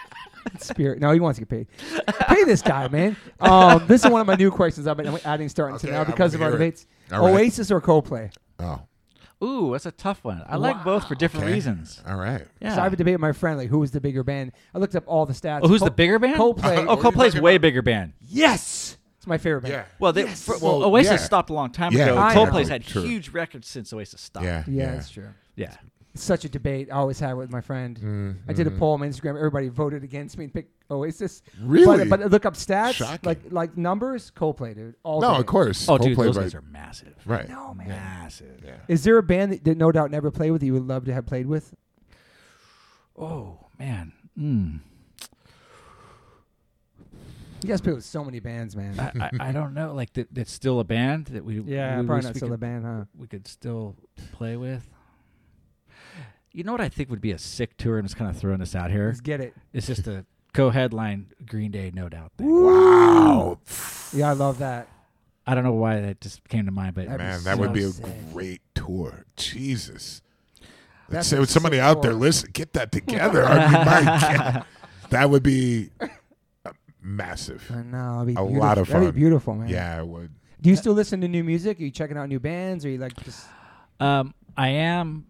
[SPEAKER 1] Spirit. No, he wants to get paid. Pay this guy, man. Um, this is one of my new questions I've been adding starting to
[SPEAKER 3] Okay,
[SPEAKER 1] now
[SPEAKER 3] I
[SPEAKER 1] because of
[SPEAKER 3] wanna
[SPEAKER 1] our
[SPEAKER 3] hear it.
[SPEAKER 1] debates.
[SPEAKER 3] All right.
[SPEAKER 1] Oasis or Coldplay?
[SPEAKER 3] Oh,
[SPEAKER 2] Ooh, that's a tough one. I like both for different
[SPEAKER 3] okay.
[SPEAKER 2] reasons.
[SPEAKER 3] all right.
[SPEAKER 2] Yeah.
[SPEAKER 1] So I have a debate with my friend, like who is the bigger band? I looked up all the stats.
[SPEAKER 2] oh, who's the
[SPEAKER 1] Col-
[SPEAKER 2] bigger band?
[SPEAKER 1] Coldplay.
[SPEAKER 2] Oh,
[SPEAKER 3] What are you
[SPEAKER 2] Coldplay's
[SPEAKER 3] talking
[SPEAKER 2] way
[SPEAKER 3] about?
[SPEAKER 2] bigger band.
[SPEAKER 1] yes, it's my favorite band.
[SPEAKER 3] Yeah.
[SPEAKER 2] Well, they,
[SPEAKER 1] Yes.
[SPEAKER 2] for- well,
[SPEAKER 3] Well,
[SPEAKER 2] Oasis
[SPEAKER 3] yeah.
[SPEAKER 2] stopped a long time
[SPEAKER 3] Yeah,
[SPEAKER 2] ago.
[SPEAKER 1] I know.
[SPEAKER 2] Coldplay's had
[SPEAKER 3] True.
[SPEAKER 2] huge records since Oasis stopped.
[SPEAKER 3] Yeah.
[SPEAKER 1] yeah,
[SPEAKER 3] Yeah.
[SPEAKER 1] that's true.
[SPEAKER 2] Yeah.
[SPEAKER 1] such a debate I always had with my friend. I did a
[SPEAKER 3] Mm-hmm.
[SPEAKER 1] poll on Instagram. Everybody voted against me and picked Oasis.
[SPEAKER 3] Really?
[SPEAKER 1] But, but look up stats,
[SPEAKER 3] Shocking.
[SPEAKER 1] like like numbers. Coldplay, dude. All
[SPEAKER 3] No,
[SPEAKER 1] day.
[SPEAKER 3] of course.
[SPEAKER 2] Oh, dude,
[SPEAKER 3] Coldplay,
[SPEAKER 2] those
[SPEAKER 3] right.
[SPEAKER 2] guys are massive. Oh,
[SPEAKER 3] right.
[SPEAKER 1] No man.
[SPEAKER 2] Massive.
[SPEAKER 1] Is there a band that, that no doubt never played with that you would love to have played with?
[SPEAKER 2] Oh man. Mm.
[SPEAKER 1] You guys played with so many bands, man.
[SPEAKER 2] I, I, I don't know. Like that, that's still a band that we
[SPEAKER 1] Uh, yeah,
[SPEAKER 2] we
[SPEAKER 1] probably
[SPEAKER 2] wish
[SPEAKER 1] not
[SPEAKER 2] we
[SPEAKER 1] still
[SPEAKER 2] could,
[SPEAKER 1] a band, huh?
[SPEAKER 2] we could still play with. You know what I think would be a sick tour, and it's kind of throwing this out here.
[SPEAKER 1] Let's get it.
[SPEAKER 2] It's just a co-headline Green Day, no doubt. Thing.
[SPEAKER 3] Wow.
[SPEAKER 1] Yeah, I love that.
[SPEAKER 2] I don't know why that just came to mind, but
[SPEAKER 1] That'd be
[SPEAKER 3] Man, that would
[SPEAKER 1] so
[SPEAKER 3] be a
[SPEAKER 1] sick.
[SPEAKER 3] great tour. Jesus.
[SPEAKER 1] That's
[SPEAKER 3] Let's
[SPEAKER 1] a
[SPEAKER 3] say with somebody
[SPEAKER 1] sick
[SPEAKER 3] out there,
[SPEAKER 1] tour.
[SPEAKER 3] listen, get that together. I mean, my God. That would be uh, massive.
[SPEAKER 1] I know. it'd be
[SPEAKER 3] A
[SPEAKER 1] beautiful.
[SPEAKER 3] lot of
[SPEAKER 1] Uh, That'd
[SPEAKER 3] fun.
[SPEAKER 1] be beautiful, man.
[SPEAKER 3] Yeah, it would.
[SPEAKER 1] Do you still listen to new music? Are you checking out new bands? Or are you like just
[SPEAKER 2] um, I am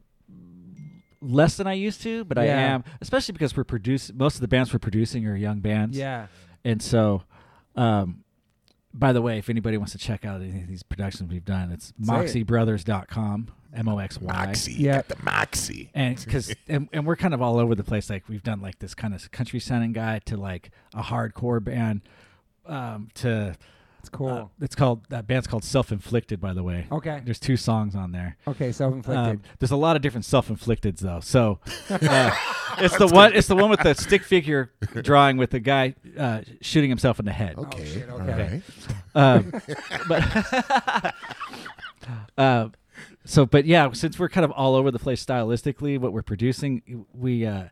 [SPEAKER 2] less than I used to, but I
[SPEAKER 1] Yeah.
[SPEAKER 2] am, especially because we're producing. Most of the bands we're producing are young bands.
[SPEAKER 1] yeah?
[SPEAKER 2] And so, um, by the way, if anybody wants to check out any of these productions we've done, it's
[SPEAKER 1] Say
[SPEAKER 2] moxiebrothers.com, M O X Y.
[SPEAKER 3] Moxie.
[SPEAKER 1] Yeah.
[SPEAKER 3] Yeah. Got the Moxie.
[SPEAKER 2] And, cause, and, and we're kind of all over the place. Like, we've done like this kind of country sounding guy to like a hardcore band um, to.
[SPEAKER 1] It's cool.
[SPEAKER 2] uh, it's called, that band's called Self Inflicted, by the way.
[SPEAKER 1] okay.
[SPEAKER 2] There's two songs on there.
[SPEAKER 1] Okay. Self-inflicted.
[SPEAKER 2] Um, there's a lot of different self-inflicteds though. So uh, it's the one. It's the one with the stick figure drawing with the guy uh, shooting himself in the head.
[SPEAKER 3] Okay.
[SPEAKER 1] shit,
[SPEAKER 3] All
[SPEAKER 1] okay.
[SPEAKER 3] right.
[SPEAKER 2] Um, but uh, so, but yeah, since we're kind of all over the place stylistically, what we're producing, we uh,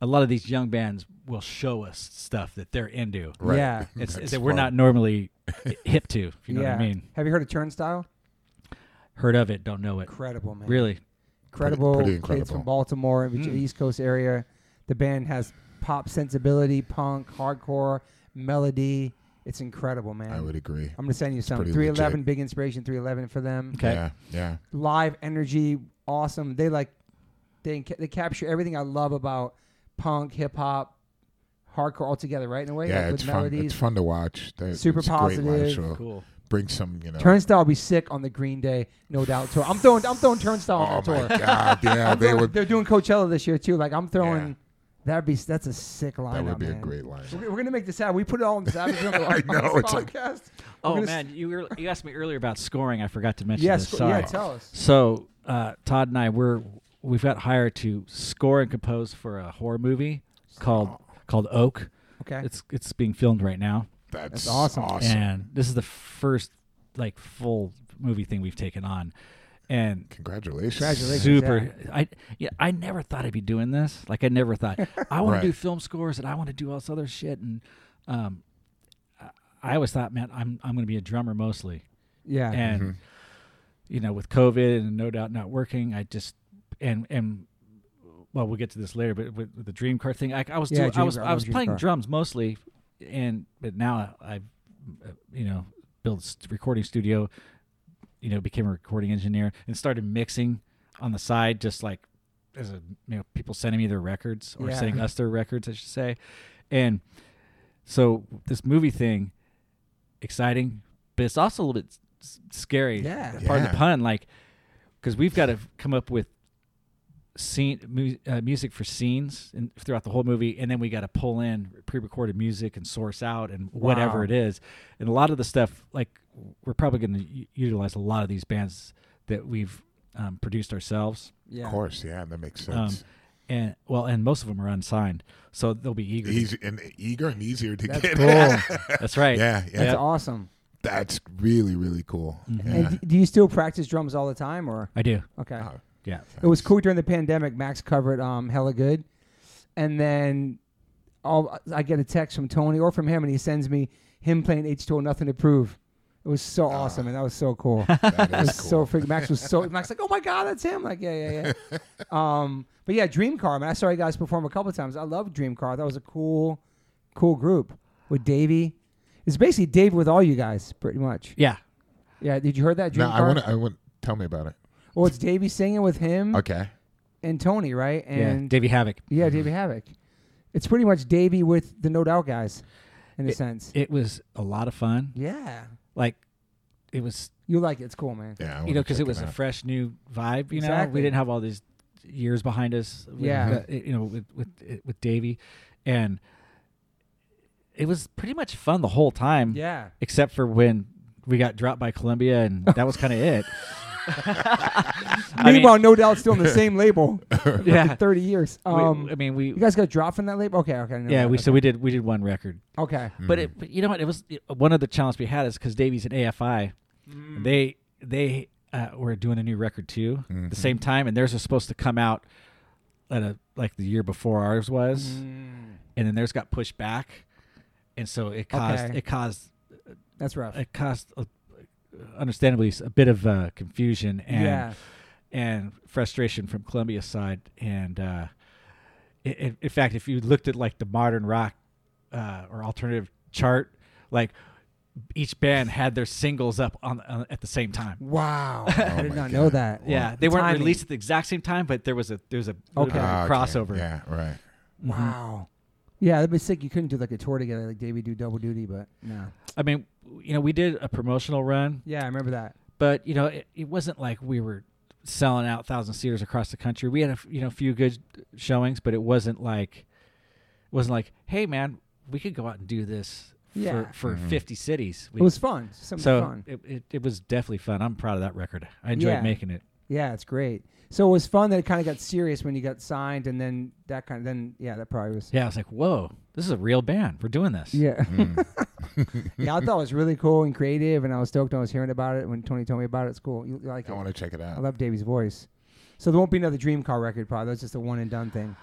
[SPEAKER 2] a lot of these young bands will show us stuff that they're into.
[SPEAKER 3] Right.
[SPEAKER 1] Yeah.
[SPEAKER 2] It's,
[SPEAKER 3] That's
[SPEAKER 2] that we're not
[SPEAKER 3] fun.
[SPEAKER 2] normally hip to. If you know
[SPEAKER 1] yeah.
[SPEAKER 2] what I mean?
[SPEAKER 1] Have you heard of Turnstile?
[SPEAKER 2] Heard of it, don't know it.
[SPEAKER 1] Incredible, man.
[SPEAKER 2] Really?
[SPEAKER 1] Incredible,
[SPEAKER 3] pretty
[SPEAKER 1] kids from
[SPEAKER 3] incredible.
[SPEAKER 1] Baltimore, which
[SPEAKER 2] Mm.
[SPEAKER 1] East Coast area. The band has pop sensibility, punk, hardcore, melody. It's incredible, man.
[SPEAKER 3] I would agree.
[SPEAKER 1] I'm gonna send you some.
[SPEAKER 3] pretty
[SPEAKER 1] 311,
[SPEAKER 3] legit.
[SPEAKER 1] big inspiration. 311 for them.
[SPEAKER 2] Okay.
[SPEAKER 3] Yeah, yeah.
[SPEAKER 1] Live energy, awesome. They like, they enca- they capture everything I love about punk, hip hop, hardcore all together, right? In a way,
[SPEAKER 3] Yeah,
[SPEAKER 1] like
[SPEAKER 3] it's
[SPEAKER 1] with
[SPEAKER 3] fun.
[SPEAKER 1] melodies.
[SPEAKER 3] It's fun to watch. That-
[SPEAKER 1] Super
[SPEAKER 3] it's a great live
[SPEAKER 1] positive.
[SPEAKER 3] show.
[SPEAKER 2] Cool.
[SPEAKER 3] Bring some, you know.
[SPEAKER 1] Turnstile will be sick on the Green Day, no doubt tour. I'm throwing, I'm throwing Turnstile
[SPEAKER 3] oh
[SPEAKER 1] on
[SPEAKER 3] my
[SPEAKER 1] that tour.
[SPEAKER 3] god! Yeah,
[SPEAKER 1] I'm
[SPEAKER 3] they
[SPEAKER 1] throwing-
[SPEAKER 3] would.
[SPEAKER 1] They're doing Coachella this year too. Like I'm throwing.
[SPEAKER 3] Yeah.
[SPEAKER 1] That'd be that's a sick lineup.
[SPEAKER 3] That would be a
[SPEAKER 1] man.
[SPEAKER 3] great line.
[SPEAKER 1] We're, we're gonna make this happen. We put it all on the Savage Room
[SPEAKER 3] I know, it's like-
[SPEAKER 1] podcast. We're
[SPEAKER 2] Oh
[SPEAKER 1] gonna s-
[SPEAKER 2] man, you were, you asked me earlier about scoring. I forgot to mention
[SPEAKER 1] Yeah,
[SPEAKER 2] this.
[SPEAKER 1] sc-
[SPEAKER 2] Sorry.
[SPEAKER 1] yeah, tell us.
[SPEAKER 2] So uh, Todd and I we're we've got hired to score and compose for a horror movie called called Oak.
[SPEAKER 1] Okay.
[SPEAKER 2] It's it's being filmed right now,
[SPEAKER 3] That's,
[SPEAKER 1] That's awesome.
[SPEAKER 2] and this is the first like full movie thing we've taken on, and
[SPEAKER 3] Congratulations.
[SPEAKER 1] Congratulations.
[SPEAKER 2] super. I yeah, I never thought I'd be doing this. Like I never thought I want
[SPEAKER 3] Right.
[SPEAKER 2] to do film scores and I want to do all this other shit. And um, I- I always thought, man, I'm I'm going to be a drummer mostly.
[SPEAKER 1] yeah.
[SPEAKER 2] and you know with covid and no doubt not working i just and and well we'll get to this later but with, with the dream car thing i, I was
[SPEAKER 1] Yeah,
[SPEAKER 2] doing, i
[SPEAKER 1] Dream
[SPEAKER 2] was
[SPEAKER 1] Car, I
[SPEAKER 2] i
[SPEAKER 1] love
[SPEAKER 2] was
[SPEAKER 1] Dream
[SPEAKER 2] playing
[SPEAKER 1] Car.
[SPEAKER 2] drums mostly and but now i, I you know built a st- recording studio you know became a recording engineer and started mixing on the side just like as a you know people sending me their records or
[SPEAKER 1] Yeah.
[SPEAKER 2] sending us their records i should say and so this movie thing exciting but it's also a little bit s- scary
[SPEAKER 1] Yeah.
[SPEAKER 2] pardon
[SPEAKER 3] Yeah.
[SPEAKER 2] the pun like because we've got to come up with scene mu- uh, music for scenes and throughout the whole movie and then we got to pull in pre-recorded music and source out and whatever
[SPEAKER 1] Wow.
[SPEAKER 2] it is and a lot of the stuff like we're probably going to utilize a lot of these bands that we've um, produced ourselves
[SPEAKER 1] yeah.
[SPEAKER 3] Of course, yeah, that makes
[SPEAKER 2] um,
[SPEAKER 3] sense.
[SPEAKER 2] and well and most of them are unsigned so they'll be eager to-
[SPEAKER 3] Easy and eager and easier to
[SPEAKER 1] That's
[SPEAKER 3] get.
[SPEAKER 1] cool. That's
[SPEAKER 2] that's right
[SPEAKER 3] yeah, yeah.
[SPEAKER 1] That's
[SPEAKER 2] Yep.
[SPEAKER 1] awesome.
[SPEAKER 3] That's really, really cool.
[SPEAKER 1] Mm-hmm. And
[SPEAKER 3] Yeah.
[SPEAKER 1] d- do you still practice drums all the time, or
[SPEAKER 2] i do
[SPEAKER 1] okay?
[SPEAKER 3] Oh,
[SPEAKER 2] yeah
[SPEAKER 1] It was cool during the pandemic. Max covered um, hella good, and then all I get a text from Tony or from him, and he sends me him playing H2O, nothing to prove. It was so awesome, and that was so cool.
[SPEAKER 3] that
[SPEAKER 1] It was
[SPEAKER 3] is Ah.
[SPEAKER 1] so
[SPEAKER 3] cool.
[SPEAKER 1] freaking. Max was so Max like, oh my god, that's him. Like, yeah, yeah, yeah. um, but yeah, Dream Car. Man, I saw you guys perform a couple times. I love Dream Car. That was a cool, cool group with Davey. It's basically Dave with all you guys, pretty much.
[SPEAKER 2] yeah
[SPEAKER 1] Yeah. Did you heard that Dream
[SPEAKER 3] no, I
[SPEAKER 1] Car?
[SPEAKER 3] want to. I want. Tell me about it.
[SPEAKER 1] Well, it's Davey singing with him
[SPEAKER 3] Okay.
[SPEAKER 1] and Tony, right?
[SPEAKER 2] yeah
[SPEAKER 1] And
[SPEAKER 2] davey havoc
[SPEAKER 1] yeah, Davey Havoc. It's pretty much Davey with the No Doubt guys, in a sense.
[SPEAKER 2] it was a lot of fun
[SPEAKER 1] yeah.
[SPEAKER 2] like it was
[SPEAKER 1] You like it? It's cool, man.
[SPEAKER 3] Yeah. I
[SPEAKER 2] you
[SPEAKER 3] wanna
[SPEAKER 2] know because
[SPEAKER 3] check
[SPEAKER 2] it was a
[SPEAKER 3] out.
[SPEAKER 2] fresh new vibe you know
[SPEAKER 1] Exactly.
[SPEAKER 2] we didn't have all these years behind us with,
[SPEAKER 1] Yeah.
[SPEAKER 2] uh, you know with with with davey and it was pretty much fun the whole time
[SPEAKER 1] Yeah.
[SPEAKER 2] except for when we got dropped by Columbia, and that was kind of it. I mean,
[SPEAKER 1] Meanwhile, No Doubt's still on the same label for
[SPEAKER 2] yeah.
[SPEAKER 1] thirty years.
[SPEAKER 2] we-
[SPEAKER 1] Um,
[SPEAKER 2] I mean, we
[SPEAKER 1] You guys got dropped from that label? Okay, okay. I know
[SPEAKER 2] yeah
[SPEAKER 1] that.
[SPEAKER 2] we
[SPEAKER 1] okay.
[SPEAKER 2] so we did we did one record,
[SPEAKER 1] okay.
[SPEAKER 2] but it but you know what it was one of the challenges we had is because Davies and AFI, they they uh, were doing a new record too at the same time, and theirs was supposed to come out at a like the year before ours was,
[SPEAKER 1] Mm.
[SPEAKER 2] and then theirs got pushed back, and so it caused
[SPEAKER 1] Okay.
[SPEAKER 2] it caused
[SPEAKER 1] That's rough.
[SPEAKER 2] it caused uh understandably s- a bit of uh, confusion and
[SPEAKER 1] yeah,
[SPEAKER 2] and frustration from Columbia's side. And uh, i- in, in fact, if you looked at like the modern rock uh, or alternative chart, like each band had their singles up on, on at the same time.
[SPEAKER 1] wow. I did not
[SPEAKER 3] my God.
[SPEAKER 1] know that.
[SPEAKER 2] Oh yeah,
[SPEAKER 1] The
[SPEAKER 2] they weren't
[SPEAKER 1] timing.
[SPEAKER 2] released at the exact same time, but there was a there was a little bit of
[SPEAKER 3] Ah,
[SPEAKER 2] a
[SPEAKER 3] okay.
[SPEAKER 2] crossover.
[SPEAKER 3] Yeah. Right.
[SPEAKER 2] Mm-hmm.
[SPEAKER 1] Wow. Yeah, that'd be sick. You couldn't do like a tour together, like Davey do double duty, but no.
[SPEAKER 2] I mean, you know, we did a promotional run,
[SPEAKER 1] Yeah, I remember that.
[SPEAKER 2] but you know, it, it wasn't like we were selling out thousand seaters across the country. We had a f- you know few good showings, but it wasn't like it wasn't like, hey man, we could go out and do this
[SPEAKER 1] Yeah.
[SPEAKER 2] for for fifty cities. We,
[SPEAKER 1] It was fun. Something
[SPEAKER 2] so
[SPEAKER 1] fun.
[SPEAKER 2] It, it it was definitely fun. I'm proud of that record. I enjoyed
[SPEAKER 1] Yeah.
[SPEAKER 2] making it.
[SPEAKER 1] Yeah, it's great. So it was fun that it kind of got serious when you got signed, and then that kind of then yeah, that probably was.
[SPEAKER 2] Yeah, I was like, whoa, this is a real band. We're doing this.
[SPEAKER 1] Yeah.
[SPEAKER 2] Mm.
[SPEAKER 1] yeah, I thought it was really cool and creative, and I was stoked when I was hearing about it. When Tony told me about it, it's cool. You, you like
[SPEAKER 3] I
[SPEAKER 1] it?
[SPEAKER 3] want to check it
[SPEAKER 1] I
[SPEAKER 3] out.
[SPEAKER 1] love Davey's voice. So there won't be another Dream Car record, probably. That's just a one and done thing.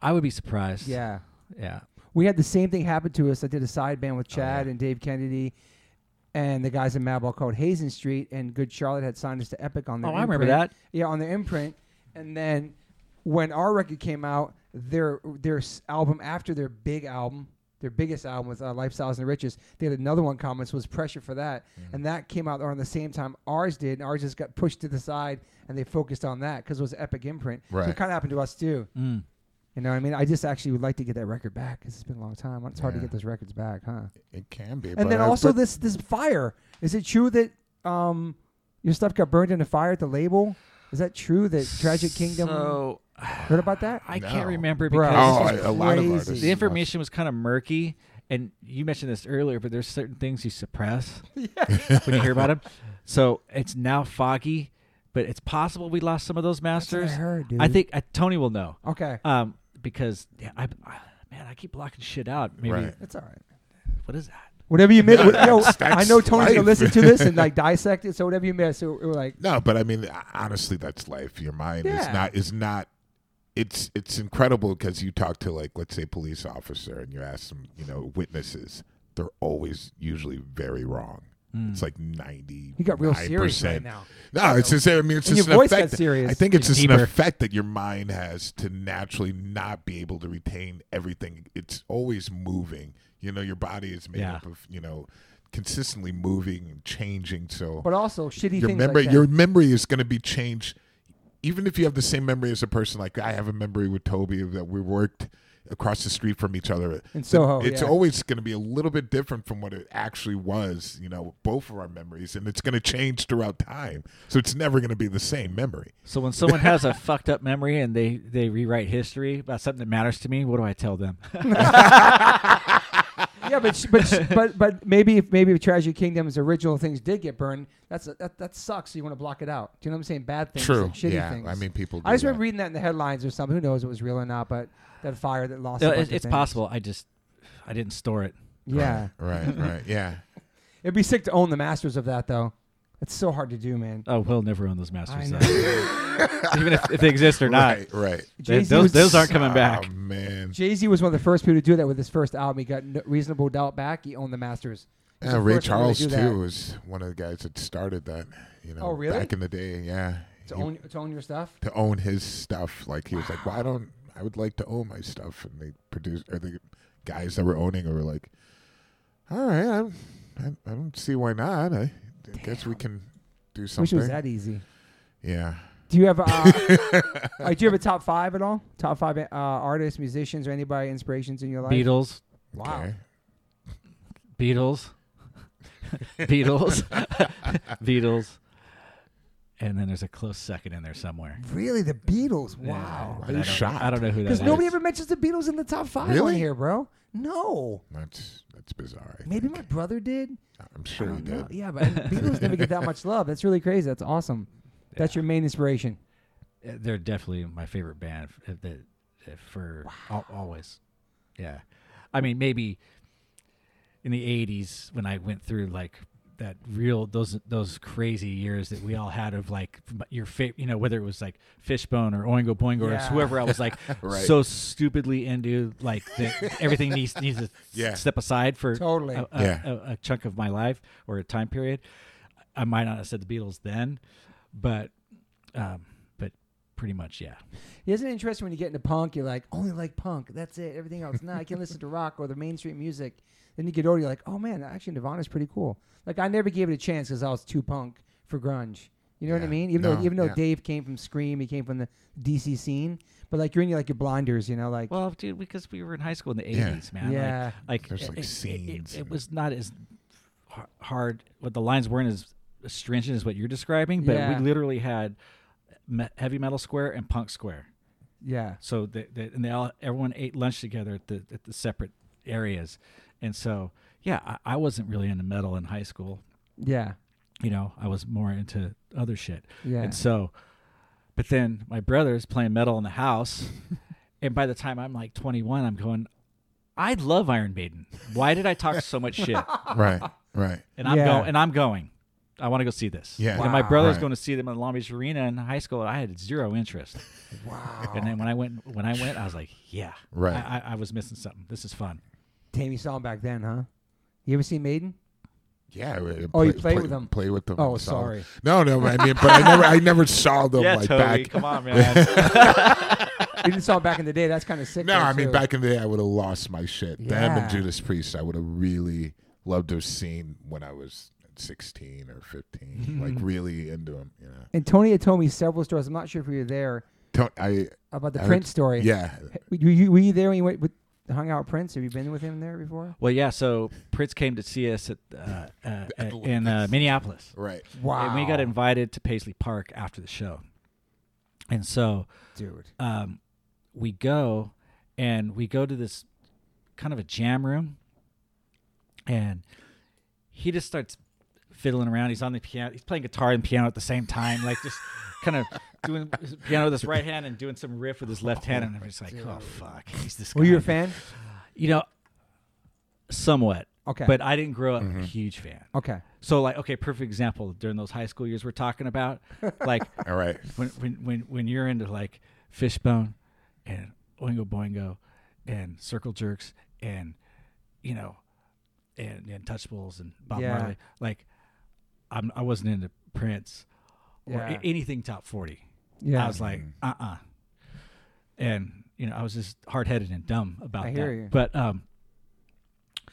[SPEAKER 2] I would be surprised.
[SPEAKER 1] Yeah.
[SPEAKER 2] yeah.
[SPEAKER 1] We had the same thing happen to us. I did a side band with Chad
[SPEAKER 2] Oh, yeah.
[SPEAKER 1] and Dave Kennedy and the guys in Madball called Hazen Street and Good Charlotte had signed us to Epic on their
[SPEAKER 2] Oh, I remember
[SPEAKER 1] imprint.
[SPEAKER 2] that.
[SPEAKER 1] Yeah, on their imprint. And then when our record came out, their their s- album after their big album, their biggest album was uh, Lifestyles and Riches. They had another one coming, so it was pressure for that.
[SPEAKER 3] Mm-hmm.
[SPEAKER 1] And that came out around the same time ours did, and ours just got pushed to the side and they focused on that because it was Epic imprint. So
[SPEAKER 3] Right.
[SPEAKER 1] it kind of happened to us too.
[SPEAKER 2] Mm.
[SPEAKER 1] You know what I mean? I just actually would like to get that record back because it's been a long time. It's hard to
[SPEAKER 3] Yeah.
[SPEAKER 1] get those records back, huh?
[SPEAKER 3] It can be. but
[SPEAKER 1] And then
[SPEAKER 3] I-
[SPEAKER 1] also
[SPEAKER 3] but
[SPEAKER 1] this this fire. Is it true that um your stuff got burned in a fire at the label? Is that true that Tragic Kingdom
[SPEAKER 2] So
[SPEAKER 1] heard about that?
[SPEAKER 2] I
[SPEAKER 3] No.
[SPEAKER 2] can't remember
[SPEAKER 1] Bro.
[SPEAKER 2] because
[SPEAKER 1] Oh,
[SPEAKER 3] oh,
[SPEAKER 1] this is
[SPEAKER 3] a lot of
[SPEAKER 1] crazy.
[SPEAKER 3] artists.
[SPEAKER 2] the information was kind of murky. And you mentioned this earlier, but there's certain things you suppress when you hear about them. So it's now foggy, but it's possible we lost some of those
[SPEAKER 1] That's what I
[SPEAKER 2] masters.
[SPEAKER 1] heard, dude.
[SPEAKER 2] I think uh, Tony will know.
[SPEAKER 1] Okay.
[SPEAKER 2] Um, because yeah, I, I man, I keep blocking shit out. Maybe
[SPEAKER 3] Right.
[SPEAKER 1] That's all right.
[SPEAKER 2] what is that?
[SPEAKER 1] Whatever you miss, yo,
[SPEAKER 3] That's-
[SPEAKER 1] I know
[SPEAKER 3] that's
[SPEAKER 1] Tony's gonna
[SPEAKER 3] life.
[SPEAKER 1] listen to this and like dissect it. So whatever you miss, so we're like,
[SPEAKER 3] No, but I mean, uh, honestly, that's life. Your mind
[SPEAKER 1] Yeah.
[SPEAKER 3] is not is not. It's it's incredible because you talk to like let's say police officer and you ask them you know witnesses. They're always usually very wrong. It's like ninety.
[SPEAKER 1] Hmm. you got real serious right now.
[SPEAKER 3] No, it's just. I mean, it's
[SPEAKER 1] And
[SPEAKER 3] just
[SPEAKER 1] your
[SPEAKER 3] an
[SPEAKER 1] voice got
[SPEAKER 3] effect.
[SPEAKER 1] serious.
[SPEAKER 3] I think it's
[SPEAKER 2] It's
[SPEAKER 3] just an
[SPEAKER 2] deeper.
[SPEAKER 3] effect that your mind has to naturally not be able to retain everything. It's always moving. You know, your body is made
[SPEAKER 2] Yeah.
[SPEAKER 3] up of you know consistently moving and changing. So
[SPEAKER 1] But also shitty
[SPEAKER 3] your
[SPEAKER 1] things
[SPEAKER 3] memory
[SPEAKER 1] like that.
[SPEAKER 3] your memory is going to be changed even if you have the same memory as a person like i have a memory with toby that we worked across the street from each other
[SPEAKER 1] In Soho,
[SPEAKER 3] it's
[SPEAKER 1] yeah.
[SPEAKER 3] always going to be a little bit different from what it actually was you know both of our memories and it's going to change throughout time so it's never going to be the same memory
[SPEAKER 2] So when someone has a fucked up memory and they they rewrite history about something that matters to me, what do I tell them?
[SPEAKER 1] yeah, but sh- but sh- but but maybe if maybe if Tragic Kingdom's original things did get burned, that's a, that that sucks. So you want to block it out. Do you know what I'm saying? Bad things, like shitty
[SPEAKER 3] yeah
[SPEAKER 1] things.
[SPEAKER 3] i mean people do
[SPEAKER 1] I just
[SPEAKER 3] that.
[SPEAKER 1] remember reading that in the headlines or something. Who knows if it was real or not? But that fire that lost.
[SPEAKER 2] No,
[SPEAKER 1] a
[SPEAKER 2] it-
[SPEAKER 1] bunch
[SPEAKER 2] it's
[SPEAKER 1] of things.
[SPEAKER 2] possible. I just I didn't store it.
[SPEAKER 1] Yeah,
[SPEAKER 3] right right yeah
[SPEAKER 1] it'd be sick to own the masters of that though. It's so hard to do, man.
[SPEAKER 2] Oh, we'll never own those masters,
[SPEAKER 1] I
[SPEAKER 2] though. even if, if they exist or not.
[SPEAKER 3] right right
[SPEAKER 2] They-
[SPEAKER 1] Jay-Z
[SPEAKER 2] those
[SPEAKER 1] was-
[SPEAKER 2] those aren't coming
[SPEAKER 3] oh
[SPEAKER 2] back.
[SPEAKER 3] man
[SPEAKER 1] Jay Z was one of the first people to do that with his first album. He got no, reasonable doubt back. He owned the masters. He was
[SPEAKER 3] yeah,
[SPEAKER 1] the
[SPEAKER 3] Ray
[SPEAKER 1] first one to
[SPEAKER 3] Charles
[SPEAKER 1] do
[SPEAKER 3] too
[SPEAKER 1] that.
[SPEAKER 3] was one of the guys that started that. You know,
[SPEAKER 1] Oh, really?
[SPEAKER 3] back in the day, yeah.
[SPEAKER 1] To
[SPEAKER 3] He-
[SPEAKER 1] own, to own your stuff.
[SPEAKER 3] to own his stuff. Like he was like, "Why don't I would like to own my stuff?" And they produced or the guys that were owning it were like, "All right, I'm, I, I don't see why not. I, I guess we can do
[SPEAKER 1] Wish it
[SPEAKER 3] something."
[SPEAKER 1] was that easy.
[SPEAKER 3] yeah,
[SPEAKER 1] Do you have uh, uh, do you have a top five at all? Top five uh, artists, musicians, or anybody inspirations in your life?
[SPEAKER 2] Beatles,
[SPEAKER 1] Wow.
[SPEAKER 3] Okay.
[SPEAKER 2] Beatles, Beatles, Beatles, and then there's a close second in there somewhere.
[SPEAKER 1] Really, the Beatles.
[SPEAKER 2] Yeah,
[SPEAKER 1] Wow.
[SPEAKER 2] but
[SPEAKER 3] Are you
[SPEAKER 2] I don't-
[SPEAKER 3] shocked?
[SPEAKER 2] I don't know who that is.
[SPEAKER 1] Because nobody ever mentions the Beatles in the top five on
[SPEAKER 3] Really?
[SPEAKER 1] here, bro. No.
[SPEAKER 3] That's that's bizarre. I
[SPEAKER 1] Maybe
[SPEAKER 3] think.
[SPEAKER 1] my brother did.
[SPEAKER 3] I'm sure
[SPEAKER 1] I
[SPEAKER 3] he
[SPEAKER 1] don't know.
[SPEAKER 3] did.
[SPEAKER 1] Yeah, but Beatles never get that much love. That's really crazy. That's awesome. That's your main inspiration.
[SPEAKER 2] Uh, They're definitely my favorite band f- uh, that uh, for al- always. Yeah, I mean maybe in the '80s when I went through like that real those those crazy years that we all had of like m- your favorite, you know, whether it was like Fishbone or Oingo Boingo
[SPEAKER 1] Yeah.
[SPEAKER 2] or whoever I was like
[SPEAKER 3] Right.
[SPEAKER 2] so stupidly into like that everything needs needs to s-
[SPEAKER 3] Yeah.
[SPEAKER 2] step aside for
[SPEAKER 1] Totally.
[SPEAKER 2] a, a,
[SPEAKER 3] Yeah.
[SPEAKER 2] a, a chunk of my life or a time period. I might not have said the Beatles then, but um, but pretty much yeah.
[SPEAKER 1] Isn't it interesting when you get into punk, you're like, only like punk. That's it. Everything else. No, I can listen to rock or the mainstream music. Then you get older, you're like, oh man, actually Nirvana's pretty cool. Like I never gave it a chance because I was too punk for grunge. You know what I
[SPEAKER 3] Yeah.
[SPEAKER 1] mean? Even though
[SPEAKER 3] No,
[SPEAKER 1] even though
[SPEAKER 3] yeah.
[SPEAKER 1] Dave came from Scream, he came from the DC scene. But like you're in your like your blinders, you know, like
[SPEAKER 2] Well, dude, because we were in high school in the
[SPEAKER 3] Yeah.
[SPEAKER 2] eighties, man. Like-
[SPEAKER 1] Yeah.
[SPEAKER 2] like,
[SPEAKER 3] There's, like,
[SPEAKER 2] it- it- it-
[SPEAKER 3] scenes
[SPEAKER 2] It,
[SPEAKER 3] and-
[SPEAKER 2] was not as har- hard. What the lines weren't as stringent as what you're describing, but
[SPEAKER 1] Yeah.
[SPEAKER 2] we literally had me- heavy metal square and punk square.
[SPEAKER 1] yeah.
[SPEAKER 2] So they, they, and they all everyone ate lunch together at the at the separate areas, and so yeah, I, I wasn't really into metal in high school.
[SPEAKER 1] Yeah.
[SPEAKER 2] You know, I was more into other shit.
[SPEAKER 1] Yeah.
[SPEAKER 2] And so, but then my brother's playing metal in the house. and by the time I'm like 21, I'm going, I love Iron Maiden. Why did I talk so much shit?
[SPEAKER 3] Right, right.
[SPEAKER 2] And I'm
[SPEAKER 1] Yeah.
[SPEAKER 2] going, and I'm going. I want to go see this.
[SPEAKER 3] Yeah.
[SPEAKER 2] And my
[SPEAKER 1] Wow.
[SPEAKER 2] brother's
[SPEAKER 3] Right.
[SPEAKER 2] going to see them in Long Beach Arena in high school, and I had zero interest.
[SPEAKER 1] Wow.
[SPEAKER 2] And then when I went, when I went, I was like, yeah,
[SPEAKER 3] Right.
[SPEAKER 2] I, I, I was missing something. This is fun.
[SPEAKER 1] Damn, you saw him back then, huh? You ever seen Maiden?
[SPEAKER 3] Yeah. I would
[SPEAKER 1] Oh, you played with them.
[SPEAKER 3] Play with them.
[SPEAKER 1] Oh,
[SPEAKER 3] and saw them.
[SPEAKER 1] sorry.
[SPEAKER 3] No, no. I mean, but I never, I never saw them
[SPEAKER 2] yeah,
[SPEAKER 3] like
[SPEAKER 2] Toby,
[SPEAKER 3] back.
[SPEAKER 2] come on, man.
[SPEAKER 1] you didn't saw him back in the day. That's kind of sick.
[SPEAKER 3] No,
[SPEAKER 1] though,
[SPEAKER 3] I mean,
[SPEAKER 1] too.
[SPEAKER 3] back in the day, I would have lost my shit. Them
[SPEAKER 1] Yeah.
[SPEAKER 3] and Judas Priest, I would have really loved to have seen when I was 16 or 15. like, really into them, you know.
[SPEAKER 1] And Tony had told me several stories. I'm not sure if you were there
[SPEAKER 3] Don't, I,
[SPEAKER 1] about the
[SPEAKER 3] I heard-
[SPEAKER 1] Prince story.
[SPEAKER 3] yeah.
[SPEAKER 1] Were you, were you there when you went with, hung out with Prince? Have you been with him there before?
[SPEAKER 2] well, yeah. So Prince came to see us at uh, uh, in uh, Minneapolis.
[SPEAKER 3] Right.
[SPEAKER 1] Wow.
[SPEAKER 2] And we got invited to Paisley Park after the show. And so
[SPEAKER 1] dude.
[SPEAKER 2] um, we go and we go to this kind of a jam room. And he just starts fiddling around. He's on the piano. He's playing guitar and piano at the same time, like just kind of doing his piano with his right hand and doing some riff with his left hand. And I'm just like, oh, fuck. He's this guy.
[SPEAKER 1] Were you a fan?
[SPEAKER 2] You know, somewhat.
[SPEAKER 1] Okay. Mm-hmm.
[SPEAKER 2] But I didn't grow up a huge fan.
[SPEAKER 1] Okay.
[SPEAKER 2] So like okay, perfect example during those high school years we're talking about, like
[SPEAKER 3] All right.
[SPEAKER 2] when when when when you're into like fishbone and oingo boingo and circle jerks and you know and and touchables and Bob
[SPEAKER 1] Yeah.
[SPEAKER 2] Marley like I'm I wasn't into Prince or a-
[SPEAKER 1] Yeah.
[SPEAKER 2] anything top 40.
[SPEAKER 1] Yeah.
[SPEAKER 2] I was like uh-uh. And you know, I was just hard-headed and dumb about
[SPEAKER 1] I
[SPEAKER 2] that.
[SPEAKER 1] hear you.
[SPEAKER 2] But um
[SPEAKER 1] Now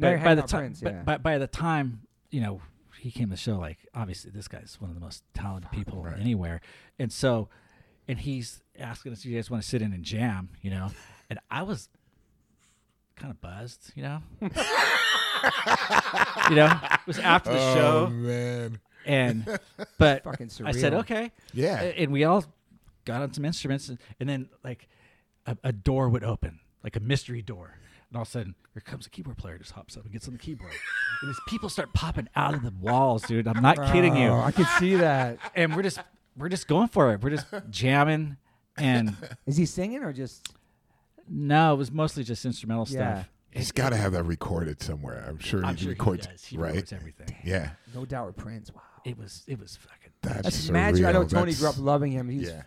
[SPEAKER 2] but
[SPEAKER 1] you're
[SPEAKER 2] by
[SPEAKER 1] hanging
[SPEAKER 2] the
[SPEAKER 1] out
[SPEAKER 2] time,
[SPEAKER 1] Prince,
[SPEAKER 2] but
[SPEAKER 1] yeah.
[SPEAKER 2] by, by the time you know he came to the show, like obviously this guy's one of the most talented people
[SPEAKER 3] right.
[SPEAKER 2] anywhere, and so, and he's asking us, "You guys want to sit in and jam?" You know, and I was kind of buzzed, you know, you know, it was after the
[SPEAKER 3] Oh,
[SPEAKER 2] show,
[SPEAKER 3] man.
[SPEAKER 2] and but
[SPEAKER 1] Fucking surreal.
[SPEAKER 2] I said, "Okay,
[SPEAKER 3] Yeah.
[SPEAKER 2] A- and we all got on some instruments, and, and then like a, a door would open, like a mystery door, and all of a sudden here comes a keyboard player, just hops up and gets on the keyboard, and these people start popping out of the walls, dude. I'm not kidding
[SPEAKER 1] Oh,
[SPEAKER 2] you,
[SPEAKER 1] I could see that.
[SPEAKER 2] and we're just we're just going for it. We're just jamming, and
[SPEAKER 1] Is he singing or just?
[SPEAKER 2] no, it was mostly just instrumental
[SPEAKER 1] Yeah.
[SPEAKER 2] stuff.
[SPEAKER 3] He's got to have that recorded somewhere. I'm sure
[SPEAKER 2] I'm
[SPEAKER 3] he
[SPEAKER 2] sure
[SPEAKER 3] records.
[SPEAKER 2] he does. He
[SPEAKER 3] right.
[SPEAKER 2] records everything.
[SPEAKER 3] Yeah.
[SPEAKER 1] No doubt with Prince. Wow.
[SPEAKER 2] It was it was fucking.
[SPEAKER 3] That's,
[SPEAKER 1] That's
[SPEAKER 3] surreal.
[SPEAKER 1] imagine. I know Tony
[SPEAKER 3] That's-
[SPEAKER 1] grew up loving him. He's,
[SPEAKER 3] Yeah.
[SPEAKER 1] yeah.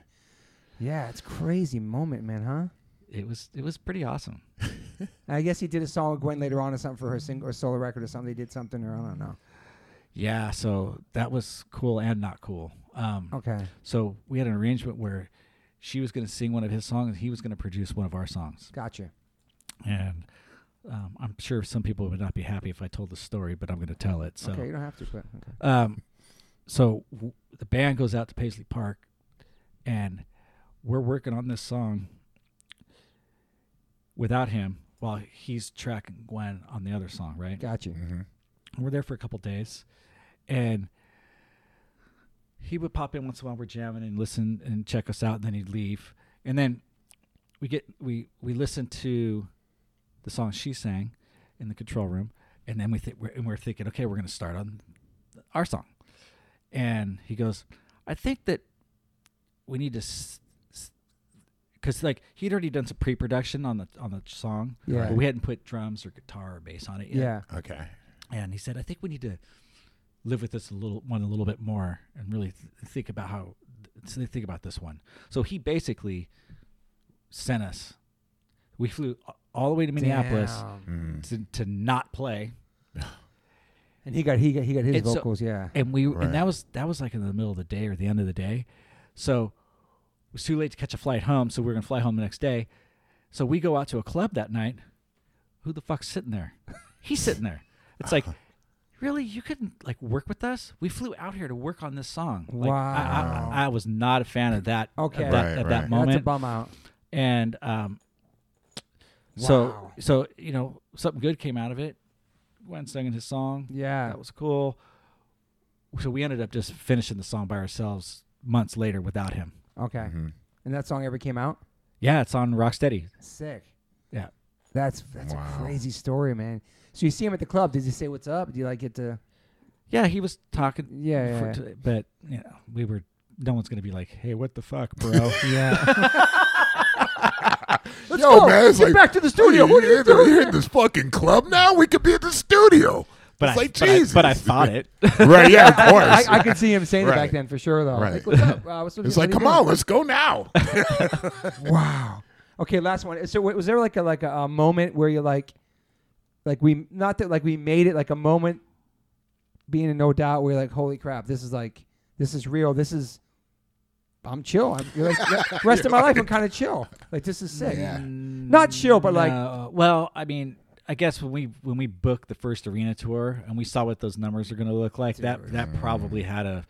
[SPEAKER 1] Yeah, it's crazy moment, man, huh?
[SPEAKER 2] It was it was pretty awesome.
[SPEAKER 1] And I guess he did a song with Gwen later on or something for her single or solo record or something. They did something or I don't know.
[SPEAKER 2] Yeah, so that was cool and not cool. Um,
[SPEAKER 1] Okay.
[SPEAKER 2] So we had an arrangement where she was going to sing one of his songs, he was going to produce one of our songs.
[SPEAKER 1] Gotcha.
[SPEAKER 2] And um, I'm sure some people would not be happy if I told the story, but I'm going to tell it. So,
[SPEAKER 1] Okay, you don't have to, but okay.
[SPEAKER 2] um, so w- the band goes out to Paisley Park, and we're working on this song without him while he's tracking Gwen on the other song, right?
[SPEAKER 1] Gotcha.
[SPEAKER 2] And we're there for a couple days and he would pop in once in a while we're jamming and listen and check us out and then he'd leave and then we get we we listen to the song she sang in the control room and then we think we're, and we're thinking okay we're going to start on our song and he goes i think that we need to s- because like he'd already done some pre-production on the on the song
[SPEAKER 1] Yeah.
[SPEAKER 2] but we hadn't put drums or guitar or bass on it yet
[SPEAKER 1] Yeah.
[SPEAKER 3] Okay.
[SPEAKER 2] and he said, "I think we need to live with this a little one a little bit more and really th- think about how th- think about this one." So he basically sent us. We flew a- all the way to Minneapolis
[SPEAKER 1] Damn.
[SPEAKER 3] Mm.
[SPEAKER 2] to, to not play,
[SPEAKER 1] And he got he got he got his
[SPEAKER 2] And so-
[SPEAKER 1] vocals, yeah.
[SPEAKER 2] and we
[SPEAKER 3] Right.
[SPEAKER 2] and that was that was like in the middle of the day or the end of the day, so it was too late to catch a flight home. So we were gonna fly home the next day. So we go out to a club that night. Who the fuck's sitting there? He's sitting there. It's like, really? You couldn't like work with us? We flew out here to work on this song. Like,
[SPEAKER 1] Wow.
[SPEAKER 2] I, I, I was not a fan of that.
[SPEAKER 1] Okay.
[SPEAKER 2] Of that,
[SPEAKER 3] Right,
[SPEAKER 2] of
[SPEAKER 3] right.
[SPEAKER 2] that
[SPEAKER 1] That's a
[SPEAKER 2] moment.
[SPEAKER 1] bum out.
[SPEAKER 2] and um, so
[SPEAKER 1] Wow.
[SPEAKER 2] so you know something good came out of it. Gwen singing his song.
[SPEAKER 1] Yeah.
[SPEAKER 2] That was cool. So we ended up just finishing the song by ourselves months later without him.
[SPEAKER 1] Okay.
[SPEAKER 3] Mhm.
[SPEAKER 1] And that song ever came out?
[SPEAKER 2] Yeah, it's on Rocksteady.
[SPEAKER 1] Sick.
[SPEAKER 2] Yeah.
[SPEAKER 1] That's that's
[SPEAKER 3] Wow.
[SPEAKER 1] a crazy story, man. So you see him at the club. Did he say what's up? Do you like get to?
[SPEAKER 2] Yeah, he was talking.
[SPEAKER 1] Yeah,
[SPEAKER 2] for-
[SPEAKER 1] yeah.
[SPEAKER 2] to- but you know, we were. No one's gonna be like, "Hey, what the fuck, bro?"
[SPEAKER 1] Yeah. Let's
[SPEAKER 3] Yo,
[SPEAKER 1] go.
[SPEAKER 3] man, it's
[SPEAKER 1] Get
[SPEAKER 3] like,
[SPEAKER 1] back to the studio.
[SPEAKER 3] Hey,
[SPEAKER 1] What are you
[SPEAKER 3] in-
[SPEAKER 1] doing?
[SPEAKER 3] in this fucking club now? We could be at the studio.
[SPEAKER 2] But
[SPEAKER 3] It's
[SPEAKER 2] I, but I-
[SPEAKER 3] like,
[SPEAKER 2] but I
[SPEAKER 3] Jesus.
[SPEAKER 2] thought it.
[SPEAKER 3] right? Yeah, of course.
[SPEAKER 1] I, I could see him saying it back
[SPEAKER 3] Right.
[SPEAKER 1] then for sure, though.
[SPEAKER 3] Right.
[SPEAKER 1] Like, what's up? Uh, what's-
[SPEAKER 3] it's
[SPEAKER 1] what
[SPEAKER 3] like,
[SPEAKER 1] are you
[SPEAKER 3] come on,
[SPEAKER 1] doing?"
[SPEAKER 3] let's go now.
[SPEAKER 1] Wow. Okay, last one. So, wa- was there like a like a, uh moment where you like, like we not that like we made it like a moment, being in no doubt, where you're like, holy crap, this is like this is real. This is, I'm chill. I'm you're like, rest of my life, I'm kind of chill. Like this is sick.
[SPEAKER 3] Yeah.
[SPEAKER 1] Not chill, but like
[SPEAKER 2] No. well, I mean, I guess when we when we booked the first arena tour and we saw what those numbers are going to look like, that that probably had a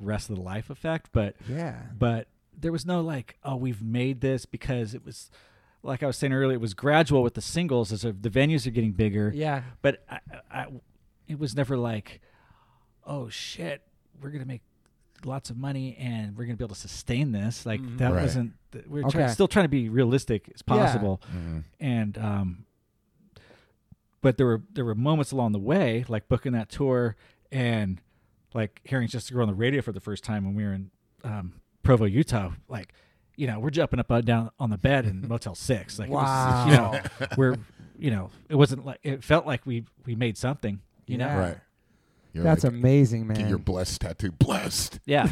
[SPEAKER 2] rest of the life effect. But
[SPEAKER 1] yeah.
[SPEAKER 2] but there was no like, oh, we've made this because it was like I was saying earlier, it was gradual with the singles as of the venues are getting bigger.
[SPEAKER 1] Yeah.
[SPEAKER 2] But I, I, it was never like, oh shit, we're gonna make lots of money and we're gonna be able to sustain this. Like that
[SPEAKER 3] Right.
[SPEAKER 2] wasn't. th- We we're try-
[SPEAKER 1] Mm-hmm. Okay.
[SPEAKER 2] still trying to be realistic as
[SPEAKER 1] Yeah.
[SPEAKER 2] possible, and um, but there were there were moments along the way, like booking that tour and like hearing Just to Girl on the radio for the first time when we were in um, Provo, Utah, like. You know, we're jumping up and down on the bed in Motel Six. Like, it was- you know, we're, you know, it wasn't like it felt like we we made something. You know,
[SPEAKER 1] Yeah.
[SPEAKER 3] Right. You're
[SPEAKER 1] That's
[SPEAKER 3] like,
[SPEAKER 1] amazing, man.
[SPEAKER 3] Get your blessed tattoo. Blessed.
[SPEAKER 2] Yeah.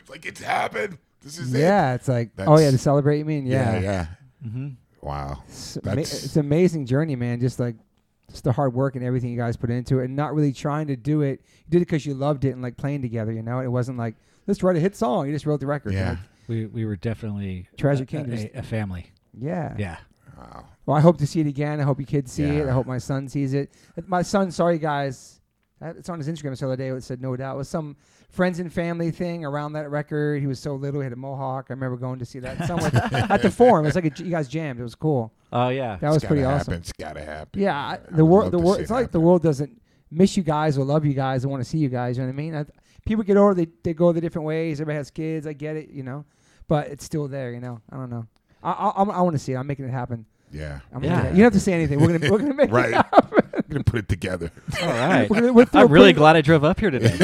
[SPEAKER 3] It's like it's happened. This is it.
[SPEAKER 1] yeah, it's like oh
[SPEAKER 3] That's-
[SPEAKER 1] yeah, to celebrate. You mean yeah?
[SPEAKER 3] Yeah. Yeah.
[SPEAKER 2] mm-hmm.
[SPEAKER 3] Wow.
[SPEAKER 1] It's, ama-
[SPEAKER 3] That's-
[SPEAKER 1] it's an amazing journey, man. Just like just the hard work and everything you guys put into it, and not really trying to do it. You did it because you loved it and like playing together. You know, it wasn't like let's write a hit song. You just wrote the record.
[SPEAKER 3] Yeah.
[SPEAKER 1] Like,
[SPEAKER 2] We we were definitely
[SPEAKER 1] Treasure
[SPEAKER 2] a-
[SPEAKER 1] King
[SPEAKER 2] a, a family.
[SPEAKER 1] yeah.
[SPEAKER 2] Yeah.
[SPEAKER 3] Wow.
[SPEAKER 1] Well, I hope to see it again. I hope your kids see it. I
[SPEAKER 3] Yeah.
[SPEAKER 1] hope my son sees it. My son, sorry guys, uh, it's on his Instagram this other day. It said no doubt it was some friends and family thing around that record. He was so little, he had a mohawk. I remember going to see that somewhere at the forum. It's like a, you guys jammed. It was cool.
[SPEAKER 2] Oh yeah.
[SPEAKER 1] That was
[SPEAKER 3] it's
[SPEAKER 1] pretty
[SPEAKER 3] gotta
[SPEAKER 1] awesome.
[SPEAKER 3] happen. It's gotta happen.
[SPEAKER 1] Yeah, I-
[SPEAKER 3] I
[SPEAKER 1] the
[SPEAKER 3] would
[SPEAKER 1] world.
[SPEAKER 3] love
[SPEAKER 1] The
[SPEAKER 3] to
[SPEAKER 1] world.
[SPEAKER 3] see
[SPEAKER 1] It's
[SPEAKER 3] it
[SPEAKER 1] not like the
[SPEAKER 3] happen.
[SPEAKER 1] world doesn't miss you guys or love you guys and want to see you guys. You know what I mean? I, people get older. They, they go their different ways. Everybody has kids. I get it. You know, but it's still there. You know. I don't know. I I, I'm- I want to see it. I'm making it happen.
[SPEAKER 3] Yeah.
[SPEAKER 1] I'm
[SPEAKER 2] Yeah.
[SPEAKER 1] making it- You don't have to say anything. We're gonna we're gonna make
[SPEAKER 3] Right.
[SPEAKER 1] it happen.
[SPEAKER 3] I'm gonna put it together.
[SPEAKER 2] All right.
[SPEAKER 1] We're gonna- we're through-
[SPEAKER 2] I'm really
[SPEAKER 1] putting-
[SPEAKER 2] glad I drove up here today.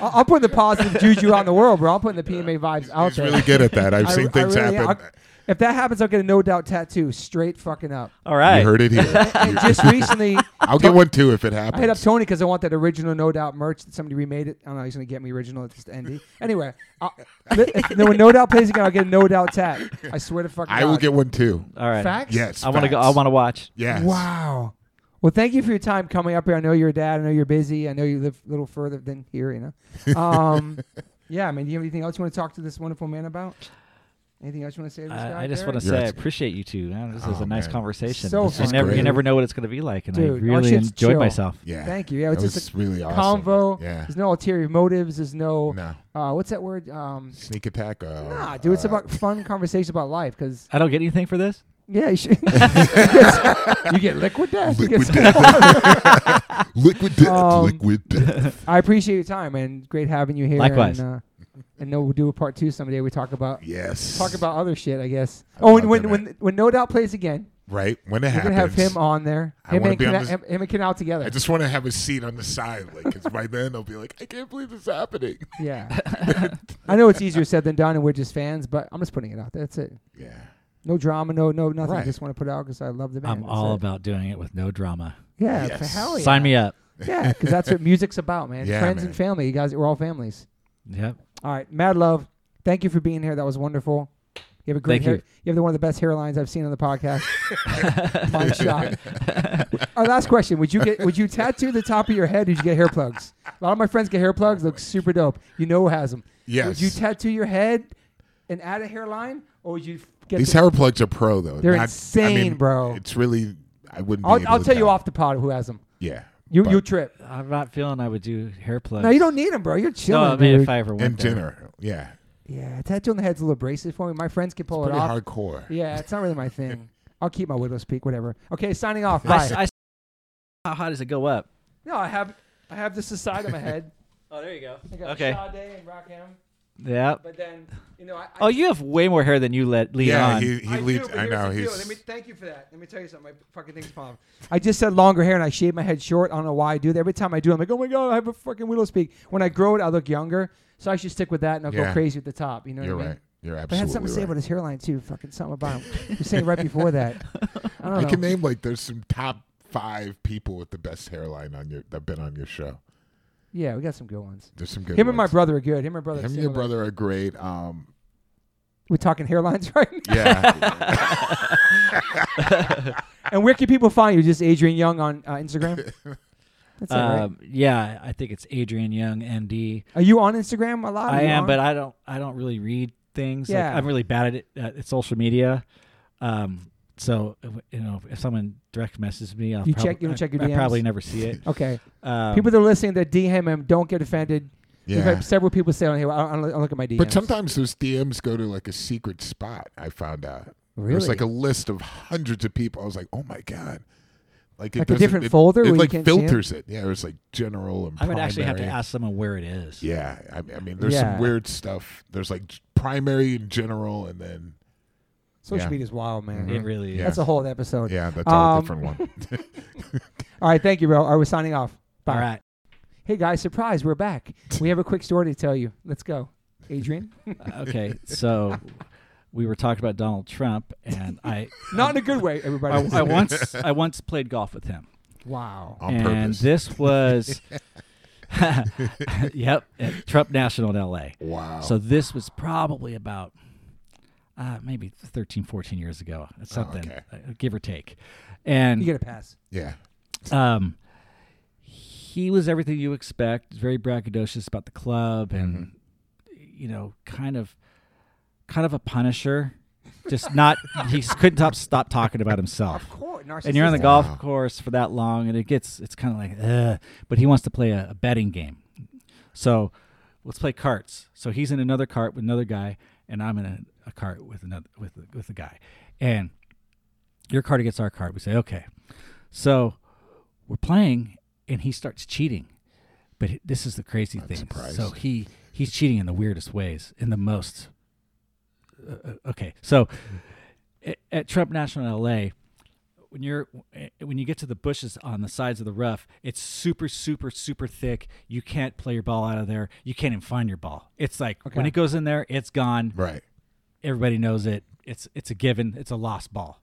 [SPEAKER 1] I'll, I'll put the positive juju out in the world, bro. I'm putting the PMA vibes out
[SPEAKER 3] He's
[SPEAKER 1] there.
[SPEAKER 3] really good at that. I've
[SPEAKER 1] I-
[SPEAKER 3] seen
[SPEAKER 1] I
[SPEAKER 3] things
[SPEAKER 1] really- I'll-
[SPEAKER 3] happen.
[SPEAKER 1] if that happens, I'll get a no doubt tattoo straight fucking up.
[SPEAKER 2] All right.
[SPEAKER 3] You heard it here.
[SPEAKER 1] And just recently,
[SPEAKER 3] I'll get one too if it happens.
[SPEAKER 1] I hit up Tony because I want that original No Doubt merch that somebody remade it. I don't know. He's gonna get me original. It's just ND. Anyway, I'll, if, if- when No Doubt plays again, I'll get a No Doubt tat. I swear to fucking.
[SPEAKER 3] I will
[SPEAKER 1] God.
[SPEAKER 3] get one too.
[SPEAKER 2] All right.
[SPEAKER 1] facts.
[SPEAKER 3] Yes.
[SPEAKER 2] I want to go. I
[SPEAKER 3] facts.
[SPEAKER 2] want to watch.
[SPEAKER 3] Yes.
[SPEAKER 1] Wow. Well, thank you for your time coming up here. I know you're a dad. I know you're busy. I know you live a little further than here. You know. Um, yeah. I mean, do you have anything else you want to talk to this wonderful man about? Anything else you want to say to this guy?
[SPEAKER 2] I, I just
[SPEAKER 1] Derek?
[SPEAKER 2] want to
[SPEAKER 3] You're
[SPEAKER 2] say I
[SPEAKER 3] ex-
[SPEAKER 2] appreciate you two. Man. This is
[SPEAKER 3] Oh,
[SPEAKER 2] a nice
[SPEAKER 3] man.
[SPEAKER 2] conversation.
[SPEAKER 1] So
[SPEAKER 2] This- you,
[SPEAKER 1] fun.
[SPEAKER 2] never, you
[SPEAKER 3] Great.
[SPEAKER 2] never know what it's going to be like, and
[SPEAKER 1] Dude,
[SPEAKER 2] I
[SPEAKER 1] our
[SPEAKER 2] really
[SPEAKER 1] shit's
[SPEAKER 2] enjoyed
[SPEAKER 1] chill.
[SPEAKER 2] myself.
[SPEAKER 3] Yeah.
[SPEAKER 1] Thank you. Yeah,
[SPEAKER 3] That
[SPEAKER 1] it's
[SPEAKER 3] was
[SPEAKER 1] just a
[SPEAKER 3] really awesome.
[SPEAKER 1] convo.
[SPEAKER 3] Yeah.
[SPEAKER 1] There's no ulterior motives. There's no.
[SPEAKER 3] No.
[SPEAKER 1] Uh, what's that word? Um,
[SPEAKER 3] Sneak attack. Uh,
[SPEAKER 1] nah, dude. It's
[SPEAKER 3] uh,
[SPEAKER 1] about fun conversations about life because
[SPEAKER 2] I don't get anything for this.
[SPEAKER 1] Yeah, you, should. you, get, you get liquid death. You get
[SPEAKER 3] Liquid
[SPEAKER 1] some-
[SPEAKER 3] liquid death.
[SPEAKER 1] Um,
[SPEAKER 3] liquid death.
[SPEAKER 1] I appreciate your time, and great having you here.
[SPEAKER 2] Likewise.
[SPEAKER 1] And, uh, and no, we'll do a part two someday. We talk about
[SPEAKER 3] Yes.
[SPEAKER 1] talk about other shit, I guess.
[SPEAKER 3] I
[SPEAKER 1] oh, and
[SPEAKER 3] love
[SPEAKER 1] when
[SPEAKER 3] it,
[SPEAKER 1] when, when No Doubt plays again,
[SPEAKER 3] right when it
[SPEAKER 1] we're
[SPEAKER 3] happens.
[SPEAKER 1] gonna have him on there.
[SPEAKER 3] I
[SPEAKER 1] Him
[SPEAKER 3] wanna
[SPEAKER 1] and,
[SPEAKER 3] be on
[SPEAKER 1] Kana-
[SPEAKER 3] this-
[SPEAKER 1] him, him and Canal together.
[SPEAKER 3] I just want to have a seat on the side, like, 'cause by then I'll be like, I can't believe this is happening.
[SPEAKER 1] yeah. I know it's easier said than done, and we're just fans, but I'm just putting it out. there. That's it.
[SPEAKER 3] Yeah.
[SPEAKER 1] No drama, no no nothing.
[SPEAKER 3] Right.
[SPEAKER 1] Just want to put it out because I love the band.
[SPEAKER 2] I'm
[SPEAKER 1] That's
[SPEAKER 2] all
[SPEAKER 1] it.
[SPEAKER 2] about doing it with no drama.
[SPEAKER 1] Yeah,
[SPEAKER 3] Yes.
[SPEAKER 1] for hell yeah.
[SPEAKER 2] Sign me up.
[SPEAKER 1] Yeah, because that's what music's about, man.
[SPEAKER 3] Yeah,
[SPEAKER 1] Friends
[SPEAKER 3] man.
[SPEAKER 1] and family. You guys, we're all families.
[SPEAKER 2] Yep.
[SPEAKER 1] All right, Mad Love, thank you for being here. That was wonderful. You have a great
[SPEAKER 2] Thank
[SPEAKER 1] hair.
[SPEAKER 2] you.
[SPEAKER 1] have the, one of the best hairlines I've seen on the podcast. My shot. Our last question: Would you get? Would you tattoo the top of your head? Or would you get hair plugs? A lot of my friends get hair plugs. Looks super dope. You know who has them?
[SPEAKER 3] Yes.
[SPEAKER 1] Would you tattoo your head and add a hairline, or would you f- get?
[SPEAKER 3] These
[SPEAKER 1] the-
[SPEAKER 3] hair plugs are pro though.
[SPEAKER 1] They're
[SPEAKER 3] Not- I
[SPEAKER 1] insane,
[SPEAKER 3] mean,
[SPEAKER 1] bro.
[SPEAKER 3] It's really. I wouldn't. be
[SPEAKER 1] I'll,
[SPEAKER 3] able
[SPEAKER 1] I'll
[SPEAKER 3] to
[SPEAKER 1] tell you
[SPEAKER 3] tell.
[SPEAKER 1] off the pod who has them.
[SPEAKER 3] Yeah.
[SPEAKER 1] You
[SPEAKER 3] but-
[SPEAKER 1] you trip.
[SPEAKER 2] I'm not feeling I would do hair plugs.
[SPEAKER 1] No, you don't need them, bro. You're chilling.
[SPEAKER 2] No, I mean,
[SPEAKER 1] dude.
[SPEAKER 2] if I ever went
[SPEAKER 3] and
[SPEAKER 2] there.
[SPEAKER 3] dinner. Yeah.
[SPEAKER 1] yeah, tattoo on the head's a little abrasive for me. My friends can pull it
[SPEAKER 3] Pretty
[SPEAKER 1] off.
[SPEAKER 3] hardcore.
[SPEAKER 1] Yeah, it's not really my thing. I'll keep my widow's peak, whatever. Okay, signing off.
[SPEAKER 2] I
[SPEAKER 1] Bye.
[SPEAKER 2] s- I s- how hot does it go up?
[SPEAKER 1] No, I have I have this aside on my head.
[SPEAKER 2] Oh, there you go.
[SPEAKER 1] I got
[SPEAKER 2] Okay.
[SPEAKER 1] Sade and Rakim,
[SPEAKER 2] Yeah.
[SPEAKER 1] but then you know I.
[SPEAKER 2] Oh, you have way more hair than you let lead
[SPEAKER 3] Yeah.
[SPEAKER 2] on.
[SPEAKER 3] He, he
[SPEAKER 1] I,
[SPEAKER 3] leads.
[SPEAKER 1] do, but
[SPEAKER 3] I
[SPEAKER 1] here's
[SPEAKER 3] know.
[SPEAKER 1] the deal.
[SPEAKER 3] He's.
[SPEAKER 1] Let me thank you for that. Let me tell you something. My fucking thing's popping. I just said longer hair and I shaved my head short. I don't know why I do that. Every time I do, I'm like, oh my god, I have a fucking widow's peak. When I grow it, I look younger. So I should stick with that and I'll go
[SPEAKER 3] Yeah.
[SPEAKER 1] crazy at the top. You know what
[SPEAKER 3] You're
[SPEAKER 1] I mean?
[SPEAKER 3] right. You're
[SPEAKER 1] But it
[SPEAKER 3] absolutely
[SPEAKER 1] had something to say
[SPEAKER 3] right.
[SPEAKER 1] about his hairline too. Fucking something about him. You were saying right before that. I don't
[SPEAKER 3] I
[SPEAKER 1] know.
[SPEAKER 3] can name like there's some top five people with the best hairline on your that've been on your show.
[SPEAKER 1] yeah, we got some good ones.
[SPEAKER 3] There's some good.
[SPEAKER 1] Him and my
[SPEAKER 3] ones.
[SPEAKER 1] brother are good. Him and my brother. are
[SPEAKER 3] Him and your
[SPEAKER 1] similar.
[SPEAKER 3] brother are great. Um,
[SPEAKER 1] We're talking hairlines right now.
[SPEAKER 3] yeah,
[SPEAKER 1] And where can people find you? Just Adrian Young on uh, Instagram. That's it, right?
[SPEAKER 2] Um, yeah, I think it's Adrian Young, MD.
[SPEAKER 1] Are you on Instagram a lot? Are
[SPEAKER 2] I
[SPEAKER 1] you
[SPEAKER 2] am,
[SPEAKER 1] on-
[SPEAKER 2] but I don't. I don't really read things. Like,
[SPEAKER 1] Yeah.
[SPEAKER 2] I'm really bad at it at, at social media. Um, so uh, you know, if someone direct messages me, I'll
[SPEAKER 1] You
[SPEAKER 2] probably,
[SPEAKER 1] check- you don't
[SPEAKER 2] I-
[SPEAKER 1] check your
[SPEAKER 2] I
[SPEAKER 1] DMs?
[SPEAKER 2] probably never see it.
[SPEAKER 1] okay.
[SPEAKER 2] Um,
[SPEAKER 1] people that are listening that DM him, don't get offended. We've
[SPEAKER 3] yeah.
[SPEAKER 1] had several people say on here, I don't, I don't look at my DMs.
[SPEAKER 3] But sometimes those DMs go to like a secret spot. I found out.
[SPEAKER 1] really,
[SPEAKER 3] There's like a list of hundreds of people. I was like, oh my god, like, it
[SPEAKER 1] Like a
[SPEAKER 3] doesn't-
[SPEAKER 1] different
[SPEAKER 3] it-
[SPEAKER 1] folder
[SPEAKER 3] It
[SPEAKER 1] where you
[SPEAKER 3] like
[SPEAKER 1] can't see 'em?
[SPEAKER 3] filters it. Yeah, it's like general and.
[SPEAKER 2] I would actually have to
[SPEAKER 3] primary.
[SPEAKER 2] ask someone where it is.
[SPEAKER 3] Yeah, I, I mean, there's
[SPEAKER 1] Yeah.
[SPEAKER 3] some weird stuff. There's like j- primary and general, and then
[SPEAKER 1] social
[SPEAKER 3] yeah. Mm-hmm.
[SPEAKER 1] media is wild, man.
[SPEAKER 2] It really is.
[SPEAKER 3] Yeah.
[SPEAKER 1] That's a whole episode.
[SPEAKER 3] yeah, that's all
[SPEAKER 1] Um,
[SPEAKER 3] a different one.
[SPEAKER 1] All right, thank you, bro. All right, we're signing off. Bye.
[SPEAKER 2] All right.
[SPEAKER 1] Hey guys, surprise, we're back. We have a quick story to tell you. Let's go, Adrian.
[SPEAKER 2] Uh, Okay. So we were talking about Donald Trump, and I,
[SPEAKER 1] Not in a good way,
[SPEAKER 2] I,
[SPEAKER 1] everybody.
[SPEAKER 2] I once, I once played golf with him.
[SPEAKER 1] wow.
[SPEAKER 3] On
[SPEAKER 2] and
[SPEAKER 3] purpose.
[SPEAKER 2] this was, yep, at Trump National in L.A.
[SPEAKER 3] wow.
[SPEAKER 2] So this was probably about uh, maybe 13, 14 years ago, something,
[SPEAKER 3] okay.
[SPEAKER 2] uh, give or take. And
[SPEAKER 1] You get a pass.
[SPEAKER 3] yeah,
[SPEAKER 2] um, he was everything you expect. Very braggadocious about the club, and you know, kind of, kind of a punisher. Just not. he couldn't stop stop talking about himself.
[SPEAKER 1] Cool.
[SPEAKER 2] And you're on the
[SPEAKER 1] narcissistic.
[SPEAKER 2] golf
[SPEAKER 3] Wow.
[SPEAKER 2] course for that long, and it gets it's kind of like, Ugh. but he wants to play a, a betting game. So let's play carts. So he's in another cart with another guy, and I'm in a, a cart with another with with a guy, and your cart against our cart. We say okay. So we're playing, and he starts cheating. But he- this is the crazy
[SPEAKER 3] I'm
[SPEAKER 2] thing.
[SPEAKER 3] surprised.
[SPEAKER 2] So he he's cheating in the weirdest ways, in the most. Uh, uh, okay, so at, at Trump National in L.A. When you're eh, when you get to the bushes on the sides of the rough, it's super, super, super thick. You can't play your ball out of there. You can't even find your ball. It's like when
[SPEAKER 1] Okay.
[SPEAKER 2] it goes in there, it's gone.
[SPEAKER 3] right.
[SPEAKER 2] Everybody knows it. It's it's a given. It's a lost ball.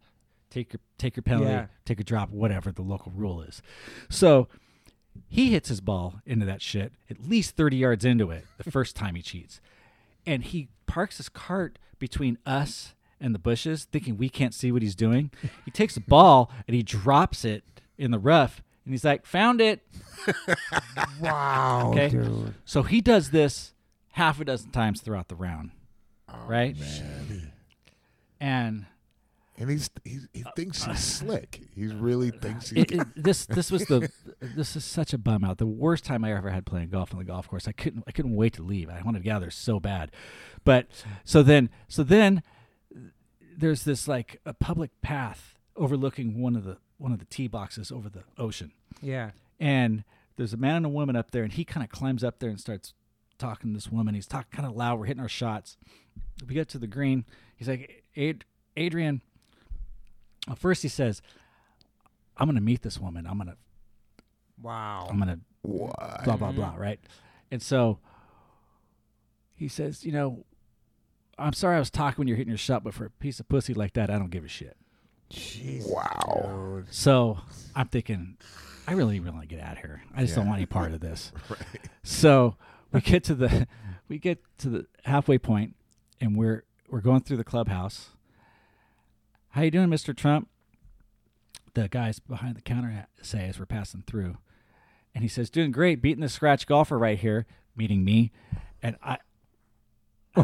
[SPEAKER 2] Take your take your penalty,
[SPEAKER 1] Yeah.
[SPEAKER 2] take a drop, whatever the local rule is. So he hits his ball into that shit at least 30 yards into it the first time he cheats. And he parks his cart between us and the bushes, thinking we can't see what he's doing. He takes the ball and he drops it in the rough and he's like, "Found it."
[SPEAKER 1] Wow,
[SPEAKER 2] Okay.
[SPEAKER 1] dude.
[SPEAKER 2] So he does this half a dozen times throughout the round. right? And
[SPEAKER 3] And he's he, he thinks he's slick. He really thinks he's.
[SPEAKER 2] it, it- this this was the this is such a bum out. The worst time I ever had playing golf on the golf course. I couldn't I couldn't wait to leave. I wanted to get out of there so bad. But so then so then there's this like a public path overlooking one of the one of the tee boxes over the ocean.
[SPEAKER 1] Yeah.
[SPEAKER 2] and there's a man and a woman up there, and he kind of climbs up there and starts talking to this woman. He's talking kind of loud. We're hitting our shots. We get to the green. He's like, Ad- Adrian. Well, first, he says, "I'm gonna meet this woman. I'm gonna,
[SPEAKER 1] Wow.
[SPEAKER 2] I'm gonna
[SPEAKER 3] What?
[SPEAKER 2] blah blah blah." Right, and so he says, "You know, I'm sorry I was talking when you're hitting your shot, but for a piece of pussy like that, I don't give a shit."
[SPEAKER 1] Jeez.
[SPEAKER 3] Wow.
[SPEAKER 2] So I'm thinking, I really, really want to get out of here. I just don't want any part of this. So we get to the we get to the halfway point, and we're we're going through the clubhouse. How you doing, Mr. Trump? The guys behind the counter ha- say as we're passing through, and he says, "Doing great, beating the scratch golfer right here, meeting me," and I.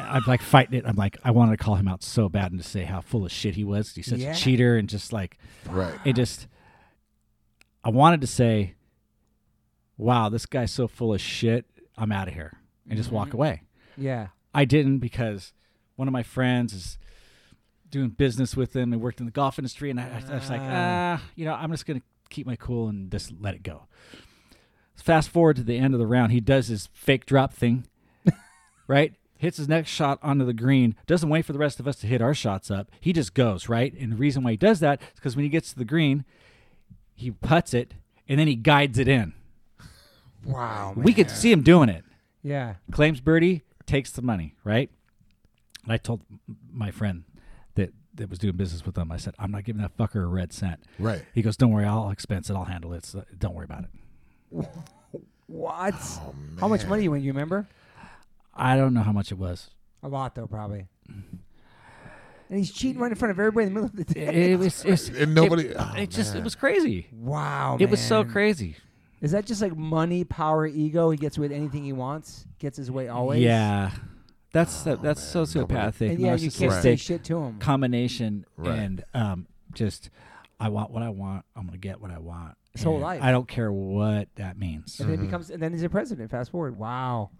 [SPEAKER 2] I'm like fighting it. I'm like, I wanted to call him out so bad and to say how full of shit he was. He's such
[SPEAKER 1] Yeah.
[SPEAKER 2] a cheater and just like
[SPEAKER 3] Right.
[SPEAKER 2] it just i wanted to say wow this guy's so full of shit i'm out of here and just walk away
[SPEAKER 1] Yeah.
[SPEAKER 2] i didn't because one of my friends is doing business with him and worked in the golf industry and i, I was like ah you know i'm just going to keep my cool and just let it go fast forward to the end of the round he does his fake drop thing right hits his next shot onto the green doesn't wait for the rest of us to hit our shots up he just goes right and the reason why he does that is because when he gets to the green he puts it and then he guides it in
[SPEAKER 1] Wow.
[SPEAKER 2] we could see him doing it
[SPEAKER 1] Yeah.
[SPEAKER 2] claims birdie takes the money right And I told m- my friend that that was doing business with them. I said, I'm not giving that fucker a red cent.
[SPEAKER 3] Right.
[SPEAKER 2] He goes, Don't worry, I'll expense it. I'll handle it. So don't worry about it.
[SPEAKER 1] What?
[SPEAKER 3] Oh,
[SPEAKER 2] Oh,
[SPEAKER 1] How much money you win? You remember?
[SPEAKER 2] I don't know how much it was.
[SPEAKER 1] A lot though, probably. And he's cheating right in front of everybody in the middle of the day.
[SPEAKER 2] It, it was it's-
[SPEAKER 3] And nobody-
[SPEAKER 2] It,
[SPEAKER 3] oh,
[SPEAKER 2] it just it
[SPEAKER 3] man.
[SPEAKER 2] was crazy.
[SPEAKER 1] Wow,
[SPEAKER 2] It was so
[SPEAKER 1] Oh, man.
[SPEAKER 2] crazy.
[SPEAKER 1] Is that just like money, power, ego? He gets with anything he wants, gets his way always. Oh,
[SPEAKER 2] Yeah, that's that, that's
[SPEAKER 3] nobody-
[SPEAKER 2] sociopathic,
[SPEAKER 1] and yeah, you
[SPEAKER 2] narcissistic
[SPEAKER 1] can't say
[SPEAKER 3] Right.
[SPEAKER 1] shit to him.
[SPEAKER 2] combination,
[SPEAKER 3] Right.
[SPEAKER 2] and um, just I want what I want. I'm gonna get what I want.
[SPEAKER 1] His whole
[SPEAKER 2] and
[SPEAKER 1] life.
[SPEAKER 2] I don't care what that means.
[SPEAKER 1] And then he becomes, and then he's a president. Fast forward, wow,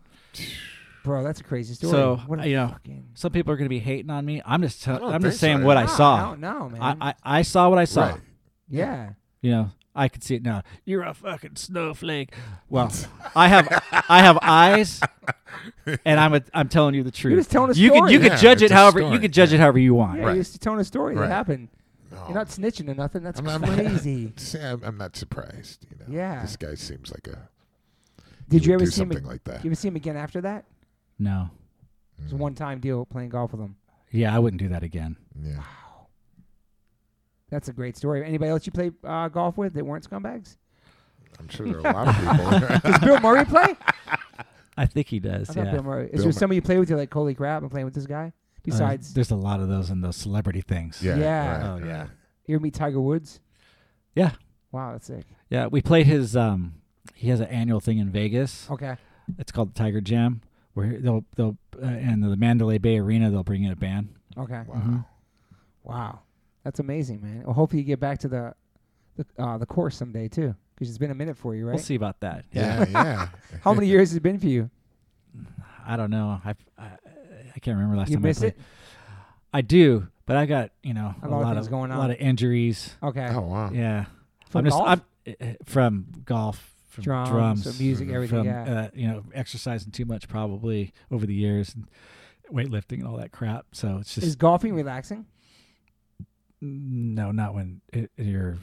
[SPEAKER 1] bro, that's a crazy story.
[SPEAKER 2] So,
[SPEAKER 1] what a
[SPEAKER 2] you know,
[SPEAKER 1] fucking,
[SPEAKER 2] Some people are gonna be hating on me. I'm just tell-
[SPEAKER 3] don't
[SPEAKER 2] I'm just
[SPEAKER 3] think so.
[SPEAKER 2] saying what I
[SPEAKER 1] Nah, I
[SPEAKER 2] saw.
[SPEAKER 1] don't know, man.
[SPEAKER 2] I, I I saw what I saw.
[SPEAKER 3] Right.
[SPEAKER 1] yeah,
[SPEAKER 2] You know, I could see it now. You're a fucking snowflake. Well, I have I have eyes, and I'm a, I'm telling you the truth.
[SPEAKER 1] just telling a
[SPEAKER 2] you could
[SPEAKER 1] story.
[SPEAKER 2] you could
[SPEAKER 3] Yeah,
[SPEAKER 2] judge it
[SPEAKER 3] it's a
[SPEAKER 2] however you
[SPEAKER 3] story.
[SPEAKER 2] could judge it however you want.
[SPEAKER 1] yeah.
[SPEAKER 3] Right.
[SPEAKER 1] You're just telling a story
[SPEAKER 3] Right.
[SPEAKER 1] that happened.
[SPEAKER 3] No.
[SPEAKER 1] You're not snitching or nothing. That's
[SPEAKER 3] Oh. I'm not- I'm not-
[SPEAKER 1] crazy.
[SPEAKER 3] See, I'm, I'm not surprised. You know,
[SPEAKER 1] Yeah.
[SPEAKER 3] this guy seems like a.
[SPEAKER 1] Did
[SPEAKER 3] he
[SPEAKER 1] you
[SPEAKER 3] would
[SPEAKER 1] ever
[SPEAKER 3] do
[SPEAKER 1] see him?
[SPEAKER 3] something
[SPEAKER 1] ag-
[SPEAKER 3] like that?
[SPEAKER 1] You ever see him again after that?
[SPEAKER 2] No,
[SPEAKER 1] It was a one-time deal playing golf with him.
[SPEAKER 2] yeah, I wouldn't do that again.
[SPEAKER 3] Yeah,
[SPEAKER 1] That's a great story. Anybody else you play uh, golf with that weren't scumbags?
[SPEAKER 3] I'm sure there are a lot of people.
[SPEAKER 1] Does Bill Murray play?
[SPEAKER 2] I think he
[SPEAKER 1] I
[SPEAKER 2] does.
[SPEAKER 1] thought
[SPEAKER 2] Yeah.
[SPEAKER 1] Bill Murray. Is
[SPEAKER 3] Bill
[SPEAKER 1] there
[SPEAKER 3] Mur-
[SPEAKER 1] somebody you play with? You're like, holy crap, I'm playing with this guy.
[SPEAKER 2] Uh,
[SPEAKER 1] Besides,
[SPEAKER 2] there's a lot of those in those celebrity things.
[SPEAKER 3] Yeah.
[SPEAKER 1] Yeah.
[SPEAKER 3] right,
[SPEAKER 2] Oh, yeah.
[SPEAKER 3] right.
[SPEAKER 1] you ever meet Tiger Woods?
[SPEAKER 2] Yeah.
[SPEAKER 1] Wow, that's sick.
[SPEAKER 2] Yeah, we played his. Um, he has an annual thing in Vegas.
[SPEAKER 1] Okay.
[SPEAKER 2] It's called the Tiger Jam, where they'll they'll uh, and the Mandalay Bay Arena they'll bring in a band.
[SPEAKER 1] Okay.
[SPEAKER 3] Wow.
[SPEAKER 1] Wow, that's amazing, man. Well, hopefully you get back to the the, uh, the course someday too, because it's been a minute for you, right?
[SPEAKER 2] We'll see about that.
[SPEAKER 3] Yeah, yeah.
[SPEAKER 1] How many years has it been for you?
[SPEAKER 2] I don't know. I've, I I can't remember last
[SPEAKER 1] you
[SPEAKER 2] time
[SPEAKER 1] miss
[SPEAKER 2] I played.
[SPEAKER 1] it?
[SPEAKER 2] I do, but I got you know
[SPEAKER 1] A lot of things going
[SPEAKER 2] a lot
[SPEAKER 1] on.
[SPEAKER 2] of injuries.
[SPEAKER 1] Okay.
[SPEAKER 3] Oh wow.
[SPEAKER 2] Yeah,
[SPEAKER 1] From
[SPEAKER 2] I'm just
[SPEAKER 1] golf?
[SPEAKER 2] I'm, uh, uh, from golf, from
[SPEAKER 1] drums,
[SPEAKER 2] drums,
[SPEAKER 1] so music, everything.
[SPEAKER 2] from
[SPEAKER 1] yeah.
[SPEAKER 2] uh, you know exercising too much probably over the years, and weightlifting and all that crap. So it's just
[SPEAKER 1] Is golfing relaxing?
[SPEAKER 2] no, not when it, you're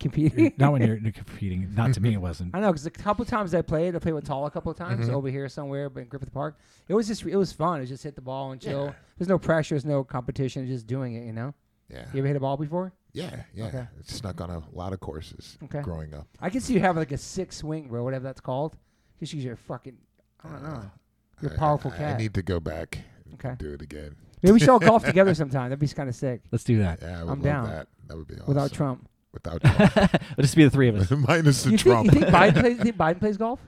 [SPEAKER 1] Competing?
[SPEAKER 2] not when you're competing. Not to me, it wasn't.
[SPEAKER 1] I know because a couple times I played, I played with Tall a couple of
[SPEAKER 3] Mm-hmm.
[SPEAKER 1] times over here somewhere, but in Griffith Park, it was just it was fun. It was just hit the ball and chill. There's no pressure, there's no competition, it's just doing it. You know,
[SPEAKER 3] Yeah.
[SPEAKER 1] you ever hit a ball before?
[SPEAKER 3] Yeah, yeah.
[SPEAKER 1] Okay.
[SPEAKER 3] It snuck on a lot of courses
[SPEAKER 1] Okay.
[SPEAKER 3] growing up.
[SPEAKER 1] I can see you have like a six swing, bro, whatever that's called. Just use your fucking, I don't know, your
[SPEAKER 3] Uh, I-
[SPEAKER 1] powerful
[SPEAKER 3] I,
[SPEAKER 1] cat.
[SPEAKER 3] I need to go back. and
[SPEAKER 1] Okay.
[SPEAKER 3] Do it again.
[SPEAKER 1] Maybe we should all golf together sometime. That'd be kind of sick.
[SPEAKER 3] Uh,
[SPEAKER 2] Let's do that.
[SPEAKER 3] Yeah, I would
[SPEAKER 1] I'm
[SPEAKER 3] love
[SPEAKER 1] down.
[SPEAKER 3] that. That would be awesome.
[SPEAKER 1] Without Trump,
[SPEAKER 3] Without Trump.
[SPEAKER 2] It'll just be the three of us.
[SPEAKER 3] Minus the
[SPEAKER 1] you think,
[SPEAKER 3] Trump.
[SPEAKER 1] you think Biden plays? You think Biden plays golf?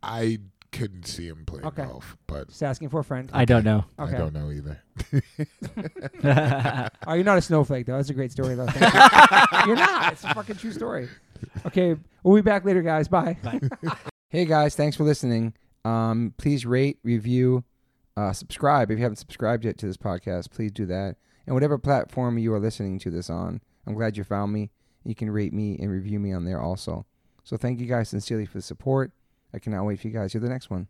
[SPEAKER 3] I couldn't see him playing
[SPEAKER 1] Okay.
[SPEAKER 3] golf, but
[SPEAKER 1] Just asking for a friend.
[SPEAKER 2] I don't know.
[SPEAKER 1] Okay.
[SPEAKER 3] I don't know either.
[SPEAKER 1] Oh, you're not a snowflake though. That's a great story though. Thank you. you're not. It's a fucking true story. Okay, we'll be back later, guys. Bye.
[SPEAKER 2] Bye.
[SPEAKER 1] hey guys, thanks for listening. Um, please rate, review, uh, subscribe if you haven't subscribed yet to this podcast. Please do that. And whatever platform you are listening to this on, I'm glad you found me. You can rate me and review me on there also. So thank you guys sincerely for the support. I cannot wait for you guys to hear the next one.